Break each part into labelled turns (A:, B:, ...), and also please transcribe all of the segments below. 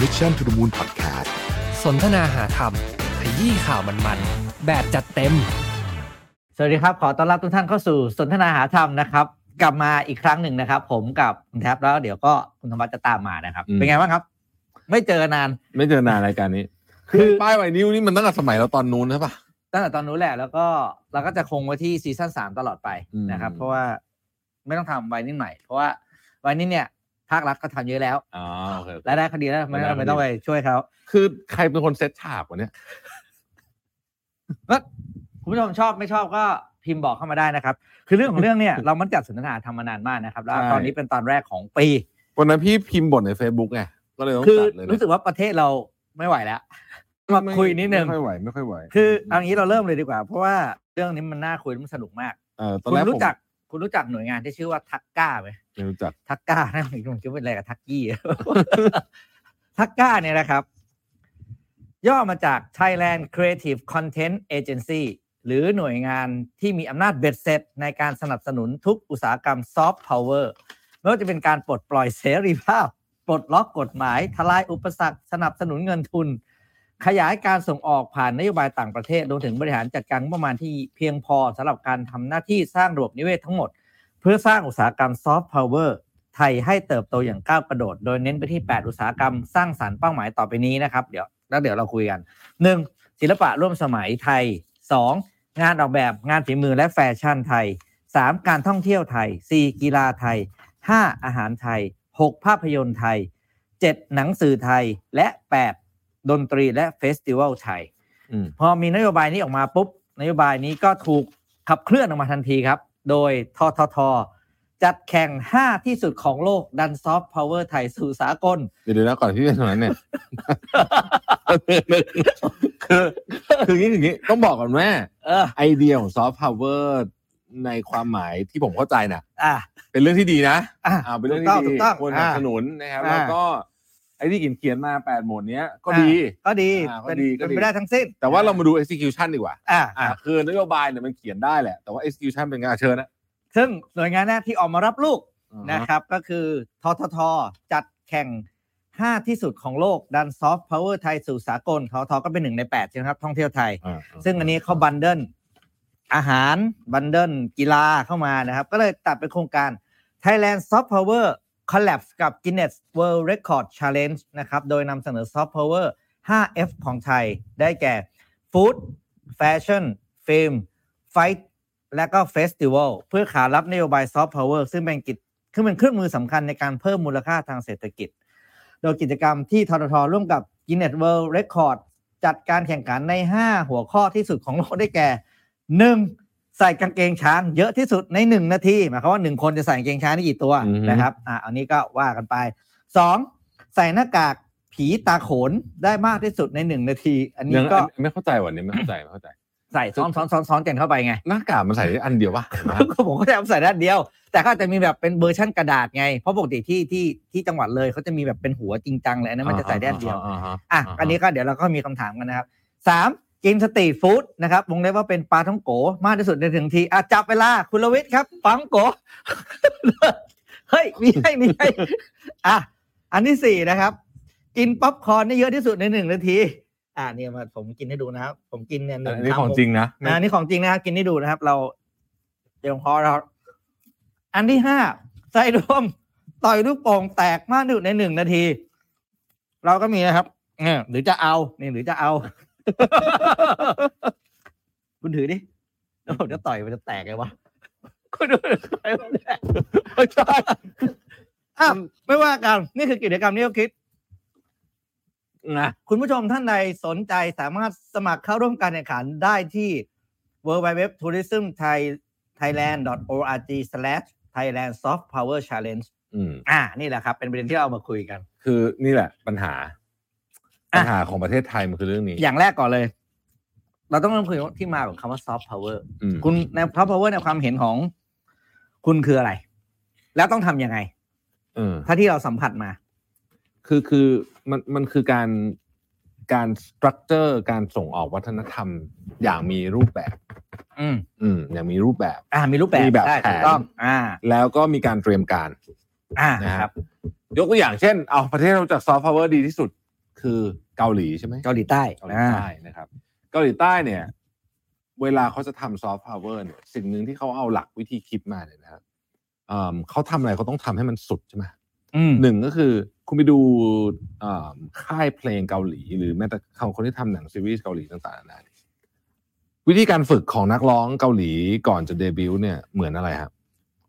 A: Mission to the Moon Podcast
B: สนทนาหาธรรมขยี้ข่าวมันๆ แบบจัดเต็ม
C: สวัสดีครับ ขอต้อนรับทุกท่านเข้าสู่สนทนาหาธรรมนะครับ กลับมาอีกครั้งหนึ่งนะครับ ผมกับคุณแท็บแล้วเดี๋ยวก็คุณธรรมะจะตามมานะครับ
D: อืม
C: เป็นไงบ้างครับ ไม่เจอกันนาน
D: ไม่เจอนานรายการนี้ คือป้ายไวนิวนี่มันตั้งแต่สมัยเราตอนนู้นใช่ปะ
C: ตั้งแต่ตอนนู้นแหละแล้วก็เราก็จะคงไว้ที่ซีซั่นสามตลอดไป
D: อืม
C: นะครับ เพราะว่าไม่ต้องทำไวนิ่ใหม่ เพราะว่าไวนิ่เนี่ยภาครัฐก็ทำเยอะแล้ว
D: อ๋อโอเค
C: รายได้คดีแล้วไม่ต้อง
D: รายได้เขาดี
C: ไม่ต้องไปช่วยเขา
D: คือใครเป็นคนเซตฉากวะเนี่ย
C: แล้วคุณผู้ชมชอบไม่ชอบก็พิมพ์บอกเข้ามาได้นะครับ คือเรื่องของเรื่องเนี่ย เรามันจัดสนทนาธรรมมานานมากนะครับ แล้ว
D: ใช่
C: ตอนนี้เป็นตอนแรกของปี
D: วันนั้นพี่พิมพ์บทใน Facebook ไงก็เลยต้อง
C: คือ
D: จัดเลยนะ
C: รู้สึกว่าประเทศเราไม่ไหวแล้ว มาคุยนิดนึง
D: ไม่ค่อยไหวไม่ค่อยไหว
C: คือเอางี้เราเริ่มเลยดีกว่า เพราะว่าเรื่องนี้มันน่าคุยและมันสนุกมาก
D: เออตอน
C: คุณ
D: แรกผม
C: รู้จักคุณรู้จักหน่วยงานที่ชื่อว่าทักก้าไหม
D: ไม่รู้จัก
C: ทักก้านะผมผมคิดว่าเป็นอะไรกับทักกี้ ทักก้าเนี่ยนะครับ ย่อมาจาก Thailand Creative Content Agency หรือหน่วยงานที่มีอำนาจเบ็ดเสร็จ ในการสนับสนุนทุกอุตสาหกรรมซอฟต์พาวเวอร์ไม่ว่าจะเป็นการปลดปล่อยเสรีภาพ ปลดล็อกกฎหมาย ทลายอุปสรรค สนับสนุนเงินทุน ขยายการส่งออกผ่านนโยบายต่างประเทศรวมถึงบริหารจัดการงบประมาณที่เพียงพอสำหรับการทำหน้าที่สร้างระบบนิเวศทั้งหมด เพื่อสร้างอุตสาหกรรมซอฟต์พาวเวอร์ไทยให้เติบโตอย่างก้าวกระโดด โดยเน้นไปที่ 8 อุตสาหกรรมสร้างสารรค์เป้าหมายต่อไปนี้นะครับ เดี๋ยวแล้วเดี๋ยวเราคุยกัน 1. ศิลปะร่วมสมัยไทย 2. งานออกแบบงานฝีมือและแฟชั่นไทย 3. การท่องเที่ยวไทย 4. กีฬาไทย 5. อาหารไทย 6. ภาพยนตร์ไทย 7. หนังสือไทยและ 8. ดนตรีและเฟสติวัลไทย
D: อืม
C: พอมีนโยบายนี้ออกมาปุ๊บ นโยบายนี้ก็ถูกขับเคลื่อนออกมาทันทีครับ โดยททท จัดแข่ง 5 ที่สุดของโลกดันซอฟต์พาวเวอร์ไทยสู่สากล
D: เดี๋ยวเดี๋ยวนะก่อนที่จะตรง นั้นเนี่ย คือคืออย่างนี้อย่างนี้ต้องบอกก่อนว่า
C: เออ
D: ไอเดียของซอฟต์พาวเวอร์ในความหมายที่ผมเข้าใจน่ะ
C: อ่ะ
D: เป็นเรื่องที่ดีนะ
C: อ่ะ
D: อ่าเป็นเรื่อง
C: ถูกต้
D: ที่
C: อง
D: ดี
C: ถูกต้อง
D: ควรส
C: อ่ะ
D: นับสนุนนะครับ
C: อ่า
D: แล้วก็ไอ้ที่กินเขียนมาแปดหมวดเนี้ยก็ดี
C: ก็ดี
D: อ่ะก็
C: เป็น
D: ดีก็
C: เป็น
D: ดี
C: ไปได้ทั้งสิ้น
D: แต่ว่าเรามาดู execution ดีกว่า
C: อ่ะ
D: อ่าคือนโยบายเนี่ยมันเขียนได้แหละ แต่ว่า execution เป็นการเชิญนะ
C: ซึ่งหน่วยงานแรกที่ออกมารับลูก นะครับก็คือททท จัดแข่ง 5 ที่สุดของโลกดันซอฟต์พาวเวอร์ไทยสู่สากลททก็เป็นหนึ่งใน8ใช่ไหมครับท่องเที่ยวไทย
D: อ่า
C: ซึ่งอันนี้เขาบันเดิลอาหารบันเดิลกีฬาเข้ามานะครับ ก็เลยตัดเป็นโครงการ Thailand Soft Power Collab กับ Guinness World Record Challenge นะครับ โดยนำเสนอ Soft Power 5F ของไทย ได้แก่ Food Fashion Film Fight และก็ Festival เพื่อขารับนโยบาย Soft Power ซึ่งเป็นกิจซึ่งเป็นเครื่องมือสำคัญในการเพิ่มมูลค่าทางเศรษฐกิจ โดยกิจกรรมที่ทททร่วมกับ Guinness World Record จัดการแข่งขันใน 5 หัวข้อที่สุดของโลกได้แก่ 1. ใส่กางเกงช้างเยอะที่สุดใน 1 นาทีหมายความว่า 1 คนจะใส่กางเกงช้างได้กี่ตัวนะครับอ่ะอันนี้ก็ว่ากันไป 2. ใส่หน้ากากผีตาโขนได้มากที่สุดใน 1 นาที อันนี้
D: ยัง
C: ก็
D: ไม่เข้าใจวันนี้ไม่เข้าใจไม่เข้าใจ
C: ใส่ซ้อนซ้อนซ้อนซ้อนกันเข้าไปไง
D: หน้ากากมันใส่ได้อันเดียวป่ะเห็นปะ
C: ก็ผมก็จะเอาใส่ด้านเดียว แต่เขาอาจจะมีแบบเป็นเวอร์ชั่นกระดาษไงเพราะปกติที่ที่ที่จังหวัดเลยเขาจะมีแบบเป็นหัวจริงจังเลยอันนั้นมันจะใส่ด้านเดียว
D: อ่าฮะ
C: อ่ะ
D: าฮะ
C: อันนี้ก็เดี๋ยวเราก็มีคำถามกันนะครับสามกินสตรีทฟู้ดนะครับ วงเล็บว่าเป็นปลาท่องโกมากที่สุดในถึงทีอ่ะจับเวลา คุณลวิทย์ครับปลาท่องโก เฮ้ยมีให้มีให้อ่ะ อันที่สี่นะครับ กินป๊อปคอร์นได้เยอะที่สุดในหนึ่งนาที อ่ะเนี่ยมาผมกินให้ดูนะครับ ผมกินเนี่ยหนึ่ง
D: อันนี้
C: คำ
D: ของจริงนะ
C: อ่ะอันนี้ของจริงนะครับกินให้ดูนะครับ เราเดี๋ยวพอเรา อันที่ห้าใส่รวมต่อยลูกโป่งแตกมากที่สุดในหนึ่งนาที เราก็มีนะครับเออหรือจะเอานี่หรือจะเอา คุณถือดิแล้วผมจะต่อยมันจะแตกไงวะคุณดูต่อยมันแตก
D: ไม่ใช่
C: อ้าวไม่ว่ากัน นี่คือกิจกรรมที่เขาคิด
D: นะ
C: คุณผู้ชมท่านใดสนใจสามารถสมัครเข้าร่วมการแข่งขันได้ที่ www.tourismthai.thailand.org/thailandsoftpowerchallenge
D: อืม
C: อ่า นี่แหละครับ เป็นประเด็นที่เราเอามาคุยกัน
D: คือนี่แหละปัญหาปั
C: อ่ะ
D: ญหาของประเทศไทยมันคือเรื่องนี้
C: อย่างแรกก่อนเลย เราต้องเริ่มคุยว่าที่มาของคำว่า soft power
D: อืม
C: คุณใน soft power ในความเห็นของ คุณคืออะไร แล้วต้องทำยังไง
D: เออ
C: ถ้าที่เราสัมผัสมา
D: คือคือมันมันคือการการสตรัคเจอร์การส่งออกวัฒนธรรม อย่างมีรูปแบบ
C: อืม
D: อืมอย่างมีรูปแบบ
C: อ่า มีรูปแบบ
D: มีแบบ
C: ได้
D: แผน
C: ถูกต้อง อ่า
D: แล้วก็มีการเตรียมการ
C: อ่า
D: นะค
C: ค
D: รั
C: รั
D: บบ ยกตัวอย่างเช่น เอาประเทศเราจากซอฟต์พาวเวอร์ดีที่สุด คือเกาหลีใช่ไหม
C: เกาหลีใต้
D: เกาหลีใต้นะครับเกาหลีใต้เนี่ย เวลาเขาจะทำซอฟต์พาวเวอร์เนี่ยสิ่งหนึ่งที่เขาเอาหลักวิธีคิดมาเนี่ยนะครับเอิ่มเขาทำอะไรเขาต้องทำให้มันสุดใช่ไหม
C: อืม
D: หนึ่งก็คือคุณไปดูเอิ่มค่ายเพลงเกาหลี หรือแม้แต่ของคนที่ทำหนังซีรีส์เกาหลีต่างๆนานาเนี่ยวิธีการฝึกของนักร้องเกาหลีก่อนจะเดบิวต์เนี่ยเหมือนอะไรครับ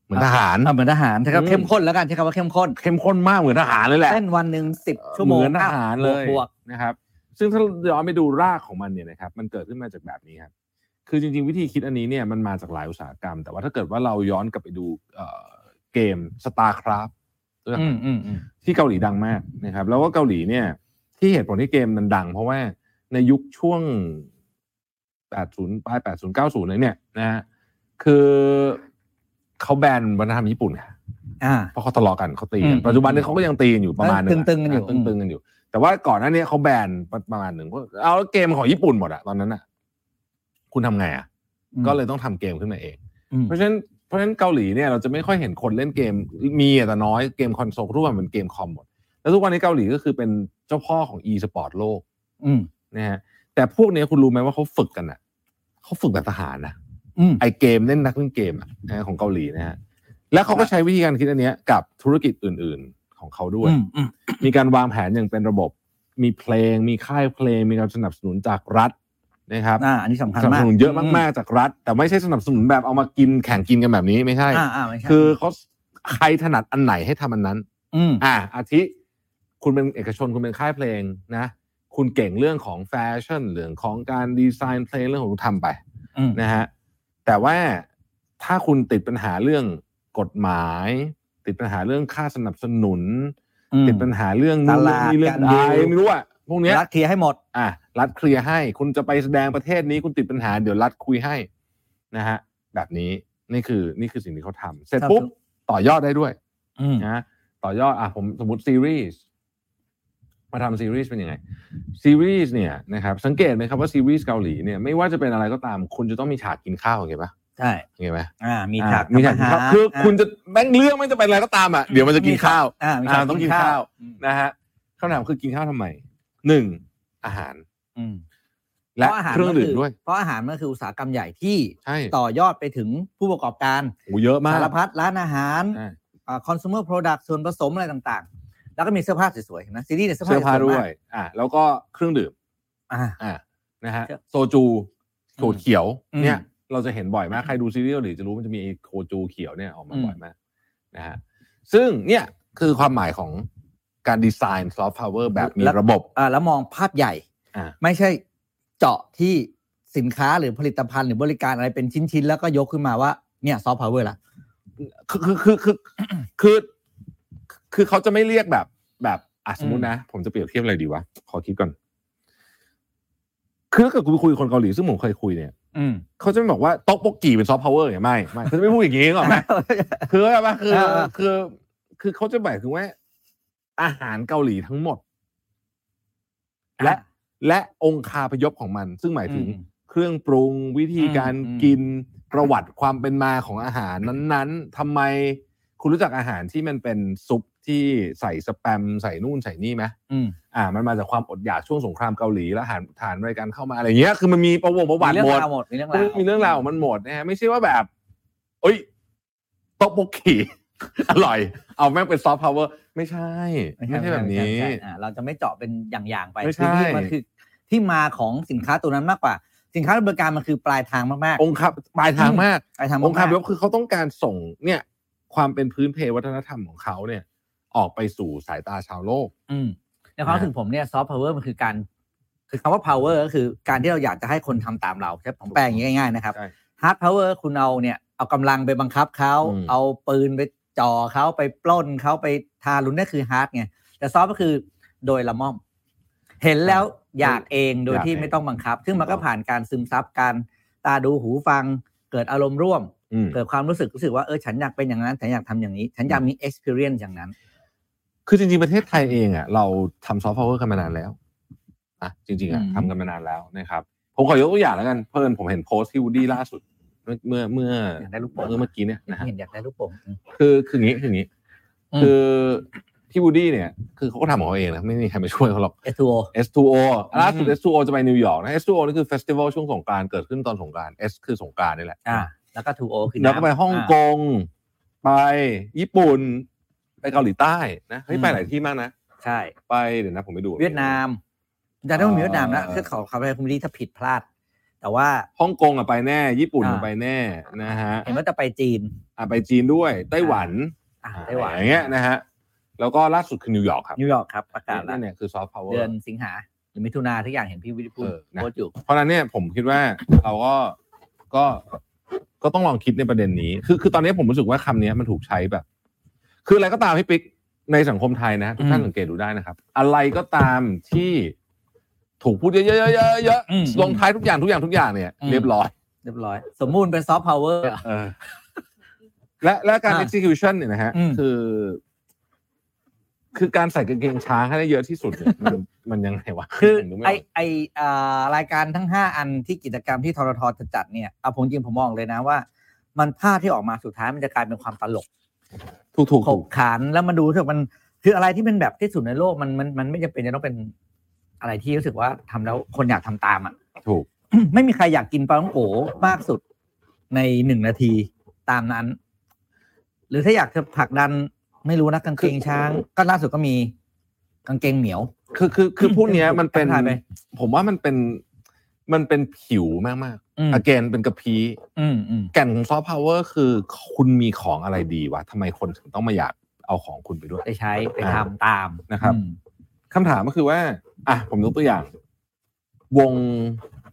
D: เหมือนทหาร
C: อ่ะเหมือนทหารใช้
D: อื
C: คำ
D: ม
C: เข้มข้นแล้วกันใช้คำว่าเข้มข้น
D: เข้มข้นมากเหมือนทหารเลยแหละ
C: เส้นวันหนึ่งสิบ
D: เอ่อ
C: ชั่วโมง
D: เหมือนอาหารเลย
C: บวก
D: นะครับ ซึ่งถ้าย้อนไปดูรากของมันเนี่ยนะครับ มันเกิดขึ้นมาจากแบบนี้ครับ คือจริงๆ วิธีคิดอันนี้เนี่ยมันมาจากหลายอุตสาหกรรม แต่ว่าถ้าเกิดว่าเราย้อนกลับไปดูเอ่อเกม StarCraft
C: ๆอืมอืมอืม
D: ที่เกาหลีดังมากนะครับ แล้วก็เกาหลีเนี่ย ที่เหตุผลที่เกมมันดัง เพราะว่าในยุคช่วง 80ปลาย 80 90เนี่ยนะฮะคือเขาแบนวัฒนธรรมญี่ปุ่นค่ะ
C: อ่า
D: เพราะเขาทะเลาะกันเขาตี
C: อื
D: กัน
C: ม
D: ปัจจุบันนี้เขาก็ยังตีกันอยู่ประมาณหนึง
C: ตึงๆกันอยู่
D: ะตึงๆกันอยู่ แต่ว่าก่อนหน้านี้เขาแบนประมาณหนึ่งเพราะเอาเกมของญี่ปุ่นหมดอะตอนนั้นอะคุณทำไงอะก็เลยต้องทำเกมขึ้นมาเอง
C: อืม
D: เพราะฉะนั้นเพราะฉะนั้นเกาหลีเนี่ยเราจะไม่ค่อยเห็นคนเล่นเกมมีอะแต่น้อยเกมคอนโซลทุกวันเป็นเกมคอมหมด แล้วทุกวันนี้เกาหลีก็คือเป็นเจ้าพ่อของ e สปอร์ตโลก
C: อืม
D: นะฮะแต่พวกเนี้ยคุณรู้ไหมว่าเขาฝึกกันอะเขาฝึกแบบทหารนะ
C: อืม
D: ไอเกมเล่นนักเล่นเกมอะนะฮะของเกาหลีนะฮะแล้วเขาก็ใช้วิธีการคิดอันเนี้ยกับธุรกิจอื่นๆของเขาด้วย
C: อืมอืม
D: มีการวางแผนอย่างเป็นระบบ มีเพลง มีค่ายเพลง มีการสนับสนุนจากรัฐนะครับ
C: อ่าอันนี้สำคัญ
D: สนับ
C: มา
D: ส
C: ก
D: นุนเยอะมากๆจากรัฐ แต่ไม่ใช่สนับสนุนแบบเอามากินแข่งกินกันแบบนี้ไม่ใช่
C: อ่าอ่าไม่ใช่
D: คือเขาใครถนัดอันไหนให้ทำอันนั้น
C: อืม
D: อ่าอาทิคุณเป็นเอกชนคุณเป็นค่ายเพลงนะ คุณเก่งเรื่องของแฟชั่นเรื่องของการดีไซน์เพลงเรื่องของทำไป
C: อืม
D: นะฮะแต่ว่าถ้าคุณติดปัญหาเรื่องกฎหมาย ติดปัญหาเรื่องค่าสนับสนุน
C: อืม
D: ติดปัญหาเรื่องนู่น
C: ตลาด
D: เรื่องนี้เรื่อง
C: การดีล
D: อะไรไม่รู้อะพวกเนี้ย
C: รักเทียร์ให้หมด
D: อ่ะรัฐเคลียร์ให้ คุณจะไปแสดงประเทศนี้คุณติดปัญหาเดี๋ยวรัฐคุยให้นะฮะแบบนี้นี่คือนี่คือสิ่งที่เขาทำเสร็จปุ๊บ
C: ครับ
D: ต่อยอดได้ด้วย
C: อืม
D: นะต่อยอดอ่ะผมสมมติซีรีส์มาทำซีรีส์เป็นยังไงซีรีส์เนี่ยนะครับสังเกตไหมครับว่าซีรีส์เกาหลีเนี่ยไม่ว่าจะเป็นอะไรก็ตาม คุณจะต้องมีฉากกินข้าวเห็นปะ
C: ใช่
D: เห็นไหม
C: อ่า มีฉาก
D: อ่ะมีฉากกินข้าวคือคุณจะแม่งเรื่องไม่จะเป็นอะไรก็ตามอ่ะ เดี๋ยวมันจะกินข้าว
C: อ่ามีฉาก
D: อ่าต้องกินข้าว
C: อืม
D: นะฮะคำถามคือกินข้าวทำไมหนึ่งอาหาร
C: อืม
D: และ
C: พาะาหา
D: เครื่องดื่มด้วย
C: เพราะอาหารมันคืออุตสาหกรรมใหญ่ที่
D: ใช่
C: ต่อยอดไปถึงผู้ประกอบการ
D: โหเยอะมาก
C: สารพัดร้านอาหาร
D: ใช่
C: คอน sumer product ส่วนผสมอะไรต่างๆ แล้วก็มีเสื้อผ้าสวยๆเห็นะซีรีส์เนี่ยเสื้อผ้า
D: เสื้อผ้า
C: ส
D: ด้วย
C: มก
D: อ่ะแล้วก็เครื่องดื่ม
C: อ่า
D: อ่ะนะฮะ
C: เชื่อ
D: โซจูโขวดเขียว
C: อืม
D: เนี่ย เราจะเห็นบ่อยมากใครดูซีรีส์เกาหลีจะรู้มันจะมีไอ้โคจูเขียวเนี่ยออกมา
C: อืม
D: บ่อยมากนะฮะซึ่งเนี่ยคือความหมายของการดีไซน์ซอฟต์พาวเวอร์แบบมีระบบ
C: อ่าแล้วมองภาพใหญ่
D: อ่า
C: ไม่ใช่เจาะที่สินค้าหรือผลิตภัณฑ์หรือบริการอะไรเป็นชิ้นๆ แล้วก็ยกขึ้นมาว่าเนี่ยซอฟต์พาวเวอร์ละ
D: คือคือคือคือคือคือเขาจะไม่เรียกแบบแบบอ่ะสมมตินะ ผมจะเปรียบเทียบอะไรดีวะ ขอคิดก่อน คือถ้าเกิดกูไปคุยกับคนเกาหลีซึ่งผมเคยคุยเนี่ย
C: อืม
D: เขาจะไม่บอกว่าโต๊ะโปกกีเป็นซอฟต์พาวเวอร์อย่างไม่ไม่เขาจะไม่พูดอย่างนี้หรอกไหม คือแบบว่าคือ
C: เออเออ
D: คือ คือเขาจะหมายถึงว่า อาหารเกาหลีทั้งหมด และ และองคาพยพของมัน ซึ่งหมายถึง
C: อืม
D: เครื่องปรุงวิธีการ
C: อืมอืม
D: กินประวัติความเป็นมาของอาหารนั้นๆทำไมคุณรู้จักอาหารที่มันเป็นซุปที่ใส่สแปมใส่นู่นใส่นี่ไหม
C: อืม
D: อ่า มันมาจากความอดอยากช่วงสงครามเกาหลีแล้วอาหารฐานรายการเข้ามาอะไรเงี้ยคือมันมีประวงประวัติ
C: มี
D: หม
C: เรื่อง
D: ด
C: ราวหมดมีเรื่อง
D: มั
C: ราวน
D: มีเรื่องราวของมันหมดนะฮะไม่ใช่ว่าแบบเอ้ยต๊อกโบกขี่ อร่อย เอาแม่งเป็นซอฟต์พาวเวอร์ไม่ใช่ ไม่ใช่แบบนี้
C: ใช่อ่าเราจะไม่เจาะเป็นอย่างๆไป
D: ไม่ใช่
C: คือนี่มันคือที่มาของสินค้าตัวนั้นมากกว่า สินค้าและบริการมันคือปลายทางมากๆ
D: องค์ขับปลายทางมาก
C: ปลายทางมกๆ
D: องค์การยพคือเขาต้องการส่งเนี่ยความเป็นพื้นเพวัฒนธรรมของเขาเนี่ย ออกไปสู่สายตาชาวโลก
C: อืมในความรู้สึกผมเนี่ยซอฟต์พาวเวอร์มันคือการ คือคำว่า power ก็คือการที่เราอยากจะให้คนทำตามเราใช่ไหมผมแปลอย่างนี้ง่ายๆนะครับ
D: ใช่
C: ฮาร์ดพาวเวอร์คุณเอาเนี่ยเอากำลังไปบังคับเขา
D: อืม
C: เอาปืนไปจ่อเขาไปปล้นเขาไปทารุณนั่นคือฮาร์ดไงแต่ซอฟก็คือโดยละม่อม เห็นแล้วอยากเองโดยที่ไม่ต้องบังคับ ซึ่งมันก็ผ่านการซึมซับการตาดูหูฟัง เกิดอารมณ์ร่วม
D: อืม
C: เกิดความรู้สึกรู้สึกว่าเออฉันอยากเป็นอย่างนั้น ฉันอยากทำอย่างนี้ ฉันอยากมี experience อย่างนั้น
D: คือจริงๆ ประเทศไทยเองอ่ะเราทำซอฟต์พาวเวอร์กันมานานแล้วอ่ะจริงๆอ่ะ
C: อืม
D: ทำกันมานานแล้วนะครับ ผมขอยกตัวอย่างแล้วกันเพิ่นผมเห็นโพสต์ที่วูดดี้ล่าสุด เมื่อเมื่อเมื่อ
C: อยากได้ลูกโป่ง
D: เมื่อเมื่อกี้เนี่ยนะฮะ
C: เห็นอยากได้ลูกโป่ง
D: คือคืออย่างนี้คืออย่างนี้
C: อืม
D: คือ ที่วูดดี้เนี่ย คือเขาก็ทำของเขาเองนะไม่มีใครมาช่วยเขาหรอก
C: S2O
D: S2O ล่าสุด
B: อืม
D: S2O จะไปนิวยอร์กนะ S2O นี่คือเฟสติวัลช่วงสงกรารเกิดขึ้นตอนสงกราร S คือสงกรารนี่แหละ
C: อ่า แล้วก็ 2O คือน้ำ
D: แล้วก็ไปฮ่องก
C: อ่า
D: ง ไปญี่ปุ่น ไปเกาหลีใต้นะเฮ้ย
C: อืม
D: ไปหลายที่มากนะ
C: ใช่
D: ไปเดี๋ยวนะผมไปดู
C: เวียดนามจะต้องมีเวียดนามนะคือขอขอไปคุณดีถ้าผิดพลาด แต่ว่า
D: ฮ่องกงอะไปแน่ ญี่ปุ่นอะ
C: อ่า
D: ไปแน่นะฮะ
C: เห็นว่าจะไปจีน
D: อะไปจีนด้วยไต้หวัน
C: อ่ะไต้หวัน
D: อย่างเงี้ยนะฮะแล้วก็ล่าสุดคือนิวยอร์กครับ
C: นิวยอร์กครับ ประกาศแล้
D: นั่
C: วน
D: เนี่ยคือซอฟต์พาวเวอ
C: เดือน
D: ร์
C: สิงหาหรือมิถุนาทุกอย่างเห็นพี่วิทย์พูด
D: เออนะ
C: โพสต์อยู่
D: เพราะฉะนั้นเนี่ยผมคิดว่าเราก็ก็ก็ต้องลองคิดในประเด็นนี้ คือคือตอนนี้ผมรู้สึกว่าคำนี้มันถูกใช้แบบ คืออะไรก็ตามพี่ปิ๊กในสังคมไทยนะทุกท่าน
C: อืม
D: สังเกตดูได้นะครับ อะไรก็ตามที่ถูกพูดเยอะๆๆๆ
C: อืม
D: ๆลงท้ายทุกอย่างทุกอย่างทุกอย่างเนี่ย
C: อืม
D: เรียบร้อย
C: เรียบร้อย สมมูลเป็นซอฟต์พาวเวอร์
D: เออและและการ
C: อ่ะ
D: execution เนี่ยนะฮะ
C: อืม
D: คือ คือการใส่กางเกงช้างให้ได้เยอะที่สุดเนี่ยมันมันยังไงวะ
C: คือ
D: ผมนึกม่
C: ไอ
D: ออก
C: ไอเอ่อรายการทั้ง 5 อันที่กิจกรรมที่ทรทจะจัดเนี่ยเอาผมจริงผมมองเลยนะว่า มันภาพที่ออกมาสุดท้ายมันจะกลายเป็นความตลก
D: ถูกถูก
C: ข
D: ถู
C: บ
D: ก
C: ขันแล้วมันดูรู้สึกมันคืออะไรที่เป็นแบบที่สุดในโลกมันมันมันไม่จำเป็นจะต้องเป็นอะไรที่รู้สึกว่าทำแล้วคนอยากทำตามอ่ะ
D: ถูก
C: ไม่มีใครอยากกินปลาท่องโกมากสุดในหนึ่งนาทีตามนั้น หรือถ้าอยากจะผลักดันไม่รู้นะกางเกง ช้าง ก็ล่าสุดก็มีกางเกงเหมียว
D: คือคือคือพวกเนี้ยมันเป็น
C: ทานไป
D: ผมว่ามันเป็นมันเป็นผิวมากมาก
C: อืม
D: อเกนเป็นกระพี้
C: อืมอืม
D: แก่นของซอฟต์พาวเวอร์คือคุณมีของอะไรดีวะทำไมคนถึงต้องมาอยากเอาของคุณไปด้วย
C: ไปใช้ไปทำตาม
D: นะครับ
C: อืม
D: คำถามก็คือว่า อ่ะ ผมยกตัวอย่าง วง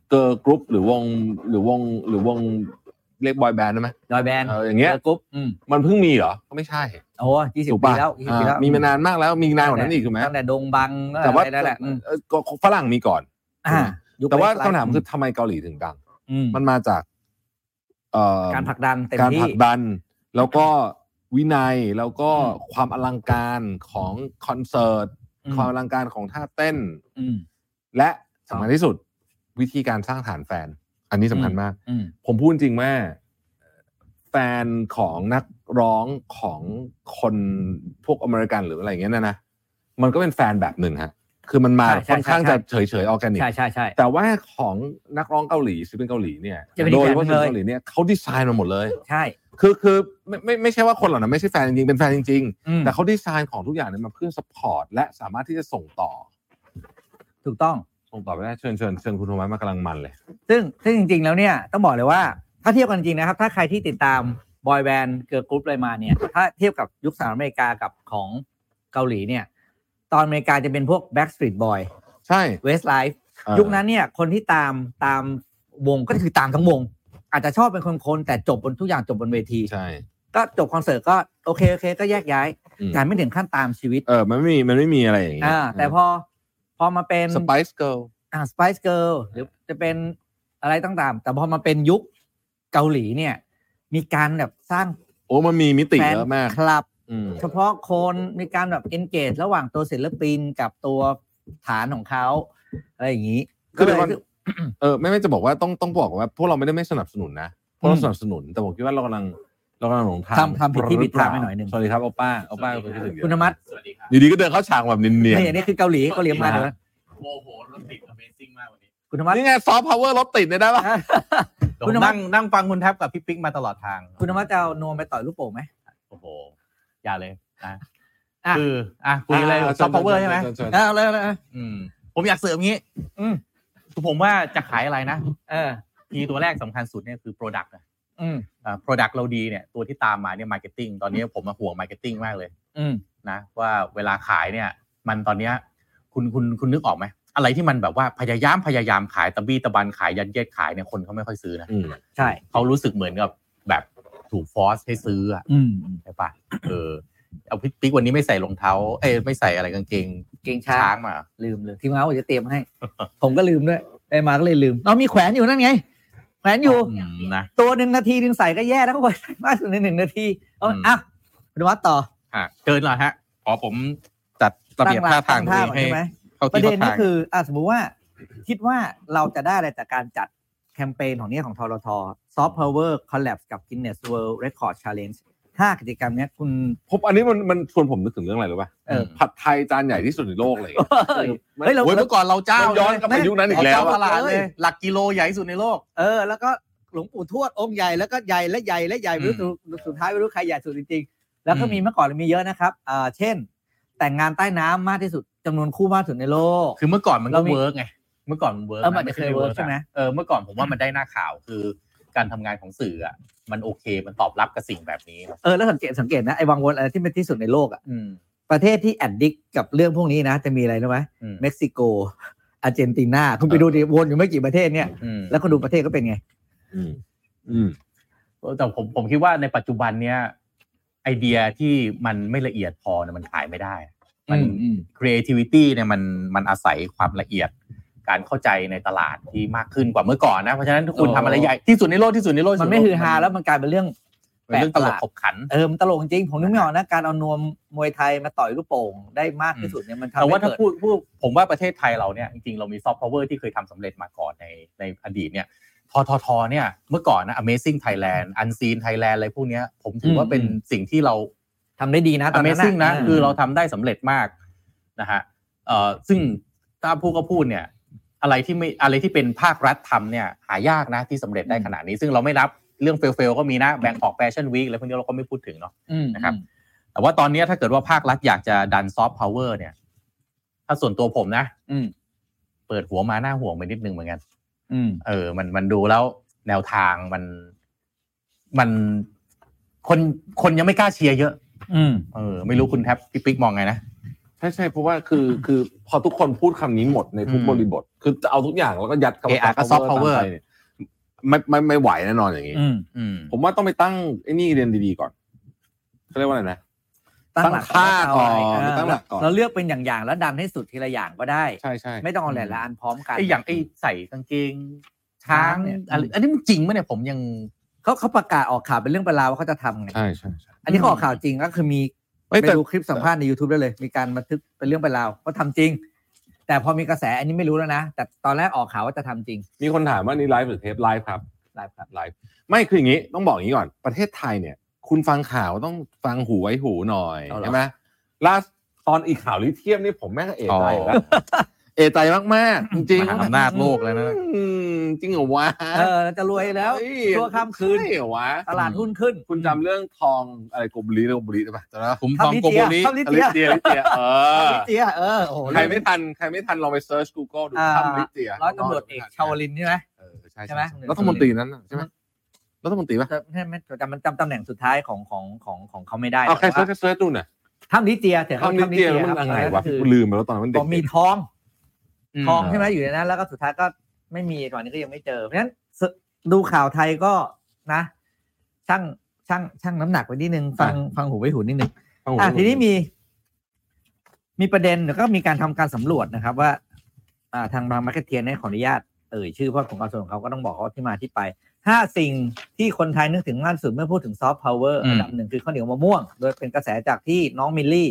D: เกิร์ลกรุ๊ปหรือวงหรือวงหรือวงเรียกบอยแบนด์ได้ไหม
C: ดอยแบน
D: เอออย่างเงี้ย
C: จกรุ๊ปอืม
D: มันเพิ่งมีเหรอ ก็ไม่ใช่
C: โอ้ยี่สิบ
D: ถูก
C: ปี
D: ปะ
C: แล้ว20
D: อ่า
C: ปีแล้ว
D: มีมานานมากแล้วมีนานกว่านั้นอีกถูกไหม
C: ตั้งแต่ดงบัง
D: แต่ว่า
C: อะไรนั่นแหละอืม
D: เออก็ฝรั่งมีก่อน
C: อ่ายุค
D: แต่ว่า
C: แรกๆ
D: คำถามคือทำไมเกาหลีถึงดัง
C: ม
D: มันมาจากเอ่อ
C: การผลักดันเต็ม
D: การผ
C: ที่
D: ลักดัน แล้วก็วินัยแล้วก็ความอลังการของคอนเสิร์ต
C: อืม
D: ความอลังการของท่าเต้น
C: อืม
D: และสำคัญที่สุดวิธีการสร้างฐานแฟน อันนี้สำคัญมาก
C: อืม
D: ผมพูดจริงว่าแฟนของนักร้องของคนพวกอเมริกันหรืออะไรอย่างเงี้ยนะนะมันก็เป็นแฟนแบบหนึ่งฮะคือมันมา
C: ใช่ใช่
D: ค่อนข้าง
C: ใช่
D: จะเฉยๆออร์แกนิก
C: ใช่ใช่ใช่
D: แต่ว่าของนักร้องเกาหลีศิลปินเกาหลีเนี่ย
C: จะเป็นอี
D: โด
C: ก
D: ย
C: แบบ
D: เฉพาะศิ
C: ห
D: ลปินเกาห
C: นึ่งเลย
D: ลีเนี่ยเขาดีไซน์มาหมดเลย
C: ใช่
D: คือคือไม่ไม่ไม่ใช่ว่าคนเหล่านั้นไม่ใช่แฟนจริงๆเป็นแฟนจริง
C: อืม
D: ๆ แต่เขาดีไซน์ของทุกอย่างเนี่ยมาเพื่อสปอร์ตและสามารถที่จะส่งต่อ
C: ถูกต้อง
D: ส่งต่อไปได้เชิญเชิญเชิญคุณโทมัสมากำลังมันเลย
C: ซึ่งซึ่งจริง ๆ แล้วเนี่ยต้องบอกเลยว่า ถ้าเทียบกันจริงนะครับ ถ้าใครที่ติดตามบอยแบนด์เกิร์ลกรุ๊ปอะไรมาเนี่ย ถ้าเทียบกับยุคสหรัฐอเมริกากับของเกาหลีเนี่ย ตอนอเมริกาจะเป็นพวก Backstreet Boy
D: ใช่
C: Westlife
D: เอ่อ
C: ยุคนั้นเนี่ยคนที่ตามตามวงก็คือตามทั้งวง อาจจะชอบเป็นคนๆแต่จบบนทุกอย่างจบบนเวที
D: ใช่
C: ก็จบคอนเสิร์ตก็โอเคโอเค ก็แยกย้าย
D: อืม
C: แต่ไม่ถึงขั้นตามชีวิต
D: เออมันไม่มีมันไม่มีอะไรอย่างเงี้ย
C: อ่าแต่พอพอมาเป็น
D: สไปซ์เกิล
C: อ่าสไปซ์เกิลหรือจะเป็นอะไรต่างๆ แต่พอมาเป็นยุคเกาหลีเนี่ย มีการแบบสร้าง
D: โอ้มันมีมิติ
C: แฟน
D: เยอะมาก
C: คลับ
D: อืม
C: เฉพาะคนมีการแบบ engage ระหว่างตัวศิลปินกับตัวฐานของเขาอะไรอย่างนี้
D: คือ
C: เล
D: เดี๋ย
C: ยว
D: ก่อนเออไม่ไม่จะบอกว่าต้องต้องบอกว่าพวกเราไม่ได้ไม่สนับสนุนนะพวกเราสนับสนุนแต่ผมคิดว่าเรากำลังเรากำลังหลงทาง
C: ทำทำผิดที่ผิดทางไปหน่อยหนึ่ง
D: สวัสดีครับโอป้าโอป้าเป็นคนที่ถึงเยอะ
C: คุณธรรมัส
A: สวัสดีครับ
D: อยู่ดีก็เดินเข้าฉากแบบเนียน
C: นี่อันนี้คือเกาหลีเกาหลีมา
A: นะ
C: เดี๋ยวนะ
A: โมโหรถติด Amazing มากวันนี้
C: คุณธรร
D: ๆ
C: มส
D: นี่ไงซอฟต์พาวเวอร์รถติดเนี่ยได้ปะ
A: ผม
C: คุณธรรมะ
A: นั่งนั่งฟังคุณแท็บกับพี่ปิ๊กมาตลอดทาง
C: คุณธรรมสจะเอานวมไปต่อยลูกโป่งไหม
A: โอ้โห อย่าเลยนะ
C: อ่ะ
A: คืออ่ะคุยอะไรซอฟต์พาวเวอร์ใช่ไหม
C: เอาเลยเอาเลยเอาเลย
A: อืม ผมอยากเสริมงี้
C: อืม
A: คือผมว่าจะขายอะไรนะ
C: เออ
A: ทีตัวแรกสำคัญสุดเนี่ยคือ Product อะ
C: อืม
A: อ่า Product เราดีเนี่ย ตัวที่ตามมาเนี่ย Marketing ตอนนี้ผมมาห่วง Marketing มากเลย
C: อืม
A: นะว่าเวลาขายเนี่ยมันตอนเนี้ยคุณคุณคุณนึกออกไหมอะไรที่มันแบบว่าพยายามพยายามขายตะบี้ตะบันขายยันเยียดขายเนี่ยคนเขาไม่ค่อยซื้อนะ
D: อืม
C: ใช่
A: เขารู้สึกเหมือนกับแบบถูกฟอสให้ซื้ออะ
C: อืม
A: ใช่ปะเออเอาพี่ปิ๊กวันนี้ไม่ใส่รองเท้า เอ้ยไม่ใส่อะไรกางเกง
C: เก่งช้า
A: ช้าง งมา
C: ลืมเลยทีมงานว่าจะเตรียมให้ ผมก็ลืมด้วยไปมาก็เลยลืมเรามีแขวนอยู่นั่นไง แขวนอยู่
A: มนะ
C: ตัวหนึ่งนาทีหนึ่งใส่ก็แย่แล้วก็ใส่มากสุดในหนึ่งนาทีเอา
A: อืม
C: อ่ะคุณธรรมสต่อ
A: อ่ะเกินเหรอฮะอ๋อผมจัดระเบียบท่าทาง
C: ตั้
A: ตัว
C: หลักตั้งท่าก่อน
A: เองให้
C: ใช่ไหม
A: เข้า
C: ประ
A: ที่
C: เด็ก็
A: เข้านทาง
C: คืออ่ะสมมุติว่า คิดว่าเราจะได้อะไรจากการจัดแคมเปญของเนี่ยของทรทซอฟต์พาวเวอร์คอลแลบกับ Guinness World Record Challenge ห้ากิจกรรมเนี้ยคุณ
D: ผมอันนี้มันมันชวนผมนึกถึงเรื่องอะไรหรือปะ
C: เออ
D: ผัดไทยจานใหญ่ที่สุดในโลกอะไรอย่างเงี้ย
C: เฮ้ยเรา
A: โอ้ย
C: เรา
A: เมื่อก่อนเราเจ้า
D: มันย้อนกลับไปยุคนั้นอีกแล้ว
A: เราเจ้าตลาดเลย
C: เออ
A: หลักกิโลใหญ่ที่สุดในโลก
C: เออแล้วก็หลวงปู่ทวดองค์ใหญ่แล้วก็ใหญ่และใหญ่และใหญ่ไม่รู้สุดสุดท้ายไม่รู้ใครใหญ่สุดจริงๆ แล้วก็มี
A: อืม
C: เมื่อก่อนมีเยอะนะครับอ่าเช่น แต่งงานใต้น้ำมากที่สุดจำนวนคู่มากที่สุดในโลก
A: คือเมื่อก่อนมันก็
C: เรามี
A: เวิร์กไง เมื่อก่อนมันเวิร์ก
C: เออมันเคยเวิร์กใช่ไหม
A: เออเมื่อก่อนผมว่ามันได้หน้าข่าวคือการทำงานของสื่ออะมันโอเคมันตอบรับกับสิ่งแบบนี้
C: เออแล้วสังเกตสังเกตนะไอ้วังวนอะไรที่เป็นที่สุดในโลกอะ
A: อืม
C: ประเทศที่แอดดิกกับเรื่องพวกนี้นะ จะมีอะไรรู้ไหม
A: อืม
C: เม็กซิโก อาร์เจนตินาคุณไปดูดิวนอยู่ไม่กี่ประเทศเนี่ย
A: อืม
C: แล้วก็ดูประเทศก็เป็นไง
D: อืมอืม
A: แต่ผมผมคิดว่าในปัจจุบันเนี้ยไอเดียที่มันไม่ละเอียดพอเนี่ยมันขายไม่ได้ มัน creativity เนี่ยมันมันอาศัยความละเอียด การเข้าใจในตลาดที่มากขึ้นกว่าเมื่อก่อนนะ เพราะฉะนั้นถ้าคุณ
C: โอ้
A: ทำอะไรใหญ่ที่สุดในโลกที่สุดในโลก
C: มันไม่ฮือฮาแล้วมันกลายเป็นเรื่อง
A: มันเป็นเรื่องตลกขบขัน
C: เออมันตลกจริงผมนึกไม่ออกนะการเอานวมมวยไทยมาต่อยลูกโป่งได้มากที่สุดเนี่ยมันทำ
A: แต่ว่า
C: ให้
A: ถ้า
C: เกิด
A: พูดพูดผมว่าประเทศไทยเราเนี่ยจริงๆ เรามีซอฟต์พาวเวอร์ที่เคยทำสำเร็จมาก่อนในในอดีตเนี่ยทททเนี่ยเมื่อก่อนนะ Amazing Thailand Unseen Thailand อะไรพวกเนี้ยผมถือว่าเป็น
C: อืม
A: สิ่งที่เรา
C: ทำได้ดีนะตอนนั้น
A: Amazing นะ
C: เ
A: คือเราทำได้สำเร็จมากนะฮะเอ่อซึ่งถ้าพูดก็พูดเนี่ย อะไรที่ไม่อะไรที่เป็นภาครัฐทำเนี่ยหายากนะที่สำเร็จได้ขนาดนี้ ซึ่งเราไม่รับเรื่องเฟลเฟลก็มีนะแบง k อกแฟชั่นวีคอะไรพวกนี้เราก็ไม่พูดถึงเนาะ
C: อืม
A: นะครับ แต่ว่าตอนเนี้ยถ้าเกิดว่าภาครัฐอยากจะดันซอฟต์พาวเวอร์เนี่ย ถ้าส่วนตัวผมนะ
C: อืม
A: เปิดหัวมาหน้าห่วงไปนิดนึงเหมือนกัน
C: อืม
A: เออ มันมันดูแล้วแนวทางมันมันคนคนยังไม่กล้าเชียร์เยอะ
C: อืม
A: เออ ไม่รู้คุณแท็บพี่ปิ๊กมองไงนะ
D: ใช่ใช่เพราะว่าคือคือพอทุกคนพูดคำนี้หมดในทุก
A: อืม
D: บริบท คือจะเอาทุกอย่างแล้วก็ยัดคำ
A: AR ก็ soft power
D: ตามไปเนี่ยไม่ไม่ไม่ไหวแน่นอนอย่างนี้
C: อืม
A: อืม
D: ผมว่าต้องไปตั้งไอ้นี่เรียนดีๆก่อนเขาเรียกว่าอะไรนะ
C: ตั้งหลัก
D: ตั้งค่าก่อน
C: เ
D: ตั้งหลักก่อน
C: เราเลือกเป็นอย่างๆแล้วดันให้สุดทีละอย่างก็ได้
D: ใช่ใช่
C: ไม่ต้องเอาหลายๆอันพร้อมกัน
A: ไอ้อย่างไอ้ใส่กางเกง ช้า
C: ช้าง
A: ง
C: เนี่ย
A: อะไรอันนี้มันจริงไหมเนี่ยผมยัง
C: เขาเขาประกาศออกข่าวเป็นเรื่องเป็นราวว่าเขาจะทำไง
D: ใช่ใช่ใช่
C: อันนี้เขาออกข่าวจริงก็คือมี
D: เอ้ย
C: ไป
D: แต่
C: ดูคลิปสัมภาษณ์ใน YouTube ได้เลย มีการบันทึกเป็นเรื่องเป็นราวเขาทำจริง แต่พอมีกระแสอันนี้ไม่รู้แล้วนะแต่ตอนแรกออกข่าวว่าจะทำจริง
D: มีคนถามว่านี่ไลฟ์หรือเทปไลฟ์ครับ
C: ไลฟ์ครับ
D: ไลฟ์ไม่คืออย่างนี้ต้องบอกอย่างนี้ก่อนประเทศไทยเนี่ย คุณฟังข่าวต้องฟังหูไว้หูหน่อย
A: เอาเหรอ
D: ใช่ไหมล่าสุดตอนอีกข่าวลิเทียมนี่ผมแม่งเอะใจ
A: อ๋อ
D: แล้วเอะใจมากๆจริง
A: ม
D: ๆ
A: หาอำนาจโลกแล้วนะ
D: อืมจริงเหรอวะ
C: เออจะรวยแล้ว
D: เฮ้ย
C: ชั่วข้ามคืน
D: ใช่เหรอวะ
C: ตลาดหุ้นขึ้น
D: คุณจำเรื่องทองอะไรกลมลีนะกลมลีได้ปะจำได้ปะ
A: ผมทอง
C: ทำนิ
A: โก
C: เที
A: โบ
C: ย
A: ริ
C: ทำนิ
D: ลิเตียลิเตียเออ
C: ลิเตียเออโอ้โห
D: ใครไม่ทันใครไม่ทันลองไปเซิร์ช Google ดู
C: อ่า
D: ทำลิเตีย
C: ร้อยตำรวจเอกชาวลินใช่ไหม
D: เออใช่
C: ใช่
D: ใช่
C: ไหม
D: รัฐมนตรีนั้นน่ะใช่ไหมรัฐมนตรีปะ
C: แต่ไม่แต่มันจำตำแหน่งสุดท้ายของของของของเขาไม่ได้
D: เอาใคร
C: แต่
D: เซิร์ช
C: ว่า
D: ก็เซิร์ชดูหน่อย
C: ถ้ำลิเตียเถอะครับ
D: ทำลิเตีย
C: ถ้ำ
D: มันอะไร
C: ครั
D: วะ
C: บก็คือ
D: ลืมไปแล้วตอนนั้นมัน
C: บ
D: เด็
C: อก กมีทอง
A: ม
C: ทองใช่ไหมอยู่ในนั้นแล้วก็สุดท้ายก็ไม่มีตอนนี้ก็ยังไม่เจอ เพราะฉะนั้นสดูข่าวไทยก็นะช่างช่างช่างน้ำหนักไว้นิดนึงฟังฟังหูไว้หูนิดนึง
D: ฟังหู
C: อ่ะทีนี้มี มีประเด็นแล้วก็มีการทำการสำรวจนะครับ ว่า อ่าทางบางมาร์เก็ตเทียนเนี่ยขออนุญาตเอ่ยชื่อเพราะของกระทรวงเขาก็ต้องบอกเขาที่มาที่ไปห้าสิ่งที่คนไทยนึกถึงมากที่สุดเมื่อพูดถึงซอฟต์พาวเวอร์อันดับหนึ่งคือข้าวเหนียวมะม่วง โดยเป็นกระแสจากที่น้องมิลลี่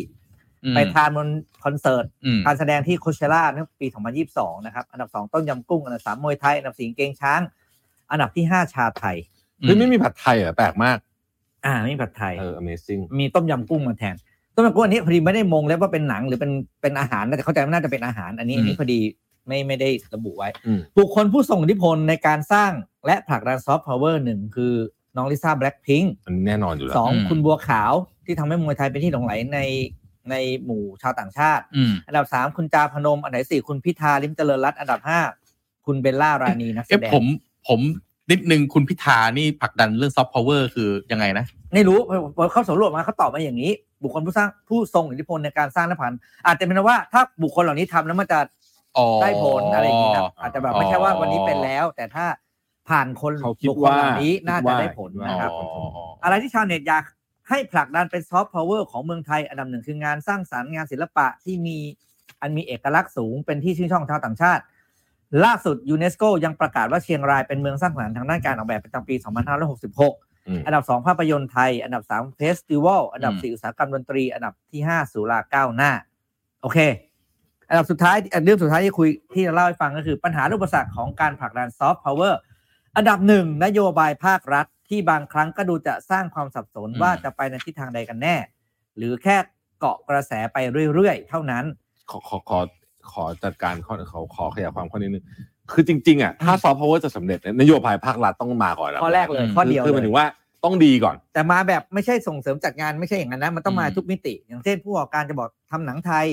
A: อืม
C: ไปทานบนคอนเสิร์ต
A: อืม
C: การแสดงที่โคเชล่าในปี 2022 นะครับ อันดับ 2 ต้มยำกุ้ง อันดับ 3 มวยไทย อันดับ 4กางเกงช้าง อันดับที่ 5 ชาไทย
D: เฮ้ยไม่มีผัดไทยเหรอแปลกมาก
C: อ่าไม่มีผัดไทย
D: เออ amazing
C: มีต้มยำกุ้งมาแทน ต้มยำกุ้งอันนี้พอดีไม่ได้มงแล้วว่าเป็นหนังหรือเป็นเป็นอาหารนะแต่เข้าใจว่าน่าจะเป็นอาหาร อันนี้อันนี้พอดีไม่ไม่ได้ระบุไว้
D: อืม
C: บุคคลผู้ทรงอิทธิพลในการสร้างและผลักดันซอฟต์พาวเวอร์หนึ่งคือน้องลิซ่าแบล็คพิงค์
D: อันนี้แน่นอนอยู่แล้
C: ส
D: ว
C: องคุณบัวขาวที่ทำให้มวยไทยเป็นที่หลงไหลในในหมู่ชาวต่างชาติ
A: อืม
C: อันดับสามคุณจาพนม อันดับสี่คุณพิธาลิมเจริญรัตน์อันดับห้าคุณเบลล่ารานีนักแส
A: เอ๊ะ
C: ดง
A: ผมผมนิดนึงคุณพิธานี่ผลักดันเรื่องซอฟต์พาวเวอร์คือยังไงนะ
C: ไม่รู้พอเขาสำรวจมาเขาตอบมาอย่างนี้ บุคคลผู้สร้างผู้ทรงอิทธิพลในการสร้างและผันอาจจะเป็นว่าถ้าบุคคลเหล่านี้ทำแล้วมันจะ
A: อ๋อ
C: ได้ผลอะไรอย่างนี้นะอาจจะแบบไม่ใช่ว่าวันนี้เป็นแล้ว แต่ถ้าผ่านคน
D: เขาคิด
C: บุคคล
D: ว่า
C: เหล่านี้น่าจะได้ผล
D: ว่า
C: นะครับ
A: อ๋อ
C: อะไรที่ชาวเน็ตอยากให้ผลักดันเป็นซอฟต์พาวเวอร์ของเมืองไทย อันดับหนึ่งคืองานสร้างสรรค์งานศิลปะที่มีอันมีเอกลักษณ์สูงเป็นที่ชื่นชอบของชาวต่างชาติ ล่าสุดยูเนสโกยังประกาศว่าเชียงรายเป็นเมืองสร้างสรรค์ทางด้านการออกแบบประจำปี 2566
D: อืม
C: อันดับ 2 ภาพยนตร์ไทย อันดับ 3 เฟสติวัลอันดับ 4 อุตสาหกรรมดนตรี อันดับที่ 5 สุราก้าวหน้า โอเค อันดับสุดท้ายอันเรื่องสุดท้ายที่คุยที่จะเล่าให้ฟังก็คือปัญหาและอุปสรรคของการผลักดันซอฟต์พาวเวอร์อันดับหนึ่งนโยบายภาครัฐ ที่บางครั้งก็ดูจะสร้างความสับสน
A: อืม
C: ว่าจะไปในทิศทางใดกันแน่ หรือแค่เกาะกระแสไปเรื่อยๆ เท่านั้น
D: ขอขอขอขอจัดการข้อขอขอขยายความข้อนี้นึงคือจริง ๆอ่ะถ้าซอฟต์พาวเวอร์จะสำเร็จเนี่ยนโยบายภาครัฐต้องมาก่อน
C: ข้อแรกเลย
A: อืม
C: ข้อเดียว
D: คือห
C: เล
D: มาย
C: ย
D: ถึงว่าต้องดีก่อน
C: แต่มาแบบไม่ใช่ส่งเสริมจัดงานไม่ใช่อย่างนั้นนะมันต้องมา
A: อืม
C: ทุกมิติ อย่างเช่นผู้ประกอบการจะบอกทำหนังไทย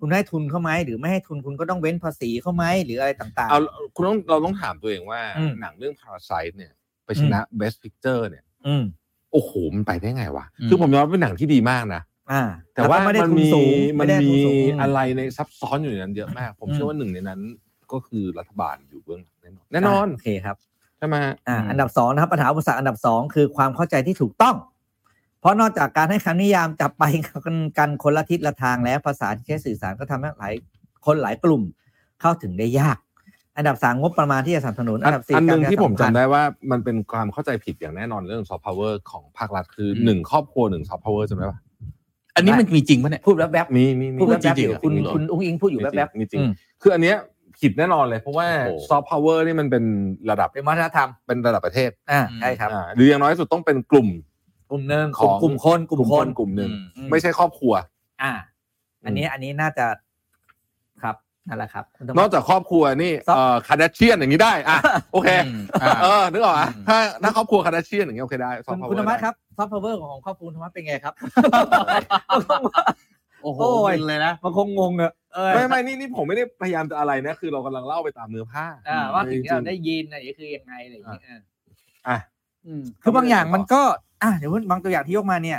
C: คุณให้ทุนเข้าไหมหรือไม่ให้ทุนคุณก็ต้องเว้นภาษีเข้าไหมหรืออะไรต่าง
D: เอาคุณต้องเราต้องถามตัวเองว่า
C: อืม
D: หนังเรื่อง Parasite เนี่ย ไปชนะ Best Picture เนี่ย
C: ๆ อืม
D: โอ้โห มันไปได้ไงวะ
A: อืม
D: คือผมยอมรับเป็นหนังที่ดีมากนะ
C: อ่า
D: แต่ว่า
C: ล้ก็
D: มั
C: ไม่ได้
D: น
C: ทุน
D: มี
C: สูง
D: มัน
C: ไได้
D: มี
C: ทุสูง
D: อะไรในซับซ้อนอยู่ในนั้นเยอะมาก ผม
C: อืม
D: เชื่อว่าหนึ่งในนั้นก็คือรัฐบาลอยู่เบื้องหลังแน่นอนแน่นอนา
C: โอเคครับ
D: ใช่ไหม
C: อ่า
D: อืม
C: อันดับสองนะครับปัญหาอุปสรรคอันดับสองคือความเข้าใจที่ถูกต้อง เพราะนอกจากการให้คำนิยามจับไปกันกันคนละทิศละทางแล้วภาษาที่ใช้สื่อสารก็ทำให้หลายคนหลายกลุ่มเข้าถึงได้ยาก อันดับสามงบประมาณที่จะสนับสนุนอันดับสี่
D: อันหนึ่ง
C: การ
D: ที่ผมจำ
C: สัพันธ์
D: ได้ว่ามันเป็นความเข้าใจผิดอย่างแน่นอนเรื่องซอฟต์พาวเวอร์ของภาครัฐคือ
A: อืม
D: หนึ่งครอบครัวหนึ่งซอฟต์พาวเวอร์จำได้ปะ
A: อันนี้มันมีจริงปะเนี่ย
C: พูดแบบแบบ
D: มีมีมี
C: พูดแบบ
A: จริ
C: แบบ
A: งๆ
C: อยู่
A: เหรอ
C: คุณ
A: จริงๆเหรอ
C: คุณอุ้งอิงพูดอยู่แบบแบบ
D: มีจริง
C: อืม
D: คืออันเนี้ยผิดแน่นอนเลยเพราะว่า
A: โอ้โห
D: ซอฟต์พาวเวอร์นี่มันเป็นระดับ
C: เป็นวัฒนธรรม
D: เป็นระดับประเทศ
C: อ่าใช่ครับ
D: อ่าหรืออย่างน้อยสุดต้องเป็นกลุ่ม
C: กลุ่มหนึ่ง
D: ของ
C: กลุ่มคนกลุ่มคน
D: กลุ่มหนึ่ง
C: อื
D: ไม่ใช่ครอบครัว
C: อ่า อันนี้อันนี้น่าจะครับนั่นแหละครับคุณธรรม
D: นอกจากครอบครัวนี่
C: ซอฟต์
D: เอ่อคาร์ดเชียนอย่างนี้ได้อ่ะโอเค
A: อืมอ่า
D: เออนึกออกอ่ะ
A: อืม
D: ถ้าถ้าครอบครัวคาร์ดเชียนอย่างเงี้ยโอเคได้ซอฟต์
C: คุณ
D: พาวเวอ
C: คุณ
D: ร์
C: ธรรมะ
D: ได้
C: ครับซอฟต์พาวเวอร์ของครอบครัวคุณธรรมะเป็นไงครับ
A: โอ้โห
C: โอ้ย
A: มึนเลยนะ
C: มันคงงงอะเออ
D: ไม่ไม่นี่นี่ผมไม่ได้พยายามจะอะไรนะ คือเรากำลังเล่าไปตามเนื้อผ้า
C: อ่าว่าสิ่งที่เรา
D: จ
C: ได้
D: ริง
C: ยินอะไรคือยังไงอะไรอย่างเงี้ยเออ
D: อ่ะ
C: อืมคือบางอย่างมันก็อ่ะเดี๋ยวบางตัวอย่างที่ยกมาเนี่ย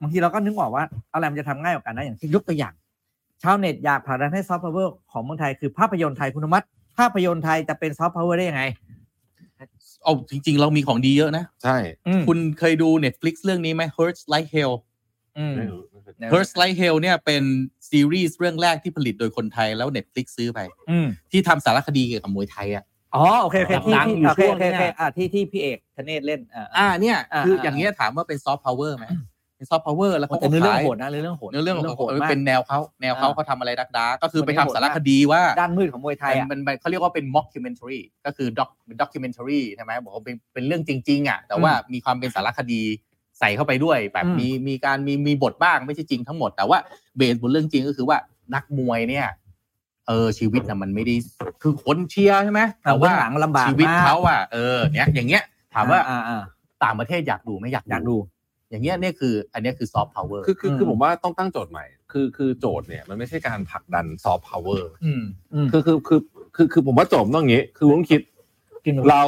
C: บางทีเราก็นึกออกว่าอะไรมันจะทำง่ายกว่ากันนะอย่างเช่นยกตัวอย่าง ชาวเน็ตอยากผลักดันให้ซอฟต์พาวเวอร์ของเมืองไทยคือภาพยนตร์ไทยคุณธรรมะภาพยนตร์ไทยจะเป็นซอฟต์พาวเวอร์ได้ยังไง
A: เอาจริง ๆ เรามีของดีเยอะนะ
D: ใช่
C: คุ
A: คุณ ณเคยดู Netflix เรื่องนี้ไหม Hurts Like Hell
C: อืม
D: ไม่รู้ไม่เคย
A: Hurts Like Hell เนี่ยเป็นซีรีส์เรื่องแรกที่ผลิตโดยคนไทยแล้ว Netflix ซื้อไป
C: อืม
A: ที่ทำสารคดีเกี่ยวกับมวยไทยอ่ะ
C: อ๋อโอเคโอเคที่
A: หนัง
C: ที่
A: อยู่
C: โอเค
A: ช่วง
C: โอเคโอ
A: เนี่
C: เค
A: ย
C: อ่ะที่ที่พี่เอกธเนศเล่นอ่า
A: อ่าเนี่ย
C: อ่า
A: คือ
C: อ่า
A: อย่างเงี้ยถามว่าเป็นซอฟต์พาวเวอร์ไหมเป็นซอฟต์พาวเวอร์แล้วเขา
C: แต่เนื้อเรื่อง
A: ขาย
C: โหดนะเนื้อเรื่องโหด
A: เนื้อเรื่องของ
C: มาก
A: เป็นแนวเขาแนวเขา
C: อ่า
A: เขาทำอะไรดักดาก็คือ
C: คน
A: ไป
C: นี้
A: ทำ
C: โหด
A: สาร
C: มาก
A: คดีว่า
C: ด้านมืดของมวยไทยอ่ะ
A: มันมันเขาเรียกว่าเป็น mockumentary ก็คือ doc documentary ใช่ไหมบอกว่าเป็นเป็นเรื่องจริงๆอ่ะแต่ว่ามีความเป็นสารคดีใส่เข้าไปด้วย แบบ
C: อืม
A: มีมีการมีมีบทบ้างไม่ใช่จริงทั้งหมด แต่ว่าเบสบนเรื่องจริงก็คือว่านักมวยเนี่ยเออชีวิตนะมันไม่ได้คือคนเชียร์ใช่ไหม
C: แต่
A: แต่
C: ว่า
A: ว่า
C: หลังลำบาก
A: ชีวิต
C: มก
A: เขาอ่ะเออเนี้ยอย่างเงี้ยถามว่า
C: อ่อ่อ่
A: ต่างประเทศอยากดูไหม่อยาก
C: อยากดู
A: อย่างเงี้ยเนี่ยคือ อันเนี้ยคือซอฟต์พาวเวอร์
D: คือคือคือ
C: ม
D: ผมว่าต้องตั้งโจทย์ใหม่ คือคือโจทย์เนี่ยมันไม่ใช่การผลักดันซอฟต์พาวเวอร์
A: อืม
D: คือคือคือคือคือผมว่าโจทย์มันต้องอย่างงี้ คือต้องคิด
C: กินหนู
D: เรา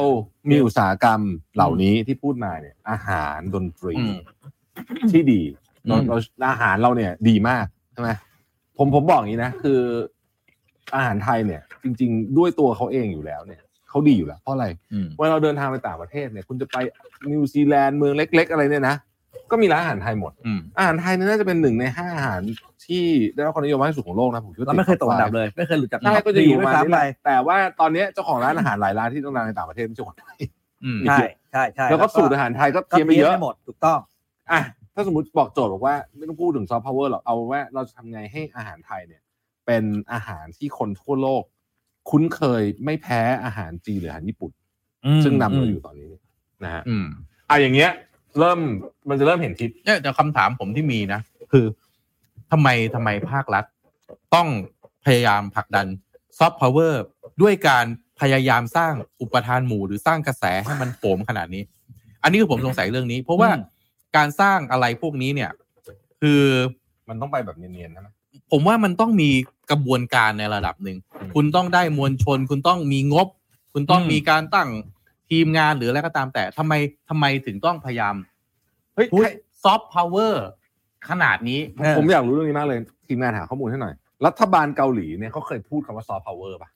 D: มีอุตสาหกรรมเหล่านี้ที่พูดมาเนี่ย อาหารดนตรี
A: อืม
D: ที่ดีเรา
A: อืม
D: เราอาหารเราเนี่ยดีมากใช่ไหมผมผมบอกอย่างนี้นะ คืออาหารไทยเนี่ย จริง ๆ ด้วยตัวเขาเองอยู่แล้วเนี่ยเขาดีอยู่แล้วเพราะอะไร
A: อืม
D: เวลาเราเดินทางไปต่างประเทศเนี่ย คุณจะไปนิวซีแลนด์เมืองเล็ก ๆ อะไรเนี่ยนะ ก็มีร้านอาหารไทยหมด
A: อืม
D: อาหารไทยเนี่ยน่าจะเป็นหนึ่งในห้าอาหารที่ได้รับความนิยมมากที่สุดของโลกนะผมคิดว่า
C: เราไม่เคยตกอันดับเลย ไม่เคยหลุดจาก
D: ใช่ก็จะอยู่
C: ไม่
D: มา
C: ซ้ำ
D: นี่แห
C: ไป
D: ละแต่ว่าตอนเนี้ยเจ้าของร้านอาหารหลายร้านที่ต้องดังในต่างประเทศไม่ใช่คนไทย
A: อืม
D: ใช่
C: ใช่ใช่ใช่
D: แล้วก็สูตรอาหารไทยก็
C: ก็
D: เทียมไปเย
C: เพี้ยน
D: อะ
C: ไปหมดถูกต้อง
D: อ่ะถ้าสมมติบอกโจทย์บอกว่าไม่ต้องพูดถึงซอฟต์พาวเวอร์หรอกเอาว่าเราจะทำไงให้อาหารไทยเนี่ย เป็นอาหารที่คนทั่วโลก คุ้นเคยไม่แพ้อาหารจีนหรืออาหารญี่ปุ่น ซึ่งนำเราอยู่ตอนนี้นะฮะ
A: อืม
D: อ่ะอย่างเงี้ย เริ่มมันจะเริ่มเห็นทิศ
A: เนี่ยแต่คำถามผมที่มีนะ คือทำไมทำไมภาครัฐ ต้องพยายามผลักดันซอฟต์พาวเวอร์ด้วยการพยายามสร้างอุปทานหมู่หรือสร้างกระแสให้มันโหมขนาดนี้ อันนี้คือผมสงสัยเรื่องนี้ เพราะว่า
C: อืม
A: การสร้างอะไรพวกนี้เนี่ย คือ
D: มันต้องไปแบบเนียนๆใช่ไหม
A: ผมว่ามันต้องมีกระบวนการในระดับหนึ่ง
D: อืม
A: คุณต้องได้มวลชน คุณต้องมีงบ คุณต้อง
C: อืม
A: มีการตั้งทีมงานหรืออะไรก็ตามแต่ทำไมทำไมถึงต้องพยายาม
D: เฮ้ยใคร
A: ซอฟต์พาวเวอร์ขนาดนี้
C: เออ
D: ผมอยากรู้เรื่องนี้มากเลย ทีมงานหาข้อมูลให้หน่อย รัฐบาลเกาหลีเนี่ยเขาเคยพูดคำว่าซอฟต์พาวเวอร์ป่ะ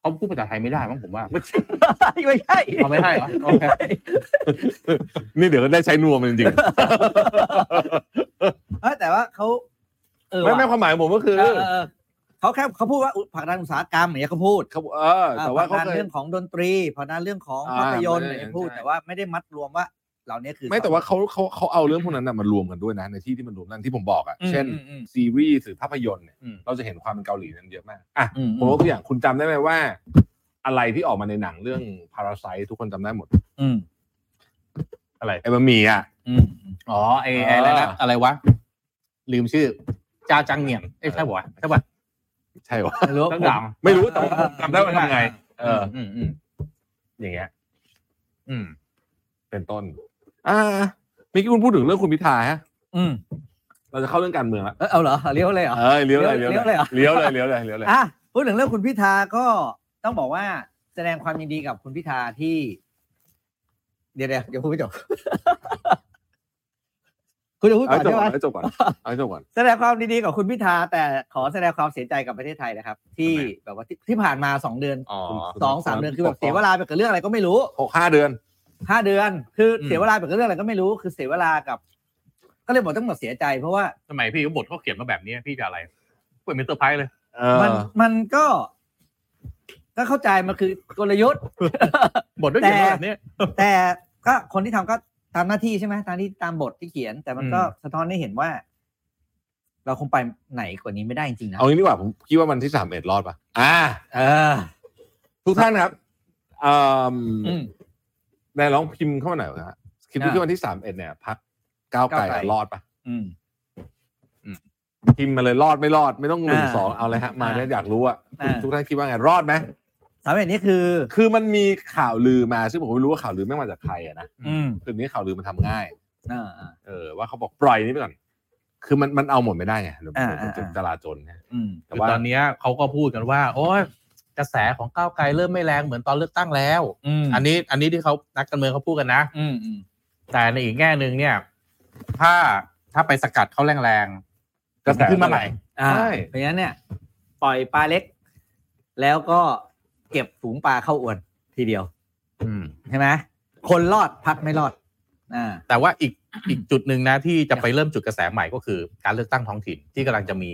A: เขาพูดภาษาไทยไม่ได้มั้งผมว่า
C: ไม่ใช่
A: เอาไม่ได้เหรอโอเค
D: นี่เดี๋ยวก็ได้ใช้นัวมันจริง
C: เออแต่ว่าเขาเอ
D: ๆ
C: อ
D: ไม่
C: ว่ะ
D: ไม่ความหมายของผมก็คือ
C: เออเออเออเขาแค่เขาพูดว่าอุผลักดันอุตสาหกรรมอย่างเงี้ยเขาพูด
D: เขาเออ แต่ว่าเขา
C: ผลัก
D: เคน
C: ดั
D: ย
C: เรื่องของดนตรีผลักดันเรื่องของ
D: อ่า
C: ภาพยนตร์อะไรอย่างเงี้ย
D: ไม่ได้
C: พูด
D: ใช่
C: แต่ว่าไม่ได้มัดรวมว่า เหล่านี้คือ
D: ไม่แต่ว่าเขาเขาเขาเอาเรื่องพวกนั้นนะมารวมกันด้วยนะ ในที่ที่มันรวมนั่นที่ผมบอกอ่ะ
C: อืม
D: เช่น
C: อืมอืม
D: ซีรีส์หรือภาพยนตร์เนี่ย
A: อืม
D: เราจะเห็นความเป็นเกาหลีนั้นเยอะมากอ่ะ
C: อืม
D: ผมยกตัวอย่างคุณจำได้ไหมว่า อะไรที่ออกมาในหนังเรื่องพาราไซทุกคนจำได้หมด
C: อืม
A: อะไร
D: ไอ้บะหมี่อ่ะ
A: อ๋อไอไอ้อะไรนะ
D: อ่า
A: อะไรวะ ลืมชื่อเจ้าจังเหนียงเอ้ยใช่ปะวะใช่ปะ
D: ใช่วะ
C: ไม่รู้
A: ตั้ง
C: ผม
A: ดาว
D: ไม่รู้แต่ว่าผมจำได้ว่าทำไง เออ
A: อืมอืมอย่างเงี้ย อืม
D: เป็นต้น อ่าเมื่อกี้คุณพูดถึงเรื่องคุณพิธาฮะ
C: อืม
D: เราจะเข้าเรื่องการเมืองละ
C: เออเอาเหรอเลี้ยวเลยเหรอ
D: เออเลี้ยวเลยเลี้ยวเลย
C: เลี้
D: เลี้ย
C: ยว ว
D: เล
C: เลยย
D: เลี้ยวเลยเลี้ยวเลย
C: อ่ะพูดถึงเรื่องคุณพิธาก็ต้องบอกว่าแสดงความยินดีกับคุณพิธาที่ เดี๋ยวเดี๋ยวเดี๋ยวพูดไม่จบ คุณจะพูด
D: เอา
C: ก่อ
D: ให้
C: น
D: จบ
C: ใช่
D: ก่อ
C: ไหม
D: นเอาให้จบก่อนเอาให้จบก่อน
C: แสดงความยินดีกับคุณพิธาแต่ขอแสดงความเสียใจกับประเทศไทยนะครับ ที่แบบว่าที่ที่ผ่านมาสองเดือน
D: อ๋อ
C: สองสามเดือนคือแบบเสียเวลาไปกับเรื่องอะไรก็ไม่รู้
D: หกห้าเดือน
C: ห้าเดือนคืออ
A: ม
C: เสียเวลาไปกับเรื่องอะไรก็ไม่รู้ คือเสียเวลากับ ก็เลยบอกต้องบอกเสียใจ เพราะว่า
A: ทำไมพี่บทเขาเขียนมาแบบนี้พี่จะอะไรเปิดเป็นเซอร์ไพรส์เลย
D: เอ
C: มัน
D: อ
C: มันก็ ก็เข้าใจมันคือกลยุทธ์
A: บทด้วยเขียนมาแบบนี้
C: แต่ก็คนที่ทำก็ตามหน้าที่ใช่ไหมตามที่ตามบทที่เขียน แต่มันก็
A: อืม
C: สะท้อนให้เห็นว่า เราคงไปไหนกว่านี้ไม่ได้จริงๆนะ
D: เอางี้ดีกว่าผมคิดว่ามันที่สามเอ็ดรอดป่ะ อ่า
C: เออ
D: ทุกท่านครับเอ่ม
C: อืม
D: นายลองพิมพ์เข้ามาหน่อยนะฮะคิดว่า
C: อ่า
D: ที่วันที่สามเอ็ดเนี่ยพักก้าวไก่
C: ก้าวไกล
D: รอดปะ
C: อืม
D: พิมพ์มาเลยรอดไม่รอดไม่ต้องหนึ่ง
C: อ่า
D: สองเอาเลยฮะมาเนี่ยอยากรู้อะ
C: อ่า
D: ทุกท่านคิดว่าไงรอดไหม
C: สาเหตุนี้คือ
D: คือมันมีข่าวลือมาซึ่งผมไม่รู้ว่าข่าวลือไม่งมาจากใครอะนะ
C: อืม
D: คือนี้ข่าวลือมันทำง่าย
C: อ่าอ่า
D: เออว่าเขาบอกปล่อยนี้ไปก่อน คือมันมันเอาหมดไม่ได้ไงเดี๋ยวมัน
C: อ่าอ่า
D: จะจลาจลนะ
C: อืม
D: แต่
A: คือ
D: ว่า
A: ตอนเนี้ยเขาก็พูดกันว่า โอ้ยกระแสของก้าวไกลเริ่มไม่แรงเหมือนตอนเลือกตั้งแล้ว
C: อืม
A: อันนี้อันนี้ที่เขานักการเมืองเขาพูดกันนะ
C: อืมอืม
A: แต่ในอีกแง่หนึ่งเนี่ย ถ้าถ้าไปสกัดเขาแรงๆขึ้นมาใหม่
C: อ่า
D: ใช่
C: เพราะฉะนั้นเนี่ย ปล่อยปลาเล็ก แล้วก็เก็บฝูงปลาเข้าอวนทีเดียว
A: อืม
C: ใช่ไหมคนรอดพักไม่รอด อ่า
A: แต่ว่าอีกอีกจุดหนึ่งนะที่จะไปเริ่มจุดกระแสใหม่ก็คือ การเลือกตั้งท้องถิ่นที่กำลังจะมี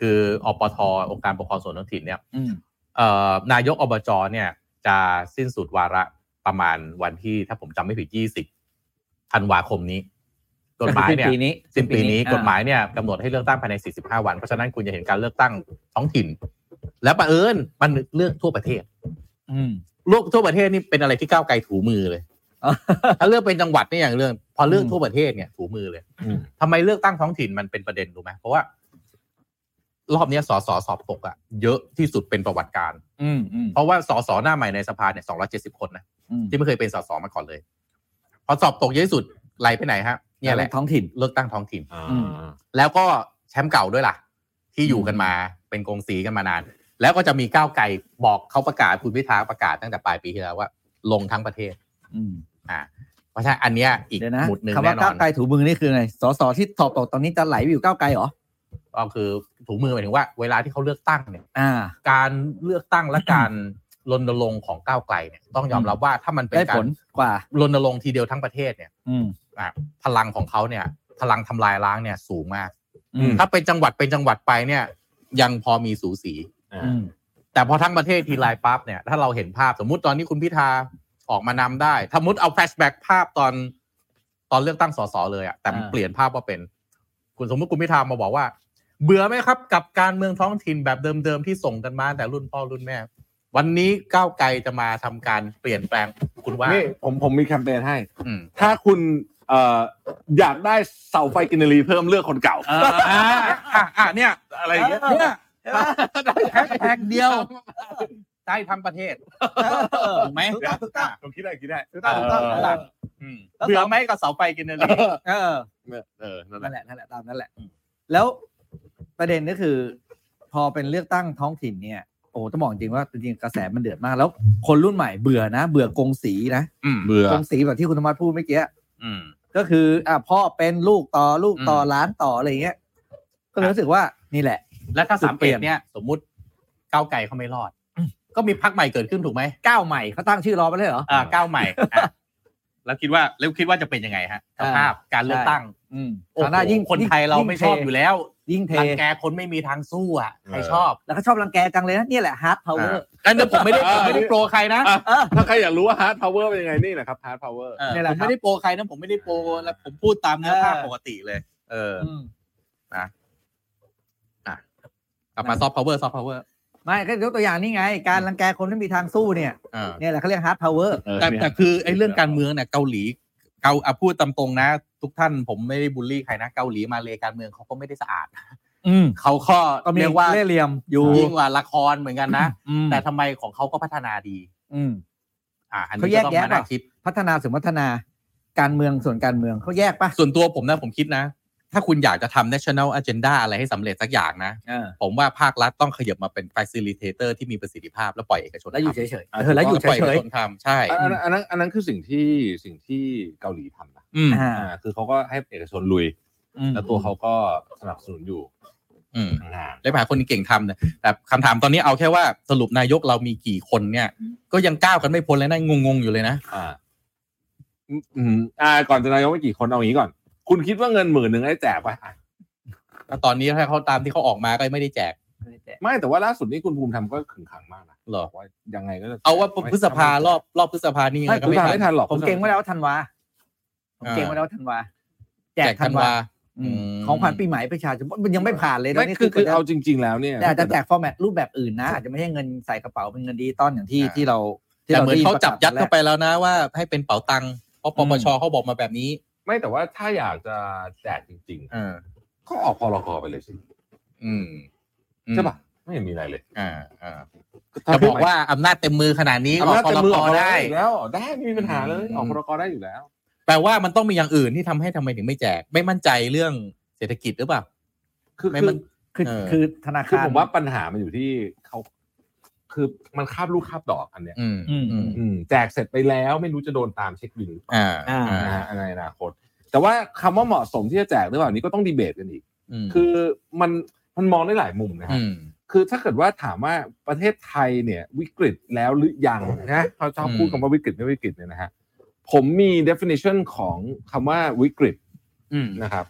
A: คืออปทองค์การปกครองส่วนท้องถิ่นเนี่ย
C: อืม
A: เอ่อนายกอบจเนี่ยจะสิ้นสุดวาระประมาณวันที่ถ้าผมจำไม่ผิด 20ธันวาคมนี้กฎหมายเนี่ย
C: สิ้นปีนี้
A: สิ้นปีนี้
C: อ่
A: กฎหมายเนี่ยกำหนดให้เลือกตั้งภายใน 45 วัน เพราะฉะนั้นคุณจะเห็นการเลือกตั้งท้องถิ่น และบังเอิญมันเลือกทั่วประเทศ
C: อืม
A: เลือกทั่วประเทศนี่เป็นอะไรที่ก้าวไกลถูมือเลย ถ้าเลือกเป็นจังหวัดนี่อย่างเรื่อง พอเลือก
C: อืม
A: ทั่วประเทศเนี่ยถูมือเลย
D: อืม
A: ทำไมเลือกตั้งท้องถิ่นมันเป็นประเด็นรู้ไหมเพราะว่า รอบเนี้ยสสสอบตกอะเยอะที่สุดเป็นประวัติการณ์
C: อืมอืม
A: เพราะว่าสสหน้าใหม่ในสภาเนี่ยสองร้อยเจ็ดสิบคนนะ
C: อืม
A: ที่ไม่เคยเป็นสสมาก่อนเลย พอสอบตกเยอะที่สุดไหลไปไหนฮะเนี่ยแหละ
C: ท้องถิ่น
A: เลือกตั้งท้องถิ่น
D: อ่า
C: อืม
A: แล้วก็แชมป์เก่าด้วยล่ะ ที่อยู่กันมาเป็นกงสีกันมานาน แล้วก็จะมีก้าวไกลบอกเขาประกาศคุณพิธาประกาศตั้งแต่ปลายปีที่แล้วว่า ลงทั้งประเทศ
C: อืม
A: อ่า เพราะฉะนั้นอันเนี้ยอีก
C: เดี๋ยวนะ
A: หมุดหนึ่ง
C: คำ
A: แน่
C: ว่าน
A: อ
C: ก้าวน ไกลถูมือนี่คือไงสสที่สอบตกตอนนี้จะไหลไปอยู่ก้าวไกลเหรอ
A: ก็คือถูมือหมายถึงว่าเวลาที่เขาเลือกตั้งเนี่ย
C: อ่า
A: การเลือกตั้งและการรณรงค์ของก้าวไกลเนี่ยต้องยอมรับว่าถ้ามันเป็น
C: ได้
A: กา
C: ผ
A: ร
C: ลกว่า
A: รณรงค์ทีเดียวทั้งประเทศเนี่ย
C: อืม
A: อ่ะพลังของเขาเนี่ย พลังทำลายล้างเนี่ยสูงมาก
C: อืม
A: ถ้าเป็นจังหวัดเป็นจังหวัดไปเนี่ย ยังพอมีสูสี
D: อ่า
C: อืม
A: แต่พอทั้งประเทศทีไลน์ปั๊บเนี่ยถ้าเราเห็นภาพสมมุติตอนนี้คุณพิธาออกมานำได้สมมติเอาแฟลชแบ็กภาพตอน ตอนเลือกตั้งสสเลยอะแต่มันเปลี่ยนภาพมาเป็น คุณสมมติคุณพิธามาบอกว่า เบื่อไหมครับ กับการเมืองท้องถิ่นแบบเดิมๆที่ส่งกันมาแต่รุ่นพ่อรุ่นแม่ วันนี้ก้าวไกลจะมาทำการเปลี่ยนแปลงคุณว่า
D: นี่ผมผมมีแคมเปญให้
A: อืม
D: ถ้าคุณเอ่ออยากได้เสาไฟกินรีเพิ่มเลือกคนเก่า
A: อ่าอ่าอ่าเนี่ยอะไรอย่างเงี้ยเนี่ย
C: แพ็กเดียว
A: ได้ทั้งประเทศถูกไหม
D: ถูกต้องถูกต้อง ผมคิดได้คิดได้
A: ถูกต้องถูกต้องถูกต้องอืมเบื่อไหมกับเสาไฟกินอะไร
C: เออ
D: เออนั่นแห
C: นั่
D: ละ
C: นแหละนั่นแหละตามนั้นแหละ แล้วประเด็นก็คือ พอเป็นเลือกตั้งท้องถิ่นเนี่ย โอ้ต้องบอกจริงว่าจริงๆกระแสมันเดือดมาก แล้วคนรุ่นใหม่เบื่อนะ เบื่อกงสีนะ
A: อืม
D: เบื่อก
C: งสีแบบที่คุณธรรมะพูดเมื่อกี้
A: อืม
C: ก็คืออ่ะพ่อเป็นลูกต่อลูกต่อ
A: อืม
C: หล้านต่ออะไรอย่างเงี้ย ก็เลยรู้สึกว่านี่แหละ
A: และถ้า
C: จุ
A: สา
C: ด
A: ม
C: เป
A: เอ
C: ลี่ย
A: ด
C: น
A: เนี่ย สมมุติก้าวไกลเขาไม่รอด ก็มีพักใหม่เกิดขึ้นถูกไหม
C: ก้าวใหม่เขาตั้งชื่อรอไปเลยเหรอ
A: อ่าก้าวใหม่อ่ะแล้วคิดว่าแล้วคิดว่าจะเป็นยังไงฮะส
C: อ่า
A: ภาพการเลือกตั้ง
C: อืม
A: โอ้
C: คราวหน้า
A: โห
C: ยิ่ง
A: คนไทยเราไม่ชอบอยู่แล้ว
C: ยิ่งเท
A: รังแกคนไม่มีทางสู้อ่ะใครชอบ
C: แล้วก็ชอบรังแกจังเลยนะเนี่ยแหละฮาร์ดพาวเวอร์
A: อันนี้ผมไม่ได้ผมไม่ได้โปรใครนะ
C: เออ
D: ถ้าใครอยากรู้ว่าฮาร์ดพาวเวอร์เป็นยังไงนี่แหละครับฮาร์ดพาวเวอร์
A: เออ
C: นี่แหละ
A: ผมไม่ได้โปรใครนะ ผมไม่ได้โปรแล้วผมพูดตามเนื้อผ้า
C: เออ
A: ปกติเลย เออ
C: อืม
A: กลับมาซอฟต์พาวเวอร์ซอฟต์พาวเวอร์
C: ไม่ก็ยกตัวอย่างนี่ไง การรังแกคนที่มีทางสู้เนี่ย เนี่ยแหละเขาเรียกฮาร์ดพาวเวอร์
D: เออ
A: แต่
D: เนี่ย
A: แต่คือไอ้เรื่องการเมืองเนี่ยเกาหลี เกาอ่ะพูดตามตรงนะ ทุกท่านผมไม่ได้บูลลี่ใครนะเกาหลีมาเลการเมืองเขาก็ไม่ได้สะอาด
B: อืม
A: เขาก็
B: ก็มี
A: เรียกว่า
B: เล่ห์เหลี่ยมอยู่
A: ยิ่งกว่าละครเหมือนกันนะ
B: อืม
A: แต่ทำไมของเขาก็พัฒนาดี
B: อืม
A: อ่าอัน
C: เขา
A: นี้
C: แยก
A: ก็ต้อง
C: แยะ
A: มานั่ง
C: ป่ะ
A: คิด
C: พัฒนาสู่พัฒนาการเมืองส่วนการเมืองเขาแยกปะ
A: ส่วนตัวผมนะผมคิดนะ ถ้าคุณอยากจะทำ national agenda อะไรให้สำเร็จสักอย่างนะ ผมว่าภาครัฐต้องขยับมาเป็น facilitator ที่มีประสิทธิภาพแล้วปล่อยเอกชน
C: แล้วอยู่
A: ทำ
C: เฉยๆเออแล้วอยู่
A: ปล่อย
C: เฉ
A: เอย กชนทำใช่
D: อันนั้นอันนั้นอันนั้นคือสิ่งที่สิ่งที่เกาหลีทำนะ
A: อืม
C: ๆอ่า
D: อ่าคือเขาก็ให้เอกชนลุย
B: อืม
D: แล้วตัวเขาก็สนับสนุนอยู่
A: อืม
D: ห่าง
A: แล้วไปหาคนเก่งทำเนี่ยแต่คำถามตอนนี้เอาแค่ว่าสรุปนายกเรามีกี่คนเนี่ย ก็ยังก้าวกันไม่พ้นเลยนะงงๆอยู่เลยนะ
D: ๆอ่าอืมอืมอ่า ก่อนจะนายกไม่กี่คนเอางี้ก่อน คุณคิดว่าเงินหมื่นหนึ่งได้แจกปะอ่ะ
A: แล้วตอนนี้ถ้าเขาตามที่เขาออกมาก็ไม่ได้แจก
D: ไม่แต่ว่าล่าสุดนี้คุณภูมิทำก็ขึงขังมากนะ
A: หรอ
D: บอกว่ายังไงก็จะ
A: เอาว่าพฤษภารอบรอบพฤษภานี่ยัง
D: ไม่
A: ไงก็
D: คุณทำ
A: ไม่ทั
D: ไม่
A: น
D: ทันหรอก
C: ผมเก่งไว้แล้วธันวาผม
A: อ่า
C: เก่งไว้แล้วธันวาแจ
A: แจ
C: ก
A: ก
C: ธั
A: ธั
C: นวาว
A: นา
C: อืม
A: อืม
C: ของขวัญปีใหม่ประชาชนมันยังไม่ผ่านเลยนะ
D: ไม่
C: นี่
D: คือคือ
C: จะ
D: เอาจริง ๆ แล้วเนี่ย
C: แต่อาจจะแจกฟอร์แมตรูปแบบอื่นนะอาจจะไม่ใช่เงินใส่กระเป๋าเป็นเงินดิจิตอลอย่างที่
A: อ่า
C: ที่เราที่
A: แต่เหมือน
C: ได้ยิ
A: เขาจับยัด
C: ระกศ
A: เข้าไปแล้วนะว่าให้เป็นเป๋าตังค์เพราะปปชเขาบอกมาแบบนี้
D: ไม่แต่ว่าถ้าอยากจะแจกจริง
A: เออ
D: ๆก็ออกพรกไปเลยสิ
A: อืม
D: ใช่ปะไม่เห็นมีอะไรเลย
A: อ่าอ่าจะบอกว่าอำนาจเต็มมือขนาดนี้
D: อำนาจ
A: ก
D: เต็มมือออกพรก
A: ได้
D: อยู่แล้วได้ไม่มีปัญหาเลย
A: อืม
D: ออกพรกได้อยู่แล้ว
A: แปลว่ามันต้องมีอย่างอื่นที่ทำให้ทำไมถึงไม่แจก ไม่มั่นใจเรื่องเศรษฐกิจหรือเปล่า
D: คือ
A: ไม่
D: คือ
A: มัน
C: คือ
A: เออ
C: คือธนา
D: คือ
C: คาร
D: ผมว่าปัญหามันอยู่ที่เขาคือมันคาบลูกคาบดอกอันเนี้ย
A: อืม
B: อืม
A: อืม
D: อืมแจกเสร็จไปแล้วไม่รู้จะโดนตามเช็คบินหรือเปล่า
A: อ่า
C: อ่า
D: นะฮะในอนาคต แต่ว่าคำว่าเหมาะสมที่จะแจกหรือเปล่านี้ก็ต้องดีเบตกันอีก
A: อืม
D: คือมันมันมองได้หลายมุมนะฮะ
A: อืม
D: คือถ้าเกิดว่าถามว่าประเทศไทยเนี่ย วิกฤตแล้วหรือยังนะเขาชอบ
A: อืม
D: พูดคำว่าวิกฤตไม่วิกฤตเนี่ยนะฮะผมมี definition ของคำว่าวิกฤต
A: อืม
D: นะครับ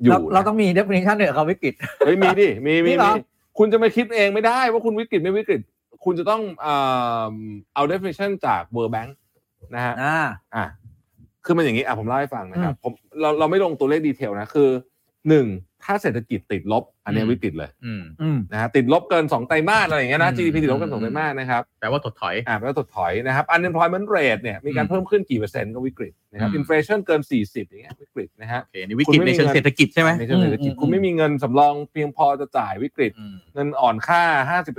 D: อยู่
C: เราเรา
D: นะ
C: ต้องมี definition ด้วยเหรอครับวิกฤต
D: เฮ้ยมีดิมีมี
C: จริงเหร
D: มี
C: อ
D: คุณจะไม่คิดเองไม่ได้ว่าคุณวิกฤตไม่วิกฤต คุณจะต้องเอ่อเอา definition จาก World Bank นะฮะ
C: อ่า
D: อ่ะคือมันอย่างนี้อ่ะผมเล่าให้ฟังนะครับผมเราเราไม่ลงตัวเลขดีเทลนะคือหนึ่งถ้าเศรษฐกิจติดลบ อันเนี้ย
A: อืม
D: วิกฤตเลย
A: อืม
C: อืม
D: นะฮะติดลบเกินสองไตรมาสอะไรอย่างเงี้ยนะ
A: อืม
D: GDP ติดลบเกินสองไตรมาสนะครับ
A: แปลว่าถดถอย
D: อ่าแล้วถดถอยนะครับ unemployment rate เนี่ยมีการ
A: อืม
D: เพิ่มขึ้นกี่เปอร์เซ็นต์ก็วิกฤตนะครับ
A: อืม
D: inflation เกิน 40อย่างเงี้ยวิกฤตนะฮะ
A: โอเคนี่วิกฤต
D: คุณไม่
A: ใน
D: มี
A: เชิง
D: เงิน
A: เศรษฐกิจใช่ไหม
D: ในเชิงเศรษฐกิจ
C: อืม
D: คุณไม่มีเงินสำรองเพียงพอจะจ่ายวิกฤต
A: อืม
D: เงินอ่อนค่า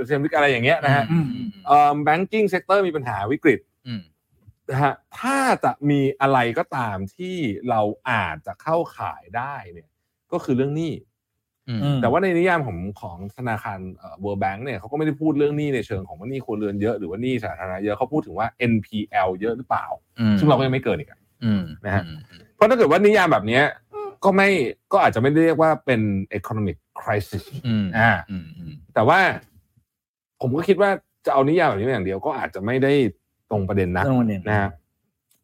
D: 50%วิกฤตอะไรอย่างเงี้ยนะฮะ
A: อืมอืม
D: เอ่อ banking sector มีปัญหาวิกฤต
A: อืม
D: นะฮะถ้าจะมีอะไรก็ตามที่เราอาจจะเข้าขายได้เนี่ยก็คือเรื่องหนี้
A: อืม
C: อืม
D: แต่ว่าในนิยามของของธนาคารเอ่อ World Bank เนี่ยเขาก็ไม่ได้พูดเรื่องหนี้ในเชิงของว่าหนี้ครัวเรือนเยอะหรือว่าหนี้สาธารณะเยอะเขาพูดถึงว่า NPL เยอะหรือเปล่า ซึ่งเราก็ยังไม่เกินอีกอะ
A: อืม
D: นะฮะ
A: อืม
D: เพราะถ้าเกิดว่านิยามแบบเนี้ยก็ไม่ก็อาจจะไม่ได้เรียกว่าเป็น economic crisis
A: อืม
D: อ่า
A: อืมอืม
D: แต่ว่าผมก็คิดว่าจะเอานิยามแบบนี้มาอย่างเดียวก็อาจจะไม่ได้ตรงประเด็นนะ
C: ตรงประเด็น
D: นะฮะ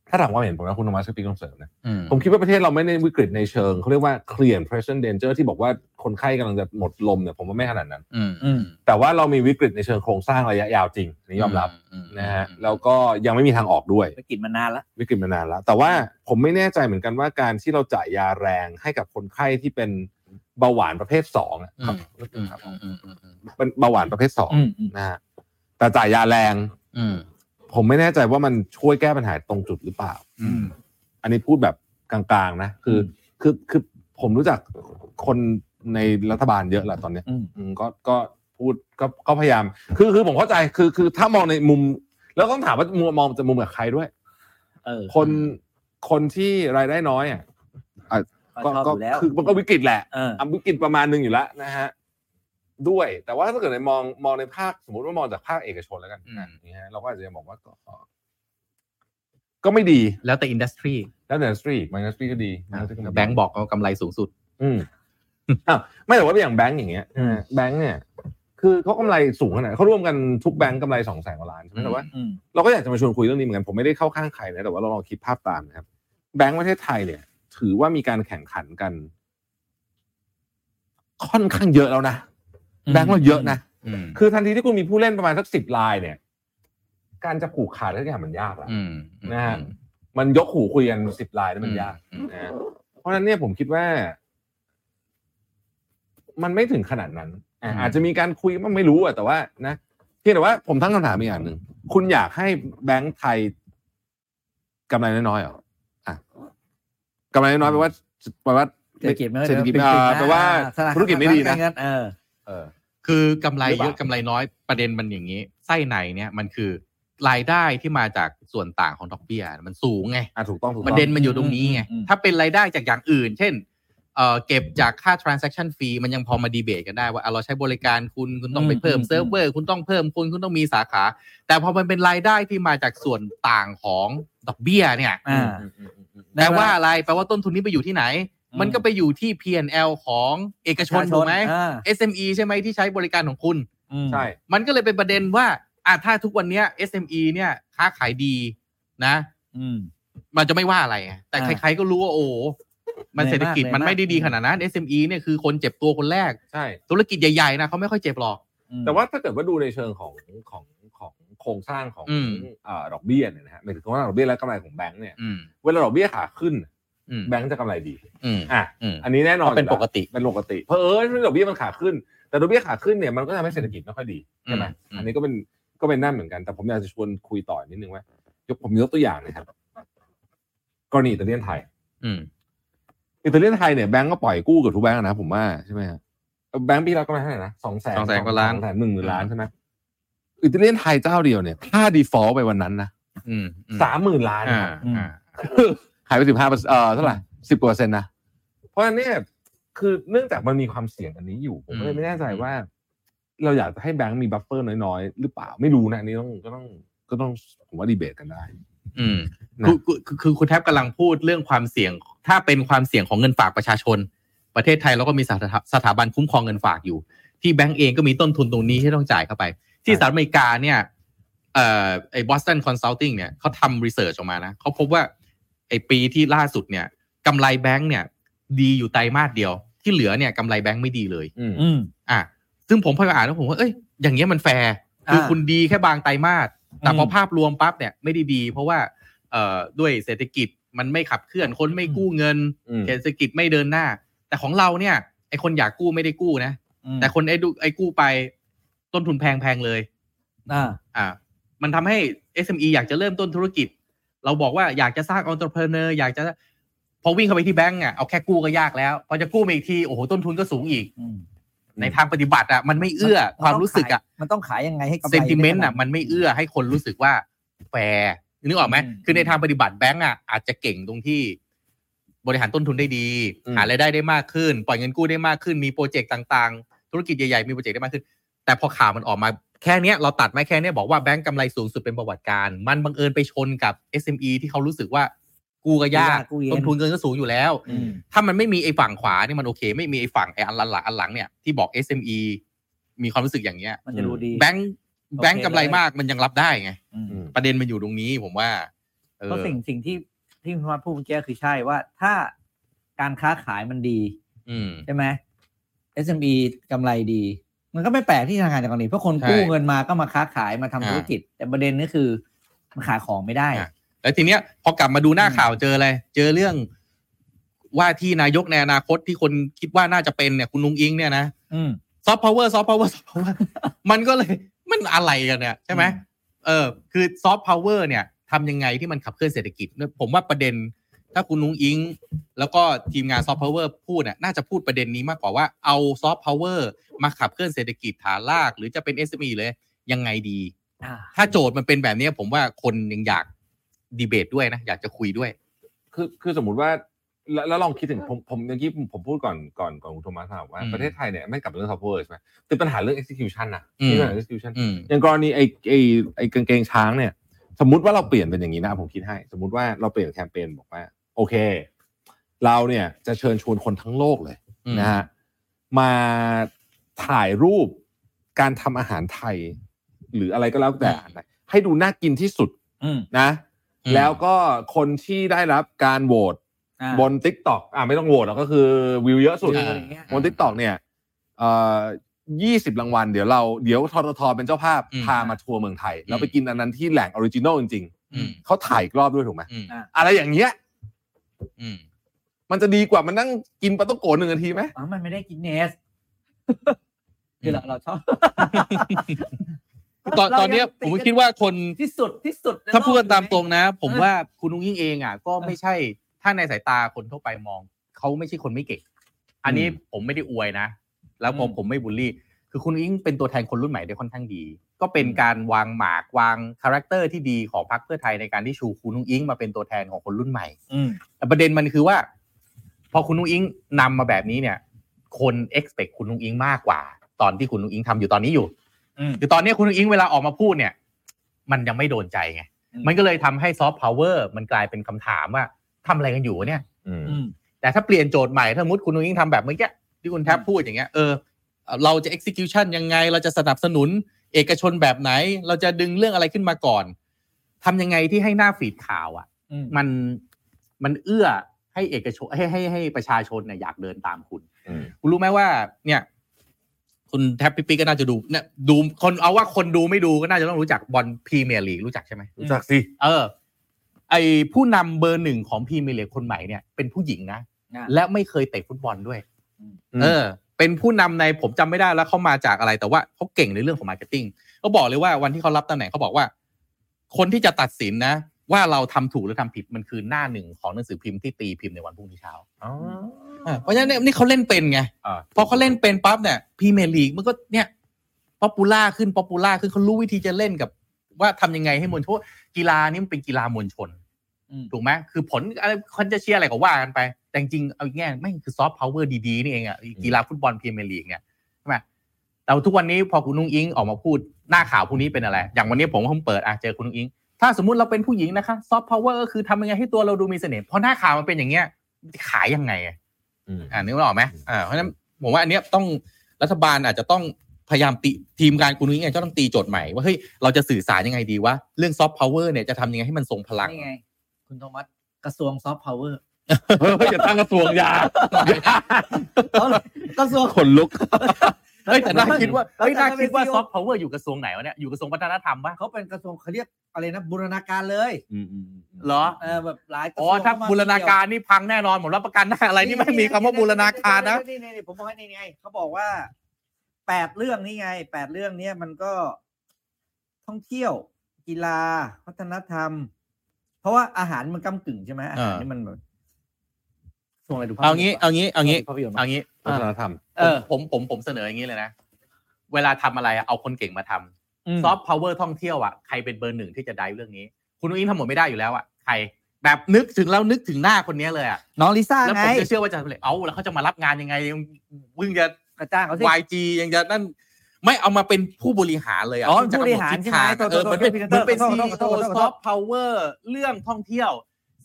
D: ถ้าถามความเห็นผมนะคุณธรรมะสปีกต้องเสริมนะ
A: อืม
D: ผมคิดว่าประเทศเราไม่ได้วิกฤตในเชิงเขาเรียกว่า clear and present danger ที่บอกว่าคนไข้กำลังจะหมดลมเนี่ยผมว่าไม่ขนาดนั้น
A: อืม
C: อืม
D: แต่ว่าเรามีวิกฤตในเชิงโครงสร้างระยะยาวจริงอันนี่ยอมรับ
A: ม
D: นะฮะแล้วก็ยังไม่มีทางออกด้วย
C: วิกฤตมานานละ
D: วิกฤตมานานแล้ว แต่ว่าผมไม่แน่ใจเหมือนกันว่าการที่เราจ่ายยาแรงให้กับคนไข้ที่เป็นเบาหวานประเภทสองอะ
A: อื
D: ครับ
A: มอืมอืมอืมอืมอืม
D: เป็นเบาหวานประเภทสอง
C: อืมอืม
D: นะฮะแต่จ่ายยาแรง
A: อืม
D: ผมไม่แน่ใจว่ามันช่วยแก้ปัญหาตรงจุดหรือเปล่า
A: อืม
D: อันนี้พูดแบบกลางๆนะคือคือคือผมรู้จักคนในรัฐบาลเยอะแหละตอนเนี้ย
C: อืม
D: อืมก็ก็พูดก็ก็พยายาม คือคือผมเข้าใจคือคือถ้ามองในมุม แล้วต้องถามว่ามุมมองจะมุมกับใครด้วย
C: เออ
D: คนคนที่รายได้น้อยอ่ะ
C: ก็
D: ก็
C: ชอ
D: ก็
C: บอยู่แล้ว
D: คือมันก็วิกฤตแหละ
C: เออ
D: อ่ะวิกฤตประมาณหนึ่งอยู่แล้วนะฮะด้วย แต่ว่าถ้าเกิดในมองมองในภาคสมมติว่ามองจากภาคเอกชนแล้วกันนะอย่างเงี้ยเราก็อาจจะบอกว่าก็ก็ไม่ดี
A: แล้วแต่อินดัสทรี
D: แล้วแต่สตรีมันสตรีก็ดี industry ไม่ดี
A: แบงก์บอกเอากำไรสูงสุด
D: อืมอ้าวไม่แต่ว่าอย่างแบงก์อย่างเงี้ย
A: อืม
D: แบงก์เนี่ย คือเขากำไรสูงขนาดเขาร่วมกันทุกแบงก์กำไรสองแสนกว่าล้านใช่ไหมแต่ว่า
C: อืม
D: เราก็อยากจะมาชวนคุยเรื่องนี้เหมือนกันผมไม่ได้เข้าข้างใครนะแต่ว่าเราลองคิดภาพตามนะครับแบงก์ประเทศไทยเนี่ย ถือว่ามีการแข่งขันกัน ค่อนข้างเยอะแล้วนะ
C: อืม
D: แบงก์เราเยอะนะ
A: อืม
D: คือทันทีที่คุณมีผู้เล่นประมาณสักสิบรายเนี่ย การจะผูกขาดทุกอย่างมันยากแล้ว
A: อืม
D: นะฮะ มันยกหูคุยกันสิบรายนี่มันยาก
A: อืม
D: นะเพราะฉะนั้นเนี่ยผมคิดว่า มันไม่ถึงขนาดนั้นอ่ะอาจจะมีการคุยมันไม่รู้อะแต่ว่านะเพียงแต่ว่าผมทั้งคำถามอีกอย่างหนึ่งคุณอยากให้แบงก์ไทยกำไรน้อยๆเหรออ่ะ กำไรน้อยแปลว่าแปลว่า
C: เศรษฐกิจไม่
D: เศรษฐกิจอ่าแปลว่าธุรกิจไม่ดีนะ
C: เออ
D: เออ
A: คือกำไร
D: หรือเป
A: เย
D: ล่า
A: อะกำไรน้อยประเด็นมันอย่างนี้ ไส้ในเนี่ยมันคือรายได้ที่มาจากส่วนต่างของดอกเบี้ยมันสูงไง
D: อ่ะถูกต้องถูก
A: ป
D: ต้
A: ระ
D: อง
A: เด็นมันอยู่ตรงนี้ไง
C: อืม
A: ถ้าเป็นรายได้จากอย่างอื่น เช่นเอ่อเก็บจากค่า transaction fee มันยังพอมาดีเบตกันได้ว่าอ่ะเราใช้บริการคุณคุณต้องไปเพิ่ม
C: อืม
A: เซิร์ฟเวอร์คุณต้องเพิ่มคุณคุณต้องมีสาขา แต่พอมันเป็นรายได้ที่มาจากส่วนต่างของดอกเบี้ยเนี่ย
C: อ่า
D: อืมอืมอืมอืม
A: แปลว่าอะไรแปลว่าต้นทุนนี้ไปอยู่ที่ไหน
C: อืม
A: มันก็ไปอยู่ที่ P&L ของเอกชนถูกไหม
C: อ่า
A: SME ใช่ไหมที่ใช้บริการของคุณ
C: อืม
D: ใช่
A: มันก็เลยเป็นประเด็นว่าอ่ะถ้าทุกวันเนี้ย SME เนี่ยค้าขายดีนะ
C: อืม
A: มันจะไม่ว่าอะไรไงแต่
C: อ่า
A: ใครๆก็รู้ว่าโอ้โหมัน
C: เหนื่อยมาก
A: เศรษฐกิจมัน
C: เหนื่อยมาก
A: ไม่ได้ดีขนาดนั้น SME เนี่ยคือคนเจ็บตัวคนแรก
D: ใช่
A: ธุรกิจใหญ่ๆนะเขาไม่ค่อยเจ็บหรอก
C: อืม
D: แต่ว่าถ้าเกิดว่าดูในเชิงของของของโครงสร้างของ
A: อืม
D: เอ่อดอกเบี้ยเนี่ยนะฮะหมายถึงว่าดอกเบี้ยและกำไรของแบงก์เนี่ย
A: อืม
D: เวลาดอกเบี้ยขาขึ้น
A: อืม
D: แบงก์จะกำไรดี
A: อืม
D: อ่ะ
A: อืม
D: อันนี้แน่นอน
A: เป็นปกติ
D: เป็นปกติเพราะเออดอกเบี้ยมันขาขึ้น แต่ดอกเบี้ยขาขึ้นเนี่ยมันก็ทำให้เศรษฐกิจไม่ค่อยดีใช่ไหม
A: อืมอืม
D: อันนี้ก็เป็นก็เป็นนั่นเหมือนกันแต่ผมอยากจะชวนคุยต่อนิดนึงว่ายกผมยกตัวอย่างนะครับกรณีอิตาเลียนไทย
A: อืม
D: อิตาเลียนไทยเนี่ยแบงก์ก็ปล่อยกู้เกับทุกแบงก์อะนะผมว่าใช่ไหมฮะแบงก์ปีละก็ไม่เท่าไหร่นะสองแสนสองแสนหนึ่งหมื่นล้านใช่ไหมอิตาเลียนไทยเจ้าเดียวเนี่ยค่าดีฟอลต์ไปวันนั้นนะ
A: อืมอืม
D: สามหมื่นล้าน
A: อ่า
D: นะครับ
C: อืม
A: อ่า
D: หายไปสิบห้าเอ่อเท่าไหร่สิบกว่าเปอร์เซ็นต์นะเพราะฉะนั้นเนี่ยคือเนื่องจากมันมีความเสี่ยงอันนี้อยู่ผมก็เลยไม่แน่ใจว่า เราอยากจะให้แบงก์มีบัฟเฟอร์น้อยๆ หรือเปล่าไม่รู้นะอันนี้ต้องก็ต้องก็ต้องผมว่าดีเบตกันได้
A: อืม
D: นะ
A: คือคือคือคือคุณแทบกำลังพูดเรื่องความเสี่ยง ถ้าเป็นความเสี่ยงของเงินฝากประชาชน ประเทศไทยเราก็มีสถาสถาบันคุ้มครองเงินฝากอยู่ ที่แบงก์เองก็มีต้นทุนตรงนี้ที่ต้องจ่ายเข้าไป ที่สหรัฐอเมริกาเนี่ย เอ่อไอ้บอสตันคอนซัลทิงเนี่ยเขาทำรีเสิร์ชออกมานะเขาพบว่าไอ้ปีที่ล่าสุดเนี่ยกำไรแบงก์เนี่ย ดีอยู่ไตรมาสเดียว ที่เหลือเนี่ยกำไรแบงก์ไม่ดีเลย
D: อืม
C: อืม
A: อ่ะซึ่งผมพอไปอ่านแล้วผมว่าเอ้ยอย่างเงี้ยมันแฟร์คือ
C: อ่า
A: คุณดีแค่บางไตรมาสแต่พออ
C: ม
A: ภาพรวมปั๊บเนี่ยไม่ได้ดี เพราะว่าเอ่อด้วยเศรษฐกิจมันไม่ขับเคลื่อนคนไม่กู้เงิน
D: อืม
A: เศรษฐกิจไม่เดินหน้า แต่ของเราเนี่ยไอคนอยากกู้ไม่ได้กู้นะ แต่คนไอ้ดูไอ้กู้ไปต้นทุนแพงแพงๆเลย
C: อ่า
A: อ่ามันทำให้ SME อยากจะเริ่มต้นธุรกิจ เราบอกว่าอยากจะสร้างองค์ประกอบอยากจะพอวิ่งเข้าไปที่แบงก์อ่ะเอาแค่กู้ก็ยากแล้ว พอจะกู้มาอีกทีโอ้โหต้นทุนก็สูงอีก
C: อืม
A: ในทางปฏิบัติอ่ะมันไม่เอื้อความรู้สึกอ่ะ
C: มันต้องขายยังไงให้กำไร
A: เซนติเมนต์
C: ได้
A: อ่ะ
C: ขาด
A: มันไม่เอื้อให้คนรู้สึกว่าแฟร์นึกออกไหม
C: อืม
A: คือในทางปฏิบัติแบงก์อ่ะอาจจะเก่งตรงที่ บริหารต้นทุนได้ดี
D: อืม
A: หารายได้ได้มากขึ้น ปล่อยเงินกู้ได้มากขึ้นมีโปรเจกต์ต่างๆ ธุรกิจใหญ่ๆมีโปรเจกต์ได้มากขึ้น แต่พอข่าวมันออกมาแค่เนี้ยเราตัดไหมแค่เนี้ยบอกว่าแบงก์กำไรสูงสุดเป็นประวัติการณ์มันบังเอิญไปชนกับ SME ที่เขารู้สึกว่ากูก็ยาก
C: กู้ยากกู้เย็น
A: ต้นทุนเงินก็สูงอยู่แล้ว
C: อืม
A: ถ้ามันไม่มีไอ้ฝั่งขวาเนี่ยมันโอเค ไม่มีไอ้ฝั่งไอ้อันหลังอันหลังเนี่ยที่บอก SME มีความรู้สึกอย่างเงี้ย
C: มันจะดูดี
A: แบงค์แบงค์กำไรมากมันยังรับได้ไง
C: อืม
D: อืม
A: ประเด็นมันอยู่ตรงนี้ผมว่าเออ
C: เพราะสิ่งสิ่งที่ที่คุณวัดพูดเมื่อกี้คือใช่ว่าถ้าการค้าขายมันดี
A: อืม
C: ใช่ไหม SME กำไรดี มันก็ไม่แปลกที่ธนาคารจะกำไรเพราะคน
A: ใช่
C: กู้เงินมาก็มาค้าขายมาทำ
A: อ่า
C: ธุรกิจ แต่ประเด็นนี่คือมันขายของไม่ได้
A: แล้วทีเนี้ยพอกลับมาดูหน้าข่าวเจออะไรเจอเรื่องว่าที่นายกในอนาคตที่คนคิดว่าน่าจะเป็นเนี่ยคุณนุงอิงเนี่ยนะ
C: อืม
A: ซอฟต์พาวเวอร์ซอฟต์พาวเวอร์ซอฟต์พาวเวอร์มันก็เลยมันอะไรกันเนี่ยใช่ไหม เออคือซอฟต์พาวเวอร์เนี่ยทำยังไงที่มันขับเคลื่อนเศรษฐกิจเนี่ยผมว่าประเด็น ถ้าคุณนุ้งอิง แล้วก็ทีมงานซอฟต์พาวเวอร์พูดน่ะน่าจะพูดประเด็นนี้มากกว่าว่าเอาซอฟต์พาวเวอร์มาขับเคลื่อนเศรษฐกิจฐานราก หรือจะเป็น SME เลย ยังไงดี
C: อ่า
A: ถ้าโจทย์มันเป็นแบบเนี้ยผมว่าคนยังอยากดีเบตด้วยนะ อยากจะคุยด้วย
D: คือคือสมมติว่าแล้วแล้วลองคิดถึงผมผมเมื่อกี้ผมผมพูดก่อนก่อนก่อนคุณโทมัสนะครับว่า
A: อืม
D: ประเทศไทยเนี่ยไม่กลับมาเรื่อง soft power ใช่ไหมแต่ปัญหาเรื่อง execution นะ
A: อืม
D: ที่ปัญหา execution
A: อืม
D: อย่างกรณีไอไอไอกางเกงช้างเนี่ย สมมติว่าเราเปลี่ยนเป็นอย่างนี้นะผมคิดให้ สมมติว่าเราเปลี่ยนแคมเปญบอกว่า โอเค เราเนี่ยจะเชิญชวนคนทั้งโลกเลย
A: อืม
D: นะฮะมาถ่ายรูปการทำอาหารไทย หรืออะไรก็แล้วแต่นะให้ดูน่ากินที่สุด
C: อืม
D: นะ แล้วก็คนที่ได้รับการโหวต
C: อ่า
D: บน t ิ k t o k อ่าไม่ต้องโหวตหรอกก็คือวิวเยอะสุด
C: วิวอะไรเงี้ย
D: บน t ิ k t o k เนี่ยเอ่อยี่สิบรางวัล เดี๋ยวเราเดี๋ยวทททเป็นเจ้าภาพ
A: อืม
D: พามาทัวร์เมืองไทย
A: อืม
D: แล้วไปกินอันนั้นที่แหล่งออริจินอลจริง
A: อืม
D: ๆ เขาถ่ายอีกรอบด้วยถูกไหม
A: อืม
D: อะไรอย่างเงี้ย
A: อืม
D: มันจะดีกว่ามันนั่งกินปลาต้องโกะหนึ่งนาทีไหม
C: อ๋อมันไม่ได้กินเนส คือเราเราชอบ
A: ตอนตอนเนี้ยผมก็คิดว่าคน
C: ที่สุดที่สุดใน
A: ถ้า
C: โลก
A: พูดกันตามตรงนะ ผม
C: เออ
A: ว่าคุณนุ้งยิ่งเองอ่ะก็ไม่ใช่ ถ้าในสายตาคนทั่วไปมอง เขาไม่ใช่คนไม่เก่ง อันนี้ผมไม่ได้อวยนะ แล้วผม
C: อืม
A: ผมไม่บูลลี่ คือคุณอิงเป็นตัวแทนคนรุ่นใหม่ได้ค่อนข้างดี ก็เป็นการวางหมากวางคาแรคเตอร์ที่ดีของพรรคเพื่อไทยในการที่ชูคุณนุ้งอิงมาเป็นตัวแทนของคนรุ่นใหม่
C: อืม
A: แต่ประเด็นมันคือว่า พอคุณนุ้งอิงนำมาแบบนี้เนี่ย คน expect คุณนุ้งอิงมากกว่า ตอนที่คุณนุ้งอิงทำอยู่ตอนนี้อยู่
C: อืม
A: คือตอนนี้คุณนุ้งอิงเวลาออกมาพูดเนี่ย มันยังไม่โดนใจไง
C: อืม
A: มันก็เลยทำให้ซอฟต์พาวเวอร์มันกลายเป็นคำถามว่าทำอะไรกันอยู่วะเนี่ย
D: อืม
C: อืม
A: แต่ถ้าเปลี่ยนโจทย์ใหม่ถ้าสมมุติคุณนุ้งอิงทำแบบเมื่อกี้ที่คุณแทบพูดอย่างเงี้ยเออเราจะ execution ยังไง เราจะสนับสนุน เอกชนแบบไหน เราจะดึงเรื่องอะไรขึ้นมาก่อนทำยังไงที่ให้หน้าฟีดข่าวอ่ะ
C: อืม
A: มันมันเอื้อให้เอกชนให้ให้ให้ประชาชนเนี่ยอยากเดินตามคุณ
D: อืม
A: คุณรู้ไหมว่า เนี่ย คุณแทบพี่ปีก็น่าจะดูเนี่ยดูคนเอาว่าคนดูไม่ดูก็น่าจะต้องรู้จักบอลพรีเมียร์ลีกรู้จักใช่ไหม
D: รู้จักสิ
A: เออ ไอผู้นำเบอร์หนึ่งของพรีเมียร์ลีกคนใหม่เนี่ยเป็นผู้หญิงนะ
C: อ่ะ
A: และไม่เคยเตะฟุตบอลด้วย
D: ม
A: เออ เป็นผู้นำในผมจำไม่ได้แล้วเขามาจากอะไร แต่ว่าเขาเก่งในเรื่องของมาร์เก็ตติ้งเขาบอกเลยว่าวันที่เขารับตำแหน่งเขาบอกว่า คนที่จะตัดสินนะ ว่าเราทำถูกหรือทำผิดมันคือหน้าหนึ่งของหนังสือพิมพ์ที่ตีพิมพ์ในวันพรุ่งนี้เช้าอ่ะเพราะฉะนั้นเนี่ยนี่เขาเล่นเป็นไง
D: อ่า
A: พอเขาเล่นเป็นปั๊บเนี่ยพรีเมียร์ลีกมันก็เนี่ยป๊อปปูล่าขึ้นป๊อปปูล่าขึ้นเขารู้วิธีจะเล่นกับ ว่าทำยังไงให้มวลชนกีฬานี่มันเป็นกีฬามวลชน
C: อืม
A: ถูกไหมคือผลอะไรคนจะเชียร์อะไรก็ว่ากันไป แต่จริงๆเอาอีกแง่ไม่งคือซอฟต์พาวเวอร์ดี ๆ นี่เองอะกีฬาฟุตบอลพรีเมียร์ลีกเนี่ยใช่ไหมแต่ทุกวันนี้พอคุณนุ้งอิงออกมาพูดหน้าข่าวพวกนี้เป็นอะไร อย่างวันนี้ผมก็เพิ่งเปิดอ่ะเจอคุณนุ้งอิง ถ้าสมมุติเราเป็นผู้หญิงนะคะซอฟต์พาวเวอร์ก็คือทำยังไงให้ตัวเราดูมีเสน่ห์เพราะหน้าข่าวมันเป็นอย่างเงี้ยจะขายยังไงอะ
D: อืม
A: อ่านึกออกไหมอ่าเพราะฉะนั้นผมว่าอันเนี้ยต้องรัฐบาลอาจจะต้องพยายามตีทีมงานคุณนุ้ยไงก็ต้องตีโจทย์ใหม่ว่าเฮ้ยเราจะสื่อสารยังไงดีวะเรื่องซอฟต์พาวเวอร์เนี่ยจะทำยังไงให้มันทรงพลัง
C: นี่ไง คุณโทมัสกระทรวงซอฟต์ พาวเวอร์
D: เฮ้ยอย่าตั้งกระทรวงยา
C: กระทรวง
D: ขน ลุก
A: เฮ้ยแต่น่าคิดว่าเฮ้ย
C: แล้วแต่
A: น่าคิดว่า
C: เป็น CEO
A: ซอฟต์พาวเวอร์อยู่กระทรวงไหนวะเนี่ยอยู่กระทรวงวัฒนธรรมปะ
C: เขาเป็นกระทรวงเขาเรียกอะไรนะบูรณาการเลย
A: เหรอ
C: เออแบบหลายกระทร
A: อ๋
C: ว
A: อง ถ้า
C: เข้ม
A: บูรณาการนี่พังแน่นอนผมรับประกันนะอะไร นี่ไม่มีคำว่าบูรณาการนะ
C: นี่นี่นี่ผมบอกให้นี่ไงเขาบอกว่าแปดเรื่องนี่ไงแปดเรื่องเนี้ยมันก็ท่องเที่ยว กีฬา วัฒนธรรม เพราะว่าอาหารมันกำกึ่งใช่ไหมอาหารนี่มันแบบส่งอะไรดูภพยนตร์
A: เอางี้เอางี้เอางี้
C: ภาพยนตร์
A: เอางี้
D: วัฒนธรรม
C: เออ
A: ผมผมผมเสนออย่างนี้เลยนะ เวลาทำอะไรอะเอาคนเก่งมาทำ
C: ม
A: ซอฟต์พาวเวอร์ท่องเที่ยวอ่ะใครเป็นเบอร์หนึ่งที่จะได้เรื่องนี้ คุณอุ้งอิงทำหมดไม่ได้อยู่แล้วอ่ะใคร แบบนึกถึงแล้วนึกถึงหน้าคนเนี้ยเลยอ่ะ
C: น้องลิซ่า
A: แล้ว
C: ไง
A: ผมจะเชื่อว่าจะทำเลยเอ้าแล้วเขาจะมารับงานยังไงยังเพิ่งจะ
C: กระจ้างเขาสิ
A: YG ยังจะนั่นไม่เอามาเป็นผู้บริหารเลยอ่ะ
C: อ๋อ
A: เพิ่งจะ
C: ผู้บริหาร
A: กำดทิศ
C: ใช่ไหม
A: ทาง
C: ตัว
A: เออ
C: ตัว
A: มันเป็น
C: ตัว
A: มันเป็น
C: ตัว
A: ซี
C: ตัวตัวตัว
A: โอ
C: ตัว
A: ซอฟต์พาวเวอร์เรื่องท่องเที่ยว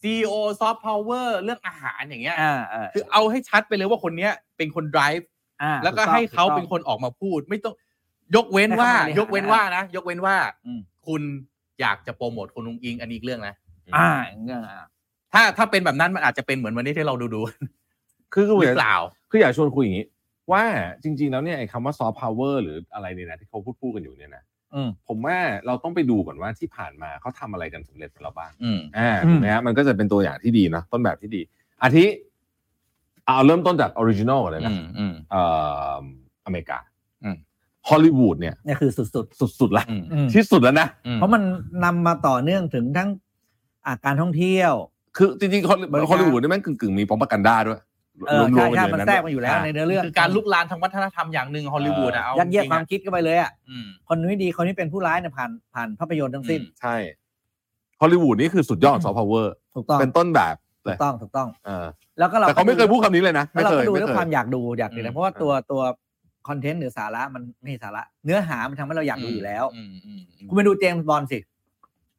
A: ซีโอซอฟต์พาวเวอร์เรื่องอาหารอย่างเงี้ย
C: อ่าอ่า
A: คือเอาให้ชัดไปเลยว่าคนเนี้ยเป็นคน drive
C: อ่า
A: แล้วก็
C: ถูต้อง
A: ให้เขา
C: ถูกต้อง
A: เป็นคนออกมาพูด ไม่ต้องยกเว้นว่า
C: ให้เขาบริหาร
A: ยกเว้นว่านะ ยกเว้นว่า
C: อืม
A: คุณอยากจะโปรโมทคุณนุงอิง อันนี้อีกเรื่องนะ
C: อ่าอย่างเงี้ยอ่า
A: ถ้าถ้าเป็นแบบนั้นมันอาจจะเป็นเหมือนวันนี้ที่เราดู ดู
D: คือคือ
A: ห
D: อ
A: รื
D: ยา
A: อเปล่า
D: คืออยากชวนคุยอย่างนี้ ว่าจริง ๆ แล้วเนี่ยไอ้คำว่าซอฟต์พาวเวอร์หรืออะไรเนี่ยนะที่เขาพูดพูดกันอยู่เนี่ยนะ
C: อืม
D: ผมว่าเราต้องไปดูก่อนว่าที่ผ่านมาเขาทำอะไรกันสำเร็จมาแล้วบ้าง
A: อืม
D: อ่า
C: อืม
D: ถูกไหมฮะมันก็จะเป็นตัวอย่างที่ดีเนอะต้นแบบที่ดี อาทิเอาเริ่มต้นจากออริจินอลก่อนเลย
A: อื
D: นะ
A: มอืม
D: เอ่ออเมริกา
A: อืม
D: ฮอลลีวูดเนี่ย
C: เนี่ยคือสุด
D: สุดๆละ
A: อืม
C: ๆอืม
D: ที่สุดแล้วนะ
A: อื
C: เพราะมันนำมาต่อเนื่องถึงทั้งอาการท่องเที่ยว
D: คือจริงๆฮอลลี
C: บริการ
D: ฮอลลีวูดนี่แม่งกึ่งๆ มีปอมปกันดาด้วย
C: เออ
D: รว
C: ใช่
D: มๆกั
C: ใช่
D: นอยู่
C: มัน
D: ในนั้นด้ว
C: แทรกมาอย ยู่แล้วในเนื้อเรื่อง
A: คือการลุกลานทางวัฒนธรรมอย่างหนึ่งฮอลลีวูดอะเอา
C: ยัดเยียด
A: จริง
C: ค
A: ๆ
C: วาม
A: อะ
C: คิดเข้าไปเลยอ่ะ
A: อืม
C: คนนี้ดีคนนี้เป็นผู้ร้ายเนี่ยผ่านผ่านภาพยนตร์ทั้งสิ้น
A: อืม
D: ใช่ฮอลลีวูดนี่คือสุดยอดซอฟต์พาวเวอร์
C: ถูกต้อง
D: เป็นต้นแบบเล
C: ถู
D: ย
C: กต้องถูกต้อง
D: เออ
C: แล้วก็เรา
D: แต่เขาไม่เคยพูดคำนี้เลยนะ
C: แล้ว
D: ไม่
C: เรา
D: เคย
C: ก็ดู
D: ไม่
C: ด้วย
D: เคยว
C: คามอยากดูอยากดู
A: อืม
C: นะเพราะว่าตัวตัวคอนเทนต์หรือสาระมันไม่มีสาระ เนื้อหามันทำให้เราอยากดูอยู่แล้ว
A: อืมอืมอืม
C: คุณไปดูเจมส์บอลสิ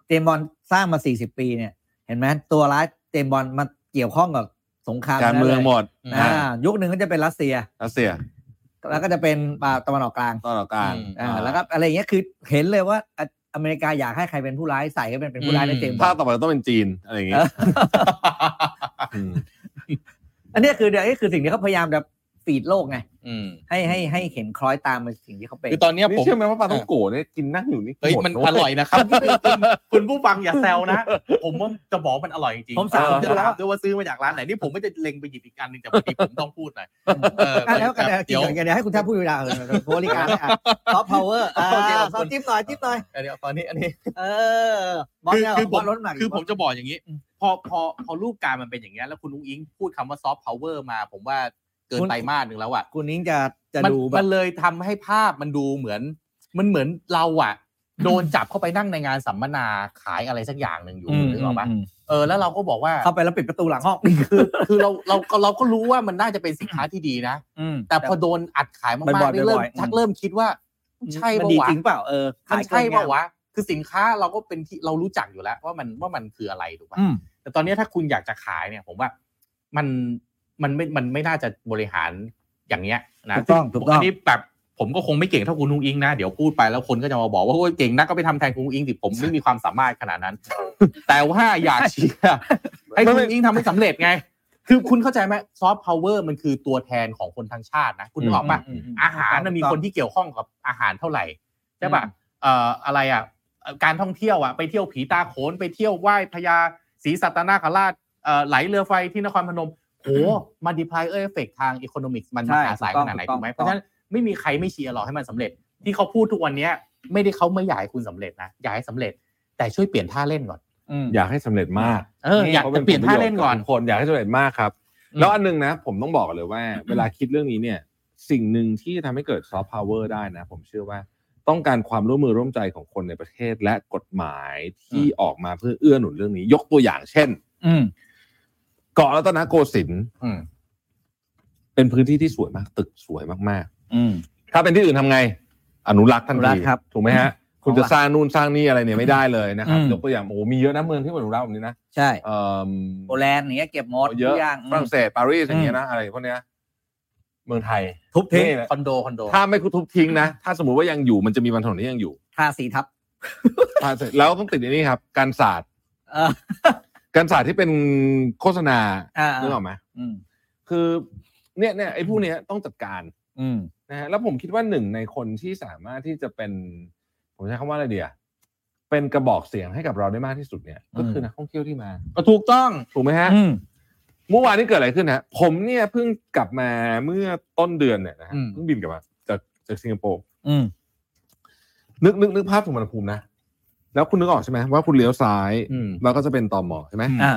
C: เจมส์บอลสร้างมา 40 ปีเนี่ย เห็นไหมตัวร้ายเจมส์บอลมาเกี่ยวข้องกับสงคราม
D: การเมืองหมด
C: อ่า
D: นะ
C: ยุคหนึ่งก็จะเป็นรัสเซีย
D: รัสเซีย
C: แล้วก็จะเป็นอ่าตะวันออกกลาง
D: ตอนหลังกลาง
C: อ่าแล้วก็อะไรอย่างเงี้ยคือเห็นเลยว่าอ่ะอเมริกาอยากให้ใครเป็นผู้ร้ายใส่ก็เป็นเป็นผู้ร้ายในเจมส์บ
D: ภา
C: อ
D: พ
C: นด์
D: ต่อไปต้องเป็นจีนอะไรอย่างเงี้ยม
C: อันเนี้ยคือเดี๋ยวนี้คือสิ่งที่เขาพยายามแบบฟีดโลกไง
A: อืม
C: ให้ให้ให้เห็นคล้อยตามไปสิ่งที่เขาเป็น
A: คือตอนเนี้ย
D: นี่
A: ผม
D: เชื่อไหมว่าปลาต้องโกะเนี่ยกินนั่งอยู่นี่
A: เฮ้ย
D: หด
A: มัน
D: เว้
A: อร่อย นะครับคุณคุณผู้ฟังอย่าแซวนะ ผมว่าจะบอกมันอร่อยจริงๆ
C: ผมสาว
A: ผม
C: จะ
A: จะ
C: แล้ว
A: ถามด้วยว่าซื้อมาจากร้านไหนนี่ผมไม่ได้เล็งไปหยิบอีกอันหนึงแต่พอดีผมต้องพูดห น่อยเออ
C: อ่ะแล้วกัน
A: เดี๋
C: เดี๋
A: ย
C: ยว วเดี๋ยวให้คุณแทบพูดเวลาเออผู้บริการอ่ะซอฟต์พาวเวอร์อ่า
A: โอเคขอบ
C: ซ
A: คุ
C: อฟ
A: ณ
C: ต์จิ๊บหน่อยจิ๊บหน่อย
A: เดี๋ยวตอนนี้อันนี้
C: เออบอล
A: คือ
C: เนี่ย
A: คือผ
C: บอ
A: ม
C: ลล้นหมาก
A: คือผมจะบอกอย่างนี้
C: อืม
A: พอพอพอรูปการมันเป็นอย่างเงี้ยแล้วคุณอุ้งอิงพูดคำว่าซอฟต์พาวเวอร์มา ผมว่าเกิน
C: คุณ
A: ไตรมาสหนึ่งแล้วอ่ะ
C: คุณนิ้งจะจะ
A: มัน
C: ดูแบ
A: มั
C: บ
A: นเลยทำให้ภาพมันดูเหมือน มันเหมือนเราอ่ะ โดนจับเข้าไปนั่งในงานสัมมนาขายอะไรสักอย่างหนึ่งอยู่นึกออกปะเออแล้วเราก็บอกว่า
C: เข้าไปแล้วปิดประตูหลังห้อง
A: คือคือเราเราก็เราก็รู้ว่ามันน่าจะเป็นสินค้าที่ดีนะ
C: อืม
A: แต่พอโดนอัดขายมาก
C: บ่อยๆ
A: ๆนี่เริ่ม
C: บ่อยๆ
A: ชักเริ่มคิดว่า ใช่
C: มัน
A: ปะ
C: ดี
A: วะ
C: จริงเปล่าเออ
A: มัน
C: ยเกิ
A: ใช่
C: งา
A: ปะ
C: ม
A: วะ คือสินค้าเราก็เป็นที่เรารู้จักอยู่แล้ว ว่ามันว่ามันคืออะไรถูกปะ
C: อืม
A: แต่ตอนนี้ถ้าคุณอยากจะขายเนี่ย ผมว่ามันมันไม่มันไม่น่าจะบริหารอย่างเนี้ยนะ
C: ถูกต้องถูกต้อง
A: นนี้แบบผมก็คงไม่เก่งเท่าคุณนุ้งอิงนะเดี๋ยวพูดไปแล้วคนก็จะมาบอกว่าโอ้ยเก่งนักก็ไปทำแทนคุณนุ้งอิงสิผมไม่มีความสามารถขนาดนั้น แต่ว่าอยากเชีย ร์ให้คุณนุ้งอิงทำให้สำเร็จไง คือคุณเข้าใจไหมซอฟต์พาวเวอร์มันคือตัวแทนของคนทั้งชาตินะคุณนึกออกปะ
C: มม
A: อาหาร
C: ถูกต้
A: นะ
C: ง
A: มีคนที่เกี่ยวข้องกับอาหารเท่าไหร่ใช่ปะ
C: อืม
A: เอ่ออะไรอ่ะเอ่อการท่องเที่ยวอ่ะไปเที่ยวผีตาโขนไปเที่ยวไหว้พญาศรีสัตนาคราชเอ่อไหลเรือไฟที่นครพนมโหมัลติพลายเอฟเฟกทางอีโคโนมิกมันม
C: ใช่
A: หาศาลขนาดไหน
C: ถูกต้อ
A: ถูก
C: ง
A: ไหม
C: ถูกต้อง
A: เพราะฉะนั้นไม่มีใครไม่เชียร์หรอกให้มันสำเร็จ ที่เขาพูดทุกวันเนี้ยไม่ได้เขาไม่อยากให้คุณสำเร็จนะอยากให้สำเร็จ แต่ช่วยเปลี่ยนท่าเล่นก่อน
C: อืม
D: อยากให้สำเร็จมาก
A: เอออยากจะเปลี่ยนท่าเล่นก่อน
D: คนอยากให้สำเร็จมากครับ
A: อืม
D: แล้วอันหนึงนะ ผมต้องบอกกอนเลยว่า เวลาคิดเรื่องนี้เนี่ย สิ่งหนึ่งที่ทำให้เกิดซอฟต์พาวเวอร์ได้นะ ผมเชื่อว่าต้องการความร่วมมือร่วมใจของคนในประเทศและกฎหมายที่ออกมาเพื่อเอื้อหนุนเรื่องนี้ ยกตัวอย่างเช่น
C: อืม
D: เกาะรัตนโกสินทร์
A: อืม
D: เป็นพื้นที่ที่สวยมาก ตึกสวยมาก
C: อืม
D: ๆ ถ้าเป็นที่อื่นทำไง อนุรักษ์ทัน
C: อนุรัก
D: ที
C: ษ์ครับ
D: ถูกไหมฮะ คุณจะสร้างนู่นสร้างนี่อะไรเนี่ยไม่ได้เลยนะครับ
C: อืม
D: ยกตัวอย่างโอ้โหมีเยอะนะเมืองที่อนุรักษ์แบบนี้นะ
C: ใช่
D: เอิ่ม
C: โปแลนด์อย่างเงี้ยเก็บหมด
D: เยอะ
C: ทุกอย่างอืม
D: ฝรั่งเศสปารีสอย่างเงี้ยนะอะไรพวกเนี้ยเมืองไทย
C: ทุบทิ้ง
D: นี่แหละ
A: คอนโดคอนโด
D: ถ้าไม่คุทุบทิ้งนะ ถ้าสมมติว่ายังอยู่มันจะมีวันถนนที่ยังอยู่
C: ทาสีทับ
D: ถ้าเสร็จแล้วต้องติดอันนี้ครับ การศาสตร์
C: เออ
D: การศาสตร์ที่เป็นโฆษณา
C: อ่า
D: นึกออกไหม
C: อืม
D: คือเนี่ยเนี่ยไอ้พวกเนี้ยต้องจัดการ
C: อืม
D: นะฮะแล้วผมคิดว่าหนึ่งในคนที่สามารถที่จะเป็น ผมใช้คำว่าอะไรเดียเป็นกระบอกเสียงให้กับเราได้มากที่สุดเนี่ย ก็คือนักท่องเที่ยวที่มา
A: ก็ถูกต้อง
D: ถูกไหมฮะ
C: อืม
D: เมื่อวานนี้เกิดอะไรขึ้นฮะผมเนี่ยเพิ่งกลับมาเมื่อต้นเดือนเนี่ยนะฮะ
C: อืม
D: เพิ่งบินกลับมาจากจากสิงคโปร์
C: อืม
D: นึกนึกนึกภาพสุวรรณภูมินะ แล้วคุณนึกออกใช่ไหมว่าคุณเลี้ยวซ้าย
A: อืม
D: แล้วก็จะเป็นตอมอใช่ไหม
C: อ่า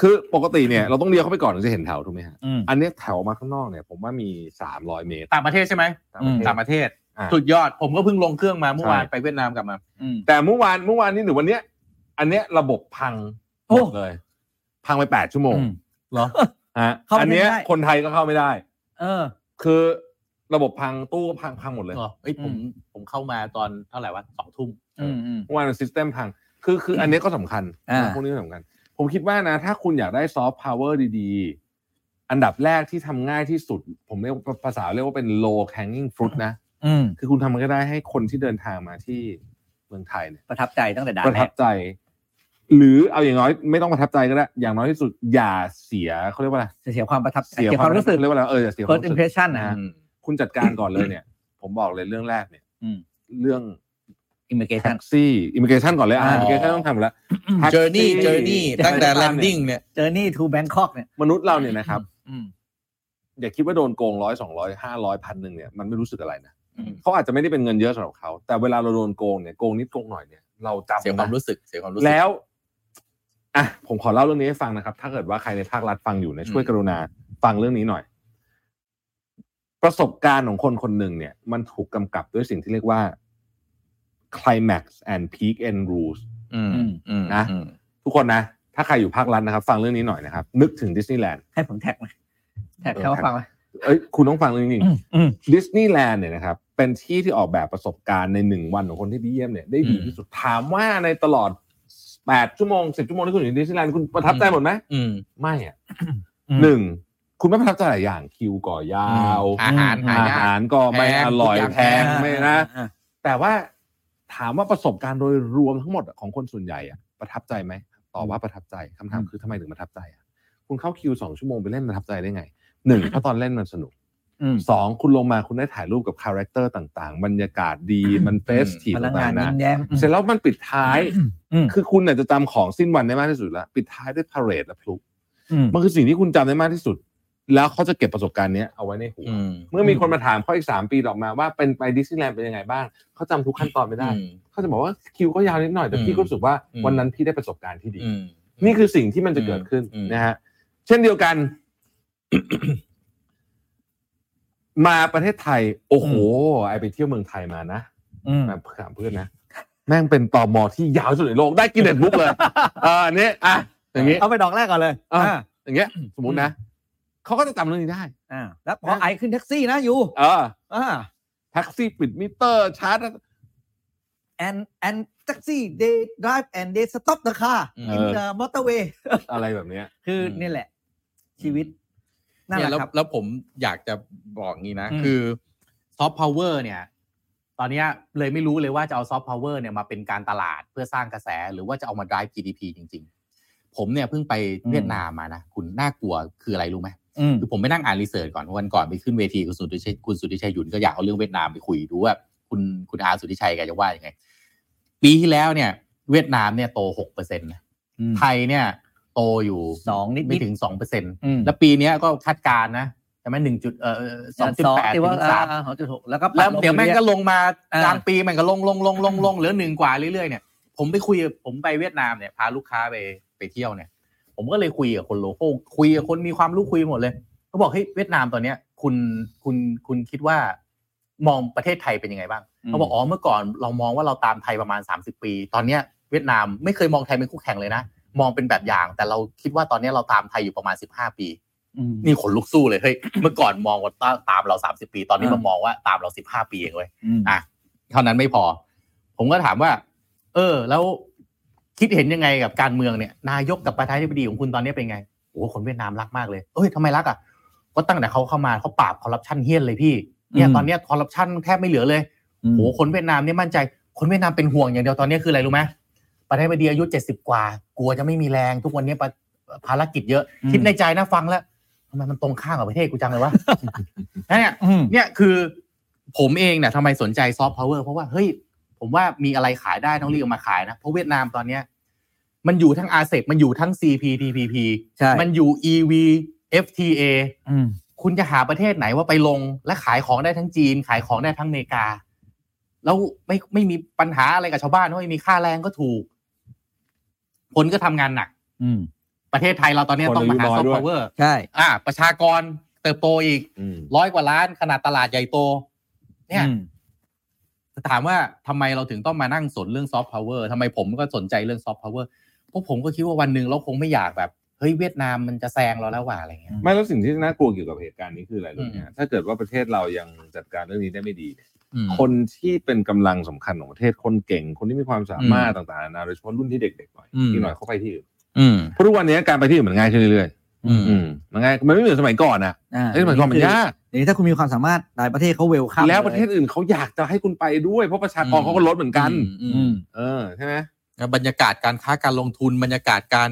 D: คือปกติเนี่ยเราต้องเลี้ยวเข้าไปก่อนถึงจะเห็นแถวถูกไหมฮะ
C: อืม
D: อันเนี้ยแถวมาข้างนอกเนี่ย ผมว่ามีสามร้อยเมตร
A: ต่างประเทศใช่ไหม
D: ตามประเทศ
A: ต่างประเทศ
D: อ่ะ
A: สุดยอดผมก็เพิ่งลงเครื่องมาเมื่อวาน
D: ใช่
A: ไปเวียดนามกลับมา
C: อืม
D: แต่เมื่อวานเมื่อวานนี้หรือวันเนี้ย อันเนี้ยระบบพัง
C: โอ้
D: หมดเลย พังไปแปดชั่วโมง
C: อืม
A: เหรอ
D: ฮะ
C: เข้าไป
D: อันเนี้ย
C: ไม่ได้
D: คนไทยก็เข้าไม่ได้
C: เออ
D: คือระบบพังตู้ก็พังพังหมดเลย
A: เหรอเอ้ยผมผมเข้ามาตอนเท่าไหร่วะสองทุ่ม
C: อืมอืม
D: ว่าซิสเต็มพัง คือคืออันเนี้ยก็สำคัญ
C: อ่า
D: นะพวกนี้ก็สำคัญ ผมคิดว่านะ ถ้าคุณอยากได้ซอฟต์พาวเวอร์ดีๆ อันดับแรกที่ทำง่ายที่สุด ผมเรียกภาษาเรียกว่าเป็น low hanging fruit นะ
C: อืม
D: คือคุณทำมันก็ได้ให้คนที่เดินทางมาที่เมืองไทยเนี่ย
C: ประทับใจตั้งแต่ด่าน
D: ประ
C: แร
D: ทับ
C: ก
D: ใจ หรือเอาอย่างน้อยไม่ต้องประทับใจก็ได้ อย่างน้อยที่สุดอย่าเสียเขาเรียกว่าอะไร
C: เสียความประทับใจเสียความรู้สึก
D: เรียกว่าอะไรเอออย่าเสียความ
C: first
D: รู้สึก
C: impression นะ
D: อ่า คุณจัดการก่อนเลยเนี่ย ผมบอกเลยเรื่องแรกเนี่ย
C: อืม
D: เรื่อง แท็
C: immigration
D: กซี่อิมิเกชันก่อนเลยอ่า
C: อ่า
D: อิมิเกชันต้องทำอยู่แล้ว taxi
A: Journey Journey ตั้งแต่
D: อะไรก็าม
A: landing
D: เ
A: เนี่ย
C: journey to Bangkok เนี่ย
D: ยมนุษย์เราเนี่ยนะครับ
C: อืม
D: อย่าคิดว่าโดนโกงร้อยสองร้อยห้าร้อยพันหนึ่งเนี่ยมันไม่รู้สึกอะไรนะ
A: อืม
D: เขาอาจจะไม่ได้เป็นเงินเยอะสำหรับเขา แต่เวลาเราโดนโกงเนี่ยโกงนิดโกงหน่อยเนี่ยเราจำ
A: เสียความรู้สึกเสียความรู้สึก
D: แล้วอ่ะผมขอเล่าเรื่องนี้ให้ฟังนะครับ ถ้าเกิดว่าใครในภาครัฐฟังอยู่เนี่ยช่วย
A: อืม
D: กรุณาฟังเรื่องนี้หน่อย ประสบการณ์ของคนคนหนึ่งเนี่ย มันถูกกำกับด้วยสิ่งที่เรียกว่า climax and peak end rules
A: อืม
C: อืม
A: อืม
D: นะ
A: อืม
D: ทุกคนนะ ถ้าใครอยู่ภาครัฐนะครับ ฟังเรื่องนี้หน่อยนะครับ นึกถึงดิสนีย์แลนด์
C: ให้ผมแท็กไหมแท็ก
D: เออ
C: เขาฟังไหม
D: เอ้ย คุณต้องฟังเรื่องนี้
C: อืมอืม
D: ดิสนีย์แลนด์เนี่ยนะครับ เป็นที่ที่ออกแบบประสบการณ์ในหนึ่งวันของคนที่ไปเยี่ยมเนี่ยได้ดีที่สุด ถามว่าในตลอด 8 ชั่วโมง 10 ชั่วโมงที่คุณอยู่ในดิสนีย์แลนด์คุณประทับใจหมดไหม
A: อืม
D: ไม่อ่ะ
C: อืม
D: หนึ่ง คุณไม่ประทับใจหลายอย่างคิวก่อยาว
A: อาหาร
C: อืม
D: อาย
A: หาาก
D: หารก็ไม่อร่อย
A: แพ
D: แพ
A: ง
D: งไม่นะ
C: อ่า
D: แต่ว่าถามว่าประสบการณ์โดยรวมทั้งหมดของคนส่วนใหญ่อะประทับใจไหมตอบว่าประทับใจคำถามคือทำไมถึงประทับใจอะคุณเข้าคิวสองชั่วโมงไปเล่นประทับใจได้ไงหนึ่ง เพราะตอนเล่นมันสนุก
C: อืม
D: สองคุณลงมาคุณได้ถ่ายรูปกับคาแรคเตอร์ต่างๆ บรรยากาศดีมันเฟสทีฟ
C: พนักงา
D: ต่านงๆ
C: ยิ้
D: นะ
C: มแย้ม
D: เสร็จแล้วมันปิดท้าย
C: อืม
D: คือคุณเนี่ยจะจำของสิ้นวันได้มากที่สุดละปิดท้ายด้วยพาเหรดและพลุ
C: อืม
D: มันคือสิ่งที่คุณจำได้มากที่สุด แล้วเขาจะเก็บประสบการณ์เนี้ยเอาไว้ในหัว
A: อืม
D: เมื่อมีคนมาถามเขาอีกสามปีต่อมาว่าเป็นไปดิสนีย์แลนด์เป็นยังไงบ้างเขาจำทุกขั้นตอนไม่ได้
A: อืม
D: เขาจะบอกว่าคิวก็ยาวนิดหน่อยแต่
A: อืม
D: พี่ก็รู้สึกว่า
A: อืม
D: วันนั้นพี่ได้ประสบการณ์ที่ดี
A: อืม
D: นี่คือสิ่งที่มันจะเกิดขึ้น
A: อืม
D: นะฮะเช่นเดียวกัน มาประเทศไทย โอ้โหไอไปเที่ยวเมืองไถยมานะ
C: อืม
D: แบบถามเพื่อนนะ แม่งเป็นตอมอที่ยาวที่สุดในโลกได้กินเด็ดบุ๊ก เลย เอออันนี้อ่ะอย่างนี้
C: เอาไปดอกแรกก่อนเลย
D: อ่ะ
C: อ่า
D: อย่างเงี้ย สมมตินะเขาก็จะจำเรื่องนี้ได้
C: อ่าแล้วพอไอขึ้นแท็กซี่นะอยู่
D: เออ
C: อ่า
D: แท็กซี่ปิดมิเตอร์ชาร์จ
C: and and แท็กซี่ they drive and they stop the car
D: เอ
C: in
D: อ
C: the motorway
D: อะไรแบบเนี้ย
C: คือ
A: อืม
C: นี่แหละ ชีวิตนั่นแห
A: เนี่ย
C: ละ
A: แล้ว
C: ครับ
A: แล้วผมอยากจะบอกอย่างนี้นะ
C: อืม
A: คือซอฟต์พาวเวอร์เนี่ย ตอนเนี้ยเลยไม่รู้เลยว่าจะเอาซอฟต์พาวเวอร์เนี่ยมาเป็นการตลาดเพื่อสร้างกระแสหรือว่าจะเอามา drive GDP จริง ๆ ผมเนี่ยเพิ่งไปเวียดนามมานะ คุณน่ากลัวคืออะไรรู้ไหม
C: อืม
A: คือผมไปนั่งอ่านรีเสิร์ชก่อนวันก่อนไปขึ้นเวทีคุณสุทธิชัยคุณสุทธิชัยหยุนก็อยากเอาเรื่องเวียดนามไปคุยดูว่าคุณคุณอาสุทธิชัยแกจะว่ายังไง ปีที่แล้วเนี่ย เวียดนามเนี่ยโตหกเปอร์เซ็นต์
C: อืม
A: ไทยเนี่ย โตอยู่
C: สองนิดๆ
A: ไม่ถึงสองเปอร์เซ็นต์
C: อืม
A: แล้วปีเนี้ยก็คาดการณ์นะใช่ไหมหนึ่งจุดเอ่อสองจุดแปด
C: ที่ว่า
A: ถึงสาม
C: อ่าสองจุดหกแล้วก็ปรับ
A: แล้วเดี๋ยว
C: ง
A: แม่งก็
C: รื่อ
A: ลงมา
C: อ่าก ก
A: ลางปีแม่งก็ลงลงลงลงลงเหลือหนึ่งกว่าเรื่อยๆเนี่ยผมไปคุยกับผมไปเวียดนามเนี่ยพาลูกค้าไปไปเที่ยวเนี่ย ผมก็เลยคุยกับคนโลโก้คุยกับคนมีความรู้คุยหมดเลย ก็บอกเฮ้ยเวียดนามตอนเนี้ยคุณคุณคุณคิดว่ามองประเทศไทยเป็นยังไงบ้าง
C: อืม
A: เขาบอกอ๋อเมื่อก่อนเรามองว่าเราตามไทยประมาณ 30 ปี ตอนเนี้ยเวียดนามไม่เคยมองไทยเป็นคู่แข่งเลยนะ มองเป็นแบบอย่าง แต่เราคิดว่าตอนเนี้ยเราตามไทยอยู่ประมาณ 15 ปี
C: อืม
A: นี่ขนลุกสู้เลยเฮ้ยเมื่อก่อนมองว่าตาตามเรา 30 ปี ตอนนี้
C: อ่าม
A: มามองว่าตามเรา 15 ปีเองเว้ย
C: อืม
A: อ่ะเท่านั้นไม่พอ ผมก็ถามว่า เออ แล้วคิดเห็นยังไงกับการเมืองเนี่ย นายกกับประธานาธิบดีของคุณตอนนี้เป็นไงโอ้โหคนเวียดนามรักมากเลยเอ้ยทำไมรักอ่ะก็ตั้งแต่เขาเข้ามาเขาปราบคอร์รัปชันเฮี้ยนเลยพี่เนี่ย
C: อืม
A: ตอนเนี้ยคอร์รัปชันแทบไม่เหลือเลย
C: อืม
A: โหคนเวียดนามเนี่ยมั่นใจ คนเวียดนามเป็นห่วงอย่างเดียวตอนนี้คืออะไรรู้ไหมประเทศบดีอายุเจ็ดสิบกว่า กลัวจะไม่มีแรง ทุกวันนี้ปะภารกิจเยอะ
C: อืม
A: คิดในใจนะฟังแล้วทำไมมันตรงข้ามกับประเทศกูจังเลยวะ เนี่ย
C: อืม
A: เนี่ยคือผมเองเนี่ยทำไมสนใจซอฟต์พาวเวอร์เพราะว่าเฮ้ยผมว่ามีอะไรขายได้ต้องรีบเอามาขายนะเพราะเวียดนามตอนเนี้ยมันอยู่ทั้งอาเซมันอยู่ทั้ง CPTPP
C: ใช่
A: มันอยู่ EVFTA
C: อืม
A: คุณจะหาประเทศไหนว่าไปลงและขายของได้ทั้งจีน ขายของได้ทั้งอเมริกา แล้วไม่ไม่มีปัญหาอะไรกับชาวบ้านไม่มีค่าแรงก็ถูก คนก็ทำงานหนัก
C: อืม
A: ประเทศไทยเราตอนนี้
D: คน
A: ต้องมาหา
D: อายุน้อยด้ว
A: ซอฟต์
D: ย
A: พาวเวอร์
C: ใช่
A: อ่า ประชากรเติบโตอีกร้อยกว่าล้านขนาดตลาดใหญ่โต เนี่ย ถามว่าทำไมเราถึงต้องมานั่งสนเรื่องซอฟต์พาวเวอร์ทำไมผมก็สนใจเรื่องซอฟต์พาวเวอร์เพราะผมก็คิดว่าวันหนึ่งเราคงไม่อยากแบบเฮ้ยเวียดนามมันจะแซงเราแล้วว่ะอะไรเงี้ย
D: ไม่แล้วสิ่งที่น่ากลัวเกี่ยวกับเหตุการณ์นี้คืออะไรรู้ไหม
A: อืม
D: ฮะถ้าเกิดว่าประเทศเรายังจัดการเรื่องนี้ได้ไม่ดีเนี่ย
A: อืม
D: คนที่เป็นกำลังสำคัญของประเทศคนเก่ง คนที่มีความสามารถต่างๆนานาโดยเฉพาะรุ่นที่เด็กๆหน่อย
A: อืม
D: ที่หน่อยเขาไปที่อื่น
A: อืม
D: เพราะทุกวันนี้การไปที่อื่นมันง่ายขึ้นเรื่อย
A: อื
D: ๆอื
A: ม
D: มมันง่ายมันไม่เหมือนสมัยก่อนอ่ะ
C: อ่า
D: เอ้ยสมัยก่อนมันยาก
C: อย่างนี้ถ้าคุณมีความสามารถหลายประเทศเขาเวลคัม
D: แล้วประเทศอื่นเขาอยากจะให้คุณไปด้วยเพราะประชากร
A: อืม
D: เขาก็ลดเหมือนกัน
A: อืม
C: อืม
D: เออใช่ไหม
A: นะบรรยากาศการค้าการลงทุนบรรยากาศการ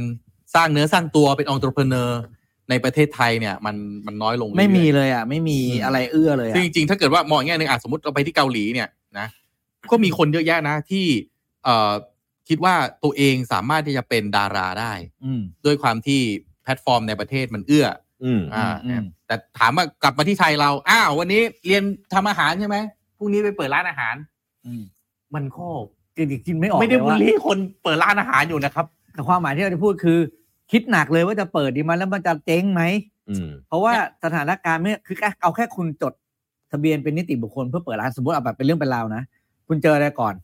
A: สร้างเนื้อสร้างตัวเป็นองค์ประกอบในประเทศไทยเนี่ย มันมันน้อยลงเรื่อยๆ
C: ไม่มีเลยอ่ะ ไม่มี
A: อืม
C: อะไรเอื้อเลย
A: ซึ่ง
C: อ่ะ
A: จริงๆถ้าเกิดว่ามองอีกแง่หนึ่งอ่ะสมมติเราไปที่เกาหลีเนี่ยนะก็มีคนเยอะแยะนะที่เอ่อคิดว่าตัวเองสามารถที่จะเป็นดาราได้
C: อืม
A: ด้วยความที่แพลตฟอร์มในประเทศมันเอื้อ
D: อืม
A: อ่า
C: อืม
A: แต่ถามว่ากลับมาที่ไทยเราอ้าววันนี้เรียนทำอาหารใช่ไหมพรุ่งนี้ไปเปิดร้านอาหาร
C: อืม
A: มันก็
C: จริงๆกินไม่ออก
A: ไม่ได้
C: เลย
A: บูล
C: ว่า
A: ลี่คนเปิดร้านอาหารอยู่นะครับ
C: แต่ความหมายที่เราจะพูดคือ คิดหนักเลยว่าจะเปิดดีไหมแล้วมันจะเจ๊งไหม
D: อืม
C: เพราะว่าสถานการณ์เนี่ยคือแค่เอาแค่คุณจดทะเบียนเป็นนิติบุคคลเพื่อเปิดร้านสมมติเอาแบบเป็นเรื่องเป็นราวนะ คุณเจออะไรก่อน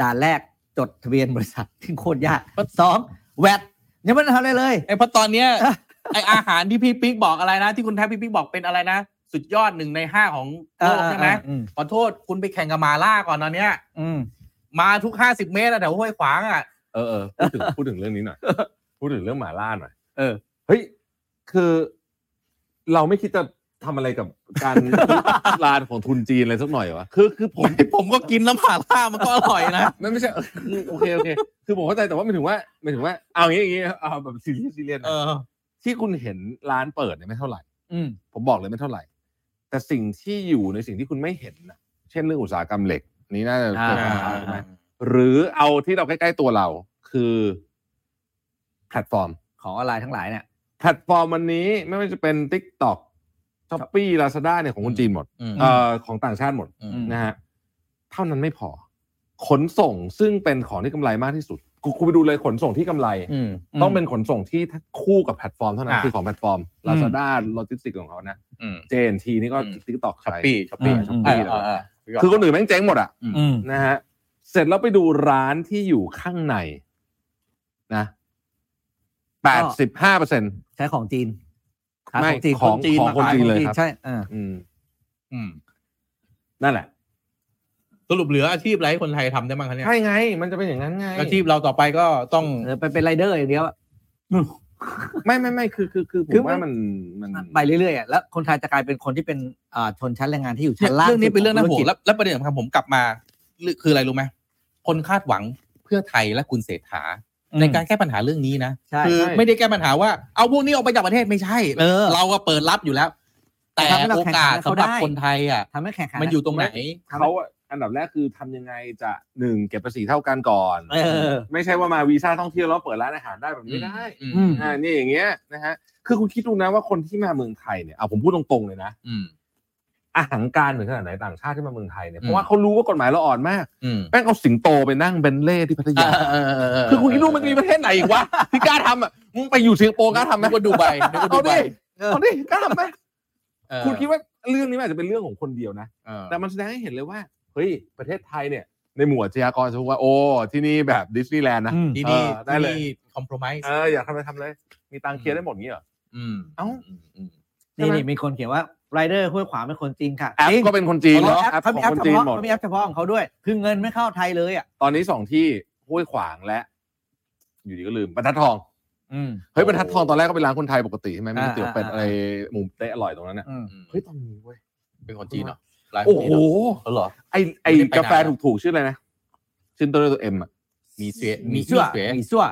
C: ด่านแรกจดทะเบียนบริษัท ที่โคตรยากสองแวดยังไม่ได้ทำอะไรเลย
A: ไอ้เพราะตอนเนี้ย
C: อ่ะ
A: ไออาหารที่พี่ปิ๊กบอกอะไรนะ ที่คุณแทบพี่ปิ๊กบอกเป็นอะไรนะ สุดยอดหนึ่งในห้าของโลกใช่ไหม
C: อืม
A: ขอโทษคุณไปแข่งกับมาล่าก่อนตอนเนี้ย
C: อืม
A: มาทุกห้าสิบเมตรอะแถวห้วยขวางอะ
D: เออเออพูดถึงพูดถึงเรื่องนี้หน่อย พูดถึงเรื่องหมาล่าหน่อย
A: เออ
D: เฮ้ย คือ เราไม่คิดจะทำอะไรกับ การ ลานของทุนจีนอะไรสักหน่อยเหรอวะคือคือผม
A: ผมก็กินแล้วหมาล่ามันก็อร่อยนะ
D: ไม่ไม่ใช่เออคือโอเคโอเค คือผมเข้าใจแต่ว่าหมายถึงว่าหมายถึงว่าเอาอย่างงี้อย่างงี้เอาแบบซีเรียสซีเรียสนะ
A: เออ
D: ที่คุณเห็นร้านเปิดเนี่ยไม่เท่าไหร่
C: อืม
D: ผมบอกเลยไม่เท่าไหร่ แต่สิ่งที่อยู่ในสิ่งที่คุณไม่เห็นนะเช่นเรื่องอุตสาหกรรมเหล็ก นี่น่าจะเกิด
A: อ่า
D: ปัญหาใช่ไหมหรือเอาที่เราใกล้ ๆ ตัวเรา คือแพลตฟอร์ม
C: ของออนไลน์ทั้งหลายเนี่ย
D: แพลตฟอร์มวันนี้ไม่ว่าจะเป็น t ิ k t o k s h o p e e Lazada เนี่ยของคนจีนหมด
A: อืม
D: เอ่อของต่างชาติหมด
A: อืม
D: นะฮะเท่านั้นไม่พอ ขนส่งซึ่งเป็นของที่กำไรมากที่สุด กูกูไปดูเลยขนส่งที่กำไร
A: อืม
D: ต้องเป็นขนส่งที่คู่กับแพลตฟอร์มเท่านั้น
A: อ่า
D: คือของแพลตฟอร์ม Lazada โลจิสติกของเขานะ
A: อืม
D: JNT นี่ก็
A: อืม
D: TikTok
A: ช้อป
D: ใช้
A: ปี้ช้อปปี้
D: อ่า
A: ช้อปปี้
D: อ่า คือคนอื่นแม่งเจ๊งหมดอ่ะ
B: อืม
D: นะฮะเสร็จแล้วไปดูร้านที่อยู่ข้างในนะแปดสิบห้าเปอร์เซ็นต์
C: ใช้ของจีนหา
D: ไม่
C: ของจีน
D: ของของคนจีนเลยครับ
C: ใช่เออ
D: นั่นแหละ
A: สรุปเหลืออาชีพอะไรให้คนไทยทำได้บ้างคะเนี่ย
D: ใช่ไง มันจะเป็นอย่างนั้นไง
A: อาชีพเราต่อไปก็ต้อง
C: เออไปเป็นไรเดอร์อย่างเดียวอะ
D: ไม่ไม่ไม่คือคือคือผ
C: คือ
D: มว่ามันมัน
C: ไปเรื่อยๆอะแล้วคนไทยจะกลายเป็นคนที่เป็นอ่าชนชั้นแรงงานที่อยู่ชั้นล่าง
A: เรื่องนี้
C: สุด
A: เป็นเรื่องน่าห่ว
C: ขธุจ
A: งและและประเด็นสำคัญผมกลับมาคืออะไรรู้ไหมคนคาดหวังเพื่อไทยและคุณเศรษฐาในการแก้ปัญหาเรื่องนี้นะ
C: ใช่
A: คือไม่ได้แก้ปัญหาว่า เอาพวกนี้ออกไปจากประเทศไม่ใช่
C: เออ
A: เราก็เปิดรับอยู่แล้ว แต่
C: แต่ทำให้เรา
A: โอกาส
C: แข่งขันกับเขา
A: สำหรับ
C: ได้
A: คนไทยอ่ะ
C: ทำให้แข่งขัน
A: มันอยู่ตรงไหน
D: เขาอะอันดับแรกคือทำยังไงจะหนึ่งเก็บภาษีเท่ากันก่อน
C: เออ
D: ไม่ใช่ว่ามาวีซ่าท่องเที่ยวแล้วเปิดร้านอาหารได้แบบนี้ไม่ได้
A: อืม
C: อืม
D: อ่านี่อย่างเงี้ยนะฮะคือคุณคิดดูนะว่าคนที่มาเมืองไทยเนี่ยเอาผมพูดตรงๆเลยนะ
A: อืม
D: อาหารการถึงขนาดไหนต่างชาติที่มาเมืองไทยเนี่ยเพ
A: อื
D: ราะ
A: ม
D: ว่าเขารู้ว่ากฎหมายเราอ่อนมาก
A: อืม
D: แป้งเอาสิงโตไปนั่งเบนเล่ที่พัทยา
A: เเเ
D: คือคุณคิดดูมันมีประเทศไหนอีกวะที่กล้าทำอ่ะมึงไปอยู่สิงคโปร์กล้าทำไหม
A: นึก็ดูใบนึกว่าดู
D: เอา
A: ใบ
D: ดิเอาดิกล้าทำไหม
A: เออ
D: คุณคิดว่าเรื่องนี้มันอาจจะเป็นเรื่องของคนเดียวนะ
A: เออ
D: แต่มันแสดงให้เห็นเลยว่าเฮ้ยประเทศไทยเนี่ย ในหมู่อาชญากรจะพูดว่าโอ้ที่นี่แบบดิสนีย์แลนด์นะ
A: ที่นี่
D: เออได้
A: ที่
D: เลย
A: นี่คอมเพลมไพรส์
D: เอออยากทำอะไรทำเลย มีตังค์เคลียร์ได้หมดงี้เหรอ
A: อืม
D: เอ้า
A: อืม
C: นี่นี่มีคนเขียนว่าไรเดอร์ห้วยขวางเป็นคนจีนค่ะ
D: แอป
C: จริง
D: ก็เป็นคนจีนเนาะแอป
C: เขา
D: ข
C: มี
D: อง
C: แอป
D: คน
C: เฉ
D: จีน
C: พาะ
D: หมด
C: เขามีแอปเฉพาะของเขาด้วย คือเงินไม่เข้าไทยเลยอ่ะ
D: ตอนนี้สองที่ห้วยขวางและ อยู่ดีก็ลืมบรรทัดทอง
C: อืม
D: เฮ้ย
A: โอ้
D: บรรทัดทองตอนแรกก็เป็นร้านคนไทยปกติใช่ไหมมี
C: อ่า
D: ก๋วยเตี๋ยวเป็ด
C: อ่า
D: อะไรหมูเตะอร่อยตรงนั้นน่ะ
C: อืม
A: อืม
D: เฮ้ยตอนนี้เว้ย
A: เป็นคนจีนเนาะร้าน
D: โอ้
A: คน
D: โห
A: จีนเนอะเออเหรอ
D: ไอไอ
A: ไม่ได้ไปนาน
D: กาแฟถูกๆชื่ออะไรนะชื่อตัวเลขตัวเอ็มอะ
A: มีเสีย
C: มี
A: มี
C: เสื้อ
A: เสีย
C: มีเสื้อ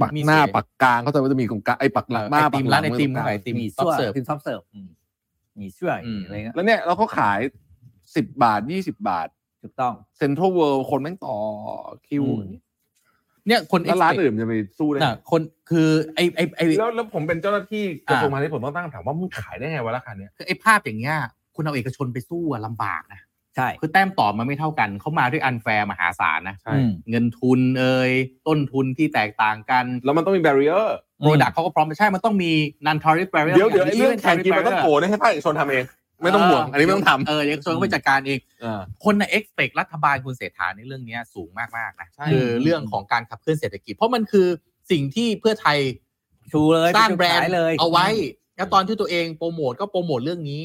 D: ปัก
A: มี
D: หน้า
A: เสีย
D: ปักกลางเขาจะว่าจะมีกงกลางไอปักหลังหน้า
A: ไอ
D: ปั
A: ติ
D: ก
A: ม
D: หลั
A: ร้าง นไอติม
D: ตรงกลาง
A: ไอติม
C: มี
A: ซอฟ
C: เสื้อ
A: เสิร์ฟ
C: ทีมซับเสิร์ฟอืมมีเสื้อ
A: อืม
C: อะไรเงี้ย
D: แล้วเนี่ยเราเขาขายสิบบาทยี่สิบาท
C: ถูกต้อง
D: เซ็นทรัลเวิลด์คนแม่งต่อคิว
C: อืม
A: เนี่ยคน
D: แล้วร้าน
A: expect
D: อื่นจะไปสู้ได้ไง
A: น่ะคนคือไอไอไอ
D: แล้วแล้วผมเป็นเจ้าหน้าที่กระทรวง
A: อ่า
D: พาณิชย์ผมต้องตั้งคำถามว่ามึงขายได้ไงวะราคาเนี้ย
A: คือไอภาพอย่างเงี้ยคุณเอาเอกชนไปสู้อะลำบากนะ
C: ใช่
A: คือแต้มต่อมันไม่เท่ากัน เขามาด้วยอันแฟร์มหาศาลนะ
D: ใช่
C: อืม
A: เงินทุนเอ่ยต้นทุนที่แตกต่างกัน
D: แล้วมันต้องมีแบเรียร์
A: โปรดักต์เขาก็พร้อมจะใช่ มันต้องมี non tariff barrier
D: เดี๋ยวเดี๋ยวไอ้เรื่องแข่งกินมันต้องโผล่ให้ภาคเอกชนทำเอง ไม่ต้องห่วงอันนี้ไม่ต้องทำ
A: เออเอกชนก็ไปจัดการเอง
D: อ่า
A: คนน่ะ expect รัฐบาลคุณเศรษฐาในเรื่องเนี้ยสูงมากๆนะ
D: ใช่
A: คือเรื่องของการขับเคลื่อนเศรษฐกิจ เพราะมันคือสิ่งที่เพื่อไทย
C: ชูเลย
A: สร้างแบรน
C: ป็จุดขย
A: ด์
C: เลย
A: เอาไว้ แล้วตอนที่ตัวเองโปรโมทก็โปรโมทเรื่องนี้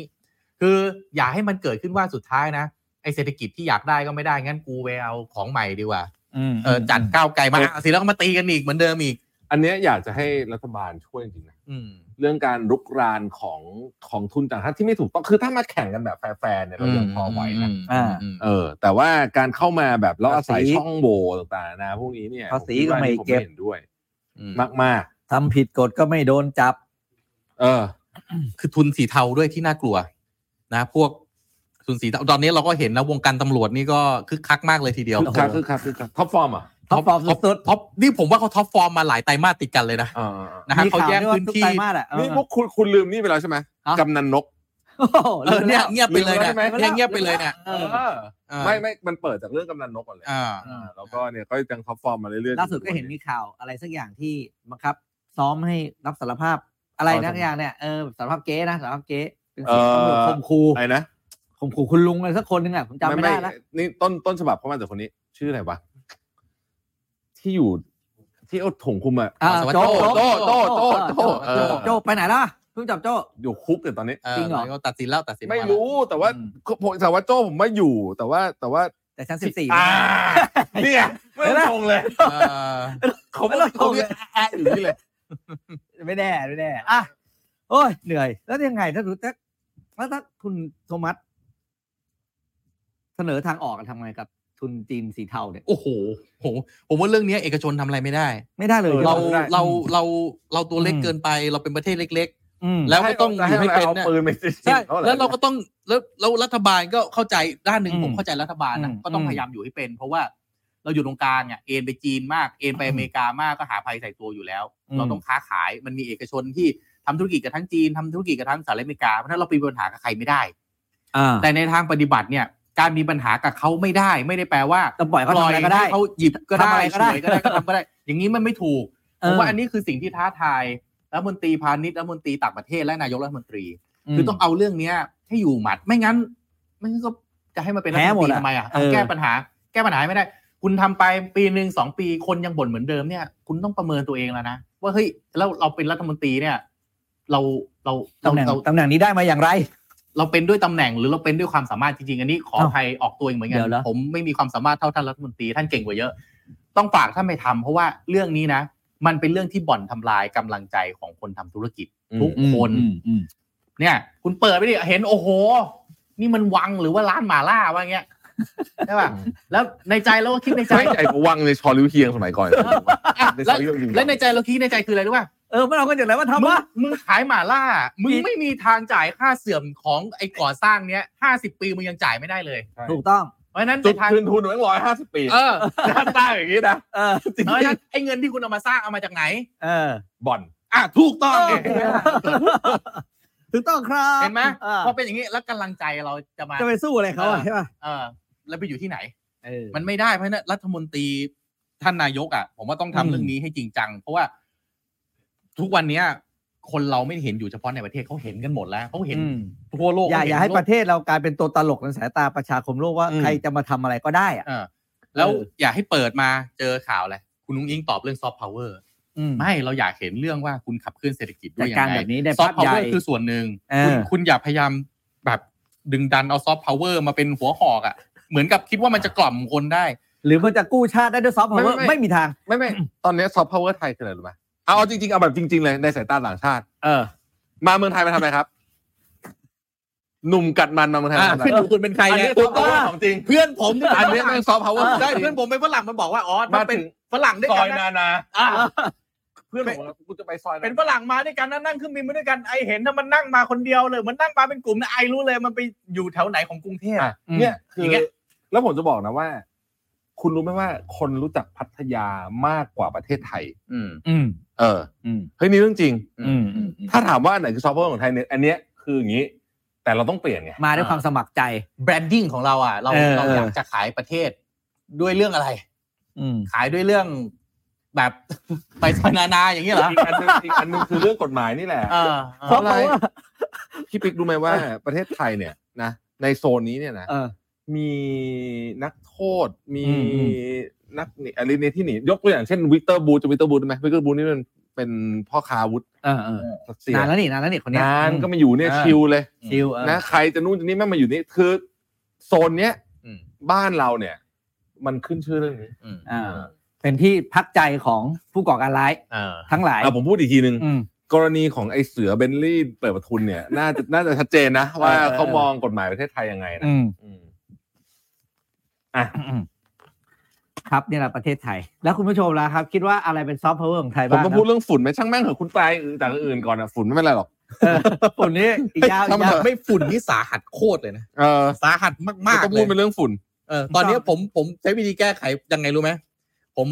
A: คืออย่าให้มันเกิดขึ้นว่าสุดท้ายนะไอเศรษฐกิจที่อยากได้ก็ไม่ได้ งั้นกูไปเอาของใหม่ดีกว่าเออจัดก้าวไกลมาเอาสิแล้วก็มาตีกันอีกเหมือนเดิมอีก
D: อันเนี้ยอยากจะให้รัฐบาลช่วยจริงๆนะ
A: อืม
D: เรื่องการรุกรานของของทุนต่างชาติที่ไม่ถูกต้องคือถ้ามาแข่งกันแบบแฟร์ๆเนี่ยเรายังพอไหวนะ
C: อ่า
D: เออ แต่ว่าการเข้ามาแบบแล้วอาศัย
C: ภาษี
D: ช่องโหว่ต่างๆนะพวกนี้เนี่ย
C: ภาษี
D: ผคิดว่า
C: ก็ไม่
D: นี่ผ
C: เก็บ
D: เห็นด้วย
A: ม
D: มาก
C: ทำผิดกฎก็ไม่โดนจับ
D: ๆ เออ
A: คือทุนสีเทาด้วยที่น่ากลัว นะ พวกทุนสีเทาตอนนี้เราก็เห็นนะวงการตำรวจนี่ก็คึกคักมากเลยทีเดียว
D: คือคักคือคักคือคักท็อปฟอร์มอ่ะ
C: ท็อปฟอร์มสุด
A: ท็อปนี่ผมว่าเขาท็อปฟอร์มมาหลายไตรมาสติดกันเลยนะ
D: อ่า
A: นะฮะ
C: มี
A: เขา
C: ข่ว
A: แยก
C: ด้วยว่
A: พื้น
C: ทุ
A: ที่
C: ไตรมาสอะเออ
D: นี่พวกคุณคุณลืมนี่ไปแล้วใช่ไหม
C: ฮะ
D: กำนันนก
C: โอ้โห
A: เออเนี่ยเงียบไปเลยเนี่ย
D: ลืมแล้วใช่ไหม
A: เนี่ยเงียบไปเลยเนี่ย
C: ออ
D: เออ
A: เออ
D: ไม่ไม่มันเปิดจากเรื่องกำนันนกก่อนเลย
A: อ่า
D: อ่าแล้วก็เนี่ยก็ยังท็อปฟอร์มมาเรื่อยๆ
C: ล่าสุดก็เห็นมีข่าวอะไรสักอย่างที่บังคับ ซ้อมให้รับสารภาพอะไรนะสักอย่างเนี่ยเออสารภาพเก๊นะสารภาพเก๊เป็นเสียงตำรวจข่มขู่
D: อะไรนะ
C: ข่มขู่คุณลุงอะไรสักคนหนึ่งอ่ะผมจำไม่ได้ละ
D: นี่ต้นต้นฉบับเข้ามาจากคนนี้ ชื่ออะไรวะที่อยู่ที่เอาถุงคลุมอะ
C: อ่า
A: สวัสดิ์
C: โจ
A: โจ้
C: โจ
D: โจ้โจ้
C: โจ
D: โจ้
C: โจ้
D: เออ
C: โจไปไหนล่ะเพิ่งจับโจ
D: อยู่คุกแต่ยตอนนี้
C: จริงเหรอ
A: ขาตัดสินแล้วตัดสินออกา
D: ไม่
A: แล้ว
D: รู้แต่ว่า
C: อืม
D: ผมสารวัตรโจ้ผมว่าอยู่ แต่ว่าแต่ว่า
C: แต่ชั้นสิบสี่
D: อ่าเนี่ยไม่ต้องชงเลย
A: เออ
D: เขาไม่ต้องชงเลยอ่ะอยู่นี่เลย
C: ไม่แน่ไม่แน่อ่ะโอ้ยเหนื่อย แล้วยังไงถ้าดูถ้าแล้วถ้าคุณโทมัสเสนอทางออกกันทำไงกับ ทุนจีนสีเทาเนี่ย
A: โอ้โหโห ผมว่าเรื่องนี้เอกชนทำอะไรไม่ได้
C: ไม่ได้เลย
D: ออ
A: เรา
C: ใช่ไหม
A: เราเราเราตัวเล็ก
C: อืม
A: เกินไป เราเป็นประเทศเล็ก
C: อืม
A: ๆ แล้วก็ต้องอ
D: ให้
A: ยู่ให้เป็น
D: เอา
A: เนี่ย
D: ปืนไปสิ
A: ใช่
D: อหอ
A: แล้วเราก็ต้องแล้วแล้วรัฐบาลก็เข้าใจด้านหนึ่ง
C: อืม
A: ผมเข้าใจรัฐบาลนะ
C: อืม
A: ก็ต้อง
C: อืม
A: พยายามอยู่ให้เป็น เพราะว่าเราอยู่ตรงกลางอ่ะเอ็นไปจีนมากเอ็นไปอเมริกามากก็หาภัยใส่ตัวอยู่แล้ว เราต้องค้าขายมันมีเอกชนที่ทำธุรกิจกับทั้งจีนทำธุรกิจกับทั้งสหรัฐอเมริกาเพราะฉะนั้นเราปีปัญหากับใครไม่ได้
C: อ่า
A: แต่ในทางปฏิบัติเนี่ย การมีปัญหากับเขาไม่ได้ ไม่ได้แปลว่า
C: ก็ปล่อยเขาทำอะไรก็ได้
A: ให้เขาหยิบก็ได้
C: ทำอะไรก็ได้
A: เฉยก็ได้ก็ทำก็ได้ อย่างนี้มันไม่ถูก
C: เอ
A: ผ
C: อ
A: มว่าอันนี้คือสิ่งที่ท้าทายรัฐมนตรีพาณิชย์รัฐมนตรีต่างประเทศและนายกรัฐมนตรี คือต้องเอาเรื่องเนี้ยให้อยู่หมัด ไม่งั้นไม่งั้นก็จะให้มันเป็นรัฐมนตรี
C: แพ้หมดอะ
A: ทำไมอ่ะ
C: เออ
A: แก้ปัญหา แก้ปัญหาไม่ได้ คุณทำไปปีหนึ่งสองปีคนยังบ่นเหมือนเดิมเนี่ย คุณต้องประเมินตัวเองแล้วนะว่าเฮ้ยแล้วเราเป็นรัฐมนตรีเนี่ย เราเรา
C: ตำแหน่ง
A: เรา
C: ตำแหน่งนี้ได้มาอย่างไร
A: เราเป็นด้วยตำแหน่งหรือเราเป็นด้วยความสามารถจริงๆ อันนี้ขอ
C: เอ้า
A: ใครออกตัวเองเหมือนกั
C: เดี๋ยวเหรอ
A: นผมไม่มีความสามารถเท่าท่านรัฐมนตรีท่านเก่งกว่าเยอะ ต้องฝากท่านไปทำเพราะว่าเรื่องนี้นะ มันเป็นเรื่องที่บ่อนทำลายกำลังใจของคนทำธุรกิจทุกคน เนี่ย คุณเปิดไปดิเห็นโอ้โห นี่มันวังหรือว่าร้านหมาล่าว่าเงี้ย ใช่ป่ะแล้วในใจเราก็คิดในใจ
D: ไม่ใจวังในชอริวเฮียงสมัยก่อน
A: อ่ะ แล้ว
D: ในใจเรื่องจริง
A: แล้วในใจเราคิดในใจคืออะไรรู้ป่ะ
C: เออมันเอากันอย่างไรว่าทำ
A: มึง
C: วะ
A: มึงขายหมาล่า มึง
C: มี
A: ไม่มีทางจ่ายค่าเสื่อมของไอ้ก่อสร้างเนี้ยห้าสิบปีมึงยังจ่ายไม่ได้เลย
D: ใช่
C: ถูกต้อง
A: เพราะฉะนั้น
D: จุด
A: ในทาง
D: คืนทุนแม่งร้อยห้าสิบปี
A: เออ
D: ถ้าตายอย่างนี้นะ
C: เออจริง
A: เพราะฉะนั้นไอ้เงินที่คุณเอามาสร้างเอามาจากไหน
C: เออ
D: บ่อน
A: อ่ะถูกต้อง
D: เออ
C: ถูกต้องครับ
A: เห็นไหม
C: เออ
A: พอเป็นอย่างนี้แล้วกำลังใจเราจะมา
C: จะไปสู้อะไรเขาอะใช่ป่ะ
A: เออแล้วไปอยู่ที่ไหน
C: เออ
A: มันไม่ได้เพราะฉะนั้นรัฐมนตรีท่านนายกอ่ะ ผมว่าต้อง
C: อื
A: ทำ
C: ม
A: เรื่องนี้ให้จริงจัง เพราะว่าทุกวันเนี้ย คนเราไม่ได้เห็นอยู่เฉพาะในประเทศเขาเห็นกันหมดแล้วเขาเห็น
C: อืม
A: ทั่วโลก
C: อย่า
A: เข
C: อ
A: เน
C: ย่าให้
A: โลก
C: ประเทศเรากลายเป็นตัวตลกในสายตาประชาคมโลกว่า
A: อืม
C: ใครจะมาทำอะไรก็ได้อะ
A: เออแล้วอยากให้เปิดมาเจอข่าวอะไรคุณนุ้งอิงตอบเรื่องซอฟต์พาวเวอร์
C: อืม
A: ไม่เราอยากเห็นเรื่องว่าคุณขับเคลื่อนเศรษฐกิจด้วย
C: จั
A: ยั
C: ดกาง ร
A: ไง
C: แบบนี้ได้
A: ซอฟต์
C: ภาพ
A: พาว
C: ใหญ่
A: เวอร์คือส่วนหนึ่ง
C: เอ
A: คุณ
C: อ
A: คุณอย่าพยายามแบบดึงดันเอาซอฟต์พาวเวอร์มาเป็นหัวหอกอ่ะ เหมือนกับคิดว่ามันจะกล่อมคนได้
C: หรือมันจะกู้ชาติได้ด้วยซอฟต์พาวเวอร์
D: ไม่ไม่
C: ไม่มีทาง
D: ไม่ไม่ตอนนี้ซอฟต์พาวเวอร์ไทยคืออะไรรู้ไหมเอาเอาจริงๆ เอาแบบจริง ๆ เลยในสายตาต่างชาติ
C: เออ
D: มาเมืองไทยมาทำอะไรครับ หนุ่มกัดมันมาเมืองไทย
A: อ่า
D: มาทำอะไร
A: ขึ้นอยู่คุณเป็นใคร
D: อัน
A: ไง
D: นี้ซอฟต์พาวเวอร์ของจริง
A: เพื่อนผมที่
D: อันนี้
A: มา
D: แม่งซอฟต์พาวเวอร์
A: ใช่เพื่อนผมเป็นฝรั่งมันบอกว่าอ๋อ
D: มา
A: มา
D: ถึ
A: เป็น
D: ง
A: ฝรั่งด้วย
D: ซ
A: กั
D: อน ย
A: นะ
D: นานา
A: อ่า
D: เพื่อนผมกูจะไปซอย
A: เป็นฝรั่งมาด้วยกันนะนั่งเครื่องบินมาด้วยกันไอเห็นถ้ามันนั่งมาคนเดียวเลยมันนั่งมาเป็นกลุ่มนะไอรู้เลยมันไปอยู่แถวไหนของกรุงเทพ
D: อ่ะเนี่ยคืออย่าง
A: เงี้ย
D: แล้วผมจะบอกนะว่า คุณรู้ไหมว่า คนรู้จักพัทยามากกว่าประเทศไทย
A: อืม
C: อืม
D: เออ
C: อืม
D: เฮ้ยนี่เรื่องจริง
C: อืมอืม
D: ถ้าถามว่าอันไหนคือซอฟต์พาวเวอร์ของไทยเนี่ยอันเนี้ยคืออย่างนี้ แต่เราต้องเปลี่ยนไง
C: มาด้วยความสมัครใจ
A: แบรนดิ้งของเราอ่ะเรา
C: เออ
A: เราอยากจะขายประเทศด้วยเรื่องอะไร
C: อืม
A: ขายด้วยเรื่องแบบ ไปซอยนานาอย่างเงี้ยเหรอ
D: อีกอันหนึงอีกอันหนึงคือเรื่องกฎหมายนี่แหละ
A: เออเออ
D: เพราะอะไรพี่ปิ๊กรู้ไหมว่าประเทศไทยเนี่ยนะในโซนนี้เนี่ยนะ
C: เออ
D: มีนักโทษมี
C: อืมอืม
D: นักหนีอะไรในที่หนียกตัวอย่างเช่นวิกเตอร์บูจำวิกเตอร์บูได้ไหมวิกเตอร์บูนี่เป็นเป็นพ่อค้าอาวุธ
C: เออเออ
D: รัสเซีย
C: นานแล้วนี่นานแล้วนี่คนเนี้ย
D: นานก็
C: อืม
D: มาอยู่เนี่ย
C: เออ
D: ชิลเลย
C: ชิวเออ
D: นะใครจะนู่นจะนี่แม่งมาอยู่นี่คือโซนเนี้ย
A: อืม
D: บ้านเราเนี่ย มันขึ้นชื่อเรื่องนี้
A: อืม
C: อ่าเป็นที่พักใจของผู้ก่อการร้าย
A: เออ
C: ทั้งหลาย
D: เอาผมพูดอีกทีนึง
C: อืม
D: กรณีของไอ้เสือเบนลี่เปิดประทุนเนี่ย น่าจะน่าจะชัดเจนนะว่า
C: เออเออ
D: เขามองกฎหมายประเทศไทยยังไงนะ
C: อืม
D: อืม
C: อืมครับเนี่ยแหละประเทศไทย แล้วคุณผู้ชมล่ะครับ คิดว่าอะไรเป็นซอฟต์พาวเวอร์ของไทย
D: ผม
C: บ้าง
D: ต้องพูดเรื่องฝุ่นไหมช่างแม่งเหอะคุณไปแต่างอื่นก่อนอะฝุ่นไม่เป็นไรหรอก
C: ฝุ่นนี้อีกยาวอีก
D: ทำเถ
C: ยาว
D: อะ
A: ไม่ฝุ่นนี่สาหัสโคตรเลยนะ
D: เออ
A: สาหัสมาก
D: ก็
A: ๆเล
D: พูด
A: ย
D: เป็นเรื่องฝุ่น
A: เออตอนเนี้ยผมผมใช้วิธีแก้ไขยังไงรู้ไหมผม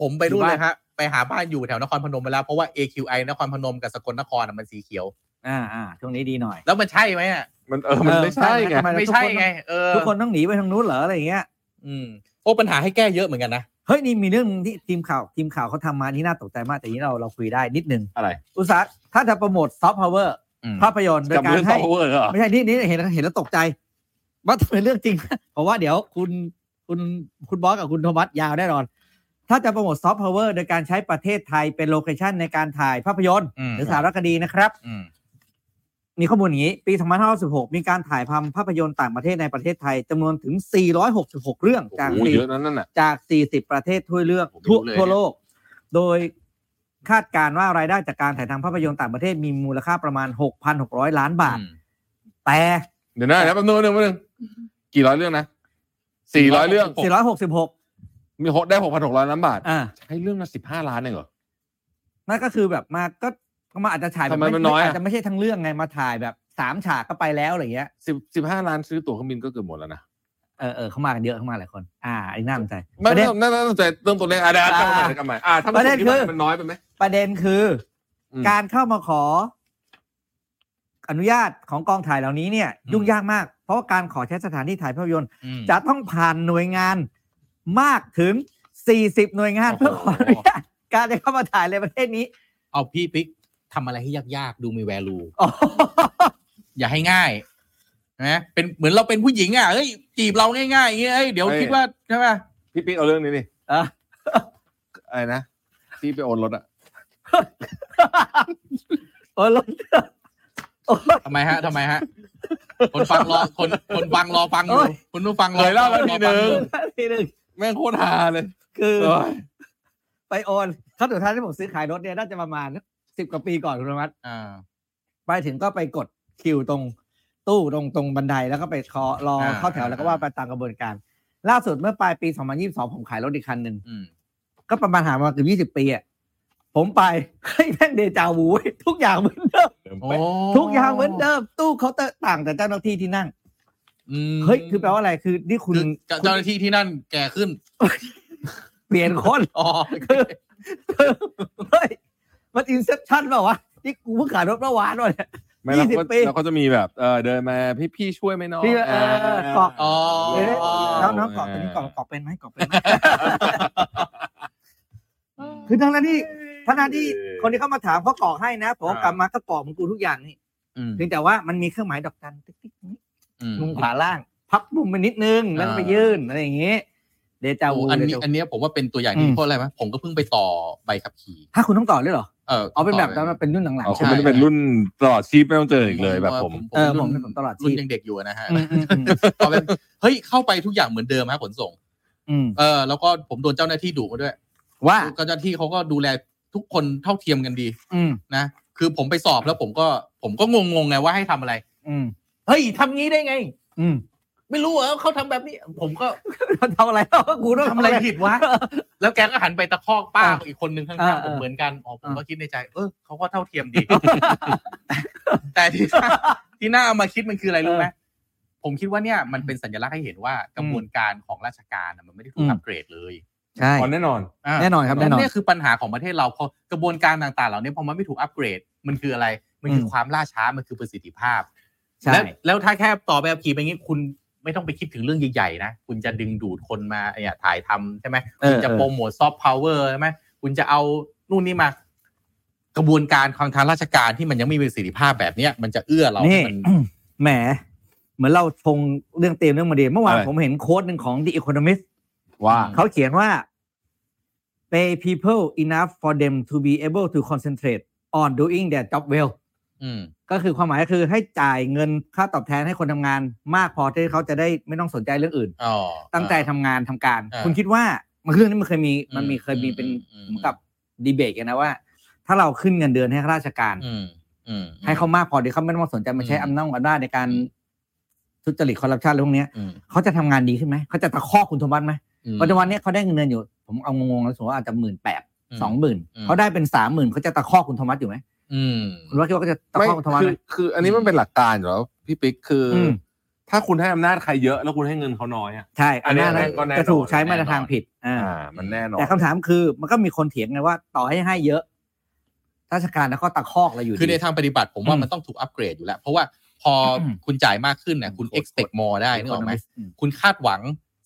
A: ผมไป
D: อ
A: รู้
D: ยู่
A: เล
D: บ้าน
A: ยฮะไปหาบ้านอยู่แถวนครพนมไปแล้ว เพราะว่า AQI นครพนมกับสกลนครอะมันสีเขียว
C: อ่าอ่าช่วงนี้ดีหน่อย
A: แล้วมันใช่ไหมอะ
D: มันเออมันไม่ใช่ไง
C: ทำม
A: ไม่ใช่ไง เออ
C: ทุกคนต้องหนีไปทางนู้นเหรออะไรอย่างเงี้ย
A: อืมโอ้ปัญหาให้แก้เยอะเหมือนกันนะ
C: เฮ้ยนี่มีเรื่องที่ทีมข่าวทีมข่าวเขาทำมานี่น่าตกใจมาก แต่นี้เราเราคุยได้นิดนึง
D: อะไร
C: อุตสาหถ้าจะโปรโมทซอฟต์พาวเวอร์
A: อืม
C: ภาพยนตร์โดย
D: กับ
C: การ
D: เรื่องซอ
C: ให้
D: ฟต์พาวเวอร์เหรอ
C: ไม่ใช่นี่นี่เห็นแล้วเห็นแล้วตกใจ ว่าเป็นเรื่องจริง เพราะว่าเดี๋ยวคุณคุณคุณบอสกับคุณโทมัสยาวแน่นอน ถ้าจะโปรโมทซอฟต์พาวเวอร์โดยการใช้ประเทศไทยเป็นโลเคชันในการถ่ายภาพยนตร์
A: อืม
C: หรือสารคดีนะครับ
A: อืม
C: มีข้อมูลอย่างนี้ ปี 2516 มีการถ่ายทำภาพยนตร์ต่างประเทศในประเทศไทยจำนวนถึง 466 เรื่อง
D: โอ้
C: จาก
D: โห
C: สี่
D: เยอะนะนั่นน่ะ
C: จาก 40 ประเทศทั่วเลือก
A: ผมไม่รู้
C: ทั่ว
A: เลย
C: ทั่วโลก โดยคาดการณ์ว่ารายได้จากการถ่ายทำภาพยนตร์ต่างประเทศมีมูลค่าประมาณ 6,600 ล้านบาท
A: อืม
C: แต่
D: เดี๋ยวนะเดี๋ยวแป๊บนึงแป๊บนึงแป๊บนึงกี่ร้อยเรื่องนะสี่ร้อยเรื่อง
C: 466
D: มีหกได้หกพันหกร้อยล้านบาท
C: อ่า
D: ใช้เรื่องละสิบห้าล้านเองเหรอ
C: นั่นก็คือแบบมาก็ก็มาอาจจะฉายแบบ
D: ทำไมมันน้อยอะ
C: อาจจะไม่ใช่ทั้งเรื่องไงมาถ่ายแบบสามฉากก็ไปแล้วอะไรเงี้ย
D: สิบสิบห้าล้านซื้อตั๋วเครื่องบินก็เกือบหมดแล้วนะ
C: เออเออเข้ามากันเยอะเข้ามาหลายคน อ่าไอ้น่าสนใจ
D: ไม่
C: ประ
D: ไม่
C: เด็น
D: ไม่ไม่ต้องใจเรื่องตัวเลขอ่ะเดี๋ยวกลับมาเดี๋ยวกลับมาอ่ะถ้า
C: ประเด็น
D: ผมคิดว่า
C: คือ
D: มันน้อยไปไหม
C: ประเด็นคือ
D: อืม
C: การเข้ามาขอ อนุญาตของกองถ่ายเหล่านี้เนี่ย ยุ่งยากมาก เพราะว่าการขอใช้สถานที่ถ่ายภาพยนตร์
A: อืม
C: จะต้องผ่านหน่วยงานมากถึง 40 หน่วยงานเพื่อขออนุญาตการจะเข้ามาถ่ายในประเทศนี้
A: เอาพี่ปิ๊กทำอะไรให้ยากๆ ดูมีแวลู
C: อ๋อ
A: อย่าให้ง่ายนะเป็นเหมือนเราเป็นผู้หญิงอ่ะเฮ้ยจีบเราง่ายๆอย่างเงี้ยเฮ้ยเดี๋ยว
D: เฮ้ย
A: คิดว่าใช่ไหม
D: พี่ปิ๊กเอาเรื่องนี้ดิ
C: อ่ะ
D: อะไรนะที่ไปโอนรถอะ
C: โอ้ลงโอ้ย
A: ทำไมฮะทำไมฮะ คนฟังรอคนคนฟังรอฟังอ
C: โอ้
A: ยู่
C: ย
A: คุณผู้ฟังรอ
D: เคยเล่าแล้วทีนึง
C: ทีหนึ่ง
D: แม่งโคตรฮาเลย
C: คือ
D: โอ้ย
C: ไปโอนครั้งสุดท้ายที่ผมซื้อขายรถเนี่ยน่าจะประมาณสิบกว่าปีก่อนคุณธรรมนัส
A: อ่า
C: ไปถึงก็ไปกดคิวตรงตู้ตรงตรงบันไดแล้วก็ไปเคาะรอ
A: อ่า
C: เข้าแถวแล้วก็
A: อ่า
C: ว่าไปตามกระบวนการ ล่าสุดเมื่อปลายปี 2022 ผมขายรถอีกคันหนึ่ง
A: อืม
C: ก็ประมาณหามาเกือบ20 ปีอ่ะผมไปเฮ้ยแม่งเดจาวูเว้ยทุกอย่างเหมือนเดิม
A: โอ้
C: ทุกอย่างเหมือนเดิม ตู้เคาน์เตอร์ต่างแต่เจ้าหน้าที่ที่นั่ง
A: อืม
C: เฮ้ย คือแปลว่าอะไรคือนี่คุณ
A: คือเจ้าเจ้าหน้าที่ที่นั่นแก่ขึ้น
C: เปลี่ยนคน
A: อ๋อ
C: คือคือ เฮ้ยมันอินเซปชั่นเปล่าวะนี่กูเพิ่งขายรถเมื่อวานวะเนี่ย
D: ไม่แล้ว
C: ยี่สิบ
D: ก็
C: ปี
D: แล้วเขาจะมีแบบเออเดินมาพี่พี่ช่วยไหมน้อง
C: พี่เออเออเกาะ
A: อ๋อ
C: เอ๊ะ
D: า
C: แล้วน้องกรอบตัวนี้กรอบกรอบเป็นไหมกรอบเป็นไหม คือทั้งนั้นที่ทั้งนั้นที่คนที่เข้ามาถามเขากรอกให้นะผมกลับมาก็กรอกมันกูทุกอย่างนี่
A: อืม
C: เพียงแต่ว่ามันมีเครื่องหมายดอกจันติ๊กติ๊กนี้
A: อืม
C: มุมขวาล่าง พับมุมไปนิดนึงแล้วก็ไป
A: อ่ายื่
C: ยื่นอะไรอย่างงี้ เดจา
A: โอ้
C: วู
A: อันนี้
C: เดจาวู
A: อันเนี้ยผมว่าเป็นตัวอย่างที่
C: อืม
A: เพราะอะไรไหมผมก็เพิ่งไปต่อใบขับขี่
C: ถ้าคุณต้องต่อด้วยเหรอ
A: เออ
C: เอาเป็นแบบ
A: ต่
C: นั้
A: อ
C: นมันเป็นรุ่นหลัง
D: อ๋อ
C: ๆ
D: คุณ
C: ใช่
D: ไม่ได้
A: ใช่
D: เป็นรุ่นตลอดชีพไม่ต้องเจออีกเลยแบบผม
C: เออผมเป็นผมตลอด
A: รุ่
C: ชี
A: น
C: พ
A: ยังเด็กอยู่นะฮะ
C: อืมอืมอืม
A: ต่อเป็นเฮ้ยเข้าไปทุกอย่างเหมือนเดิมฮะขนส่ง
C: อืม
A: เออแล้วก็ผมโดนเจ้าหน้าที่ดุมาด้วย
C: ว่า
A: ก็เจ้าหน้าที่เขาก็ดูแลทุกคนเท่าเทียมกันดี
C: อืม
A: นะ คือผมไปสอบแล้วผมก็ผมก็งงๆไงว่าให้ทำอะไร
C: อืม
A: เฮ้ยทำงี้ได้ไง
C: อืม
A: ไม่รู้เหรอเขาทำแบบนี้ ผมก็
C: ทำอะไรแล้วกูต้อง
A: ทำ
C: ทำ
A: อะ
C: อะไร ไร
A: ผิดวะ แล้วแกก็หันไปตะคอกป้า
C: อ่า
A: อีกคนนึงข้า
C: อ่าง
A: ๆผม
C: อ่า
A: เหมือนกันอ๋อผม
C: อ่า
A: ก็คิดในใจ เออเขาก็เท่าเทียมดี แต่ ที่น่าที่น่าเอามาคิดมันคืออะไรรู้ไหมผมคิดว่าเนี่ยมันเป็นสัญลักษณ์ให้เห็นว่ากระบวนการของราชการน่ะมันไม่ได้ถูกอัปเกรดเลย
C: ใช่
D: อ๋อแน่นอน
A: า
C: แน่นอนครับแน่นอน
A: เนี่ยคือปัญหาของประเทศเราพอกระบวนการต่างๆ เหล่านี้พอมันไม่ถูกอัปเกรด มันคืออะไร มันคืออ
C: ม
A: ความล่าช้ามันคือประสิทธิภาพ
C: ใช่
A: แล้วแล้วถ้าแค่ต่อแบบขี่ไปงี้คุณไม่ต้องไปคิดถึงเรื่องใหญ่ๆนะ คุณจะดึงดูดคนมาเนี่ยถ่ายทำใช่ไหม
C: เอ
A: คุณ
C: อ
A: จะ
C: เออ
A: โปรโมทซอฟต์พาวเวอร์ใช่ไหมคุณจะเอานู่นนี่มา กระบวนการทางทางราชการที่มันยังไม่มีประสิทธิภาพแบบเนี้ยมันจะเอื้อเรา
C: นี่
A: ให้มัน
C: แหม เหมือนเราชงเรื่องเตรียมเรื่องมาเดียเมื่อวาน
D: อะไร
C: ผมเห็นโค้ดหนึ่งของ The Economist
D: ว่า
A: อืม
C: เขาเขียนว่า pay people enough for them to be able to concentrate on doing their job well
A: อืม
C: ก็คือความหมายก็คือให้จ่ายเงินค่าตอบแทนให้คนทำงาน มากพอที่เขาจะได้ไม่ต้องสนใจเรื่องอื่น
A: อ๋อ
C: ตั้งใจทำงานทำการ
A: อ่า
C: คุณคิดว่ามันเรื่องนี้มันเคยมีมันมี
A: อืม
C: เคยมีเป็น
A: อืม
C: เหมือนกับดีเบตกันนะว่า ถ้าเราขึ้นเงินเดือนให้ข้าราชการ
A: อืมอืม
C: ให้เขามากพอที่เขาไม่ต้องมาสนใจมาใช้
A: อืม
C: อำนาจอำนาจในการ
A: อืม
C: ทุจริตคอร์รัปชันอะไรพวกเนี้ย
A: อืม
C: เขาจะทำงานดีขึ้นไหมเขาจะตะคอกคุณธมบัตไหม
A: อืม
C: ปัจจุบันเนี้ยเขาได้เงินเดือนอยู่ ผมเอางงๆแล้วสมมติว่าอาจจะหมื่นแปดสองหมื่น
A: อืม
C: เขาได้เป็นสามหมื่นเขาจะตะคอกคุณธมบัตอยู่ไหม
A: อืม
C: คุณว่าคิดว่าเขาจะตะ
D: ไม่
C: คอกคุณธมบัต
D: คื
C: ไห
D: อ
C: ม
D: คืออันนี้มันเป็นหลักการอยู่แล้วพี่ปิ๊กคืออ
C: ม
D: ถ้าคุณให้อำนาจใครเยอะ แล้วคุณให้เงินเขาน้อยอ่ะ
C: ใช่อันนั้น
D: อันนี้ก็แน่นอน
C: จะถูกใช้มาในทาง
A: แน่นอน
C: ผิดอ่า
D: อ่า มันแน่นอน
C: แต่คำถามคือมันก็มีคนเถียงไงว่า ต่อให้ให้เยอะ ราชการแล้วก็ตะคอกเราอยู่
A: คือใน
C: ดี
A: ทางปฏิบัติผมว่า
C: อืม
A: มันต้องถูกอัปเกรดอยู่แล้ว เพราะว่าพออ
C: ม
A: คุณจ่ายมากขึ้นเนี่ยคุณ expect more ได้นึกออกไหมคุณคาดหวัง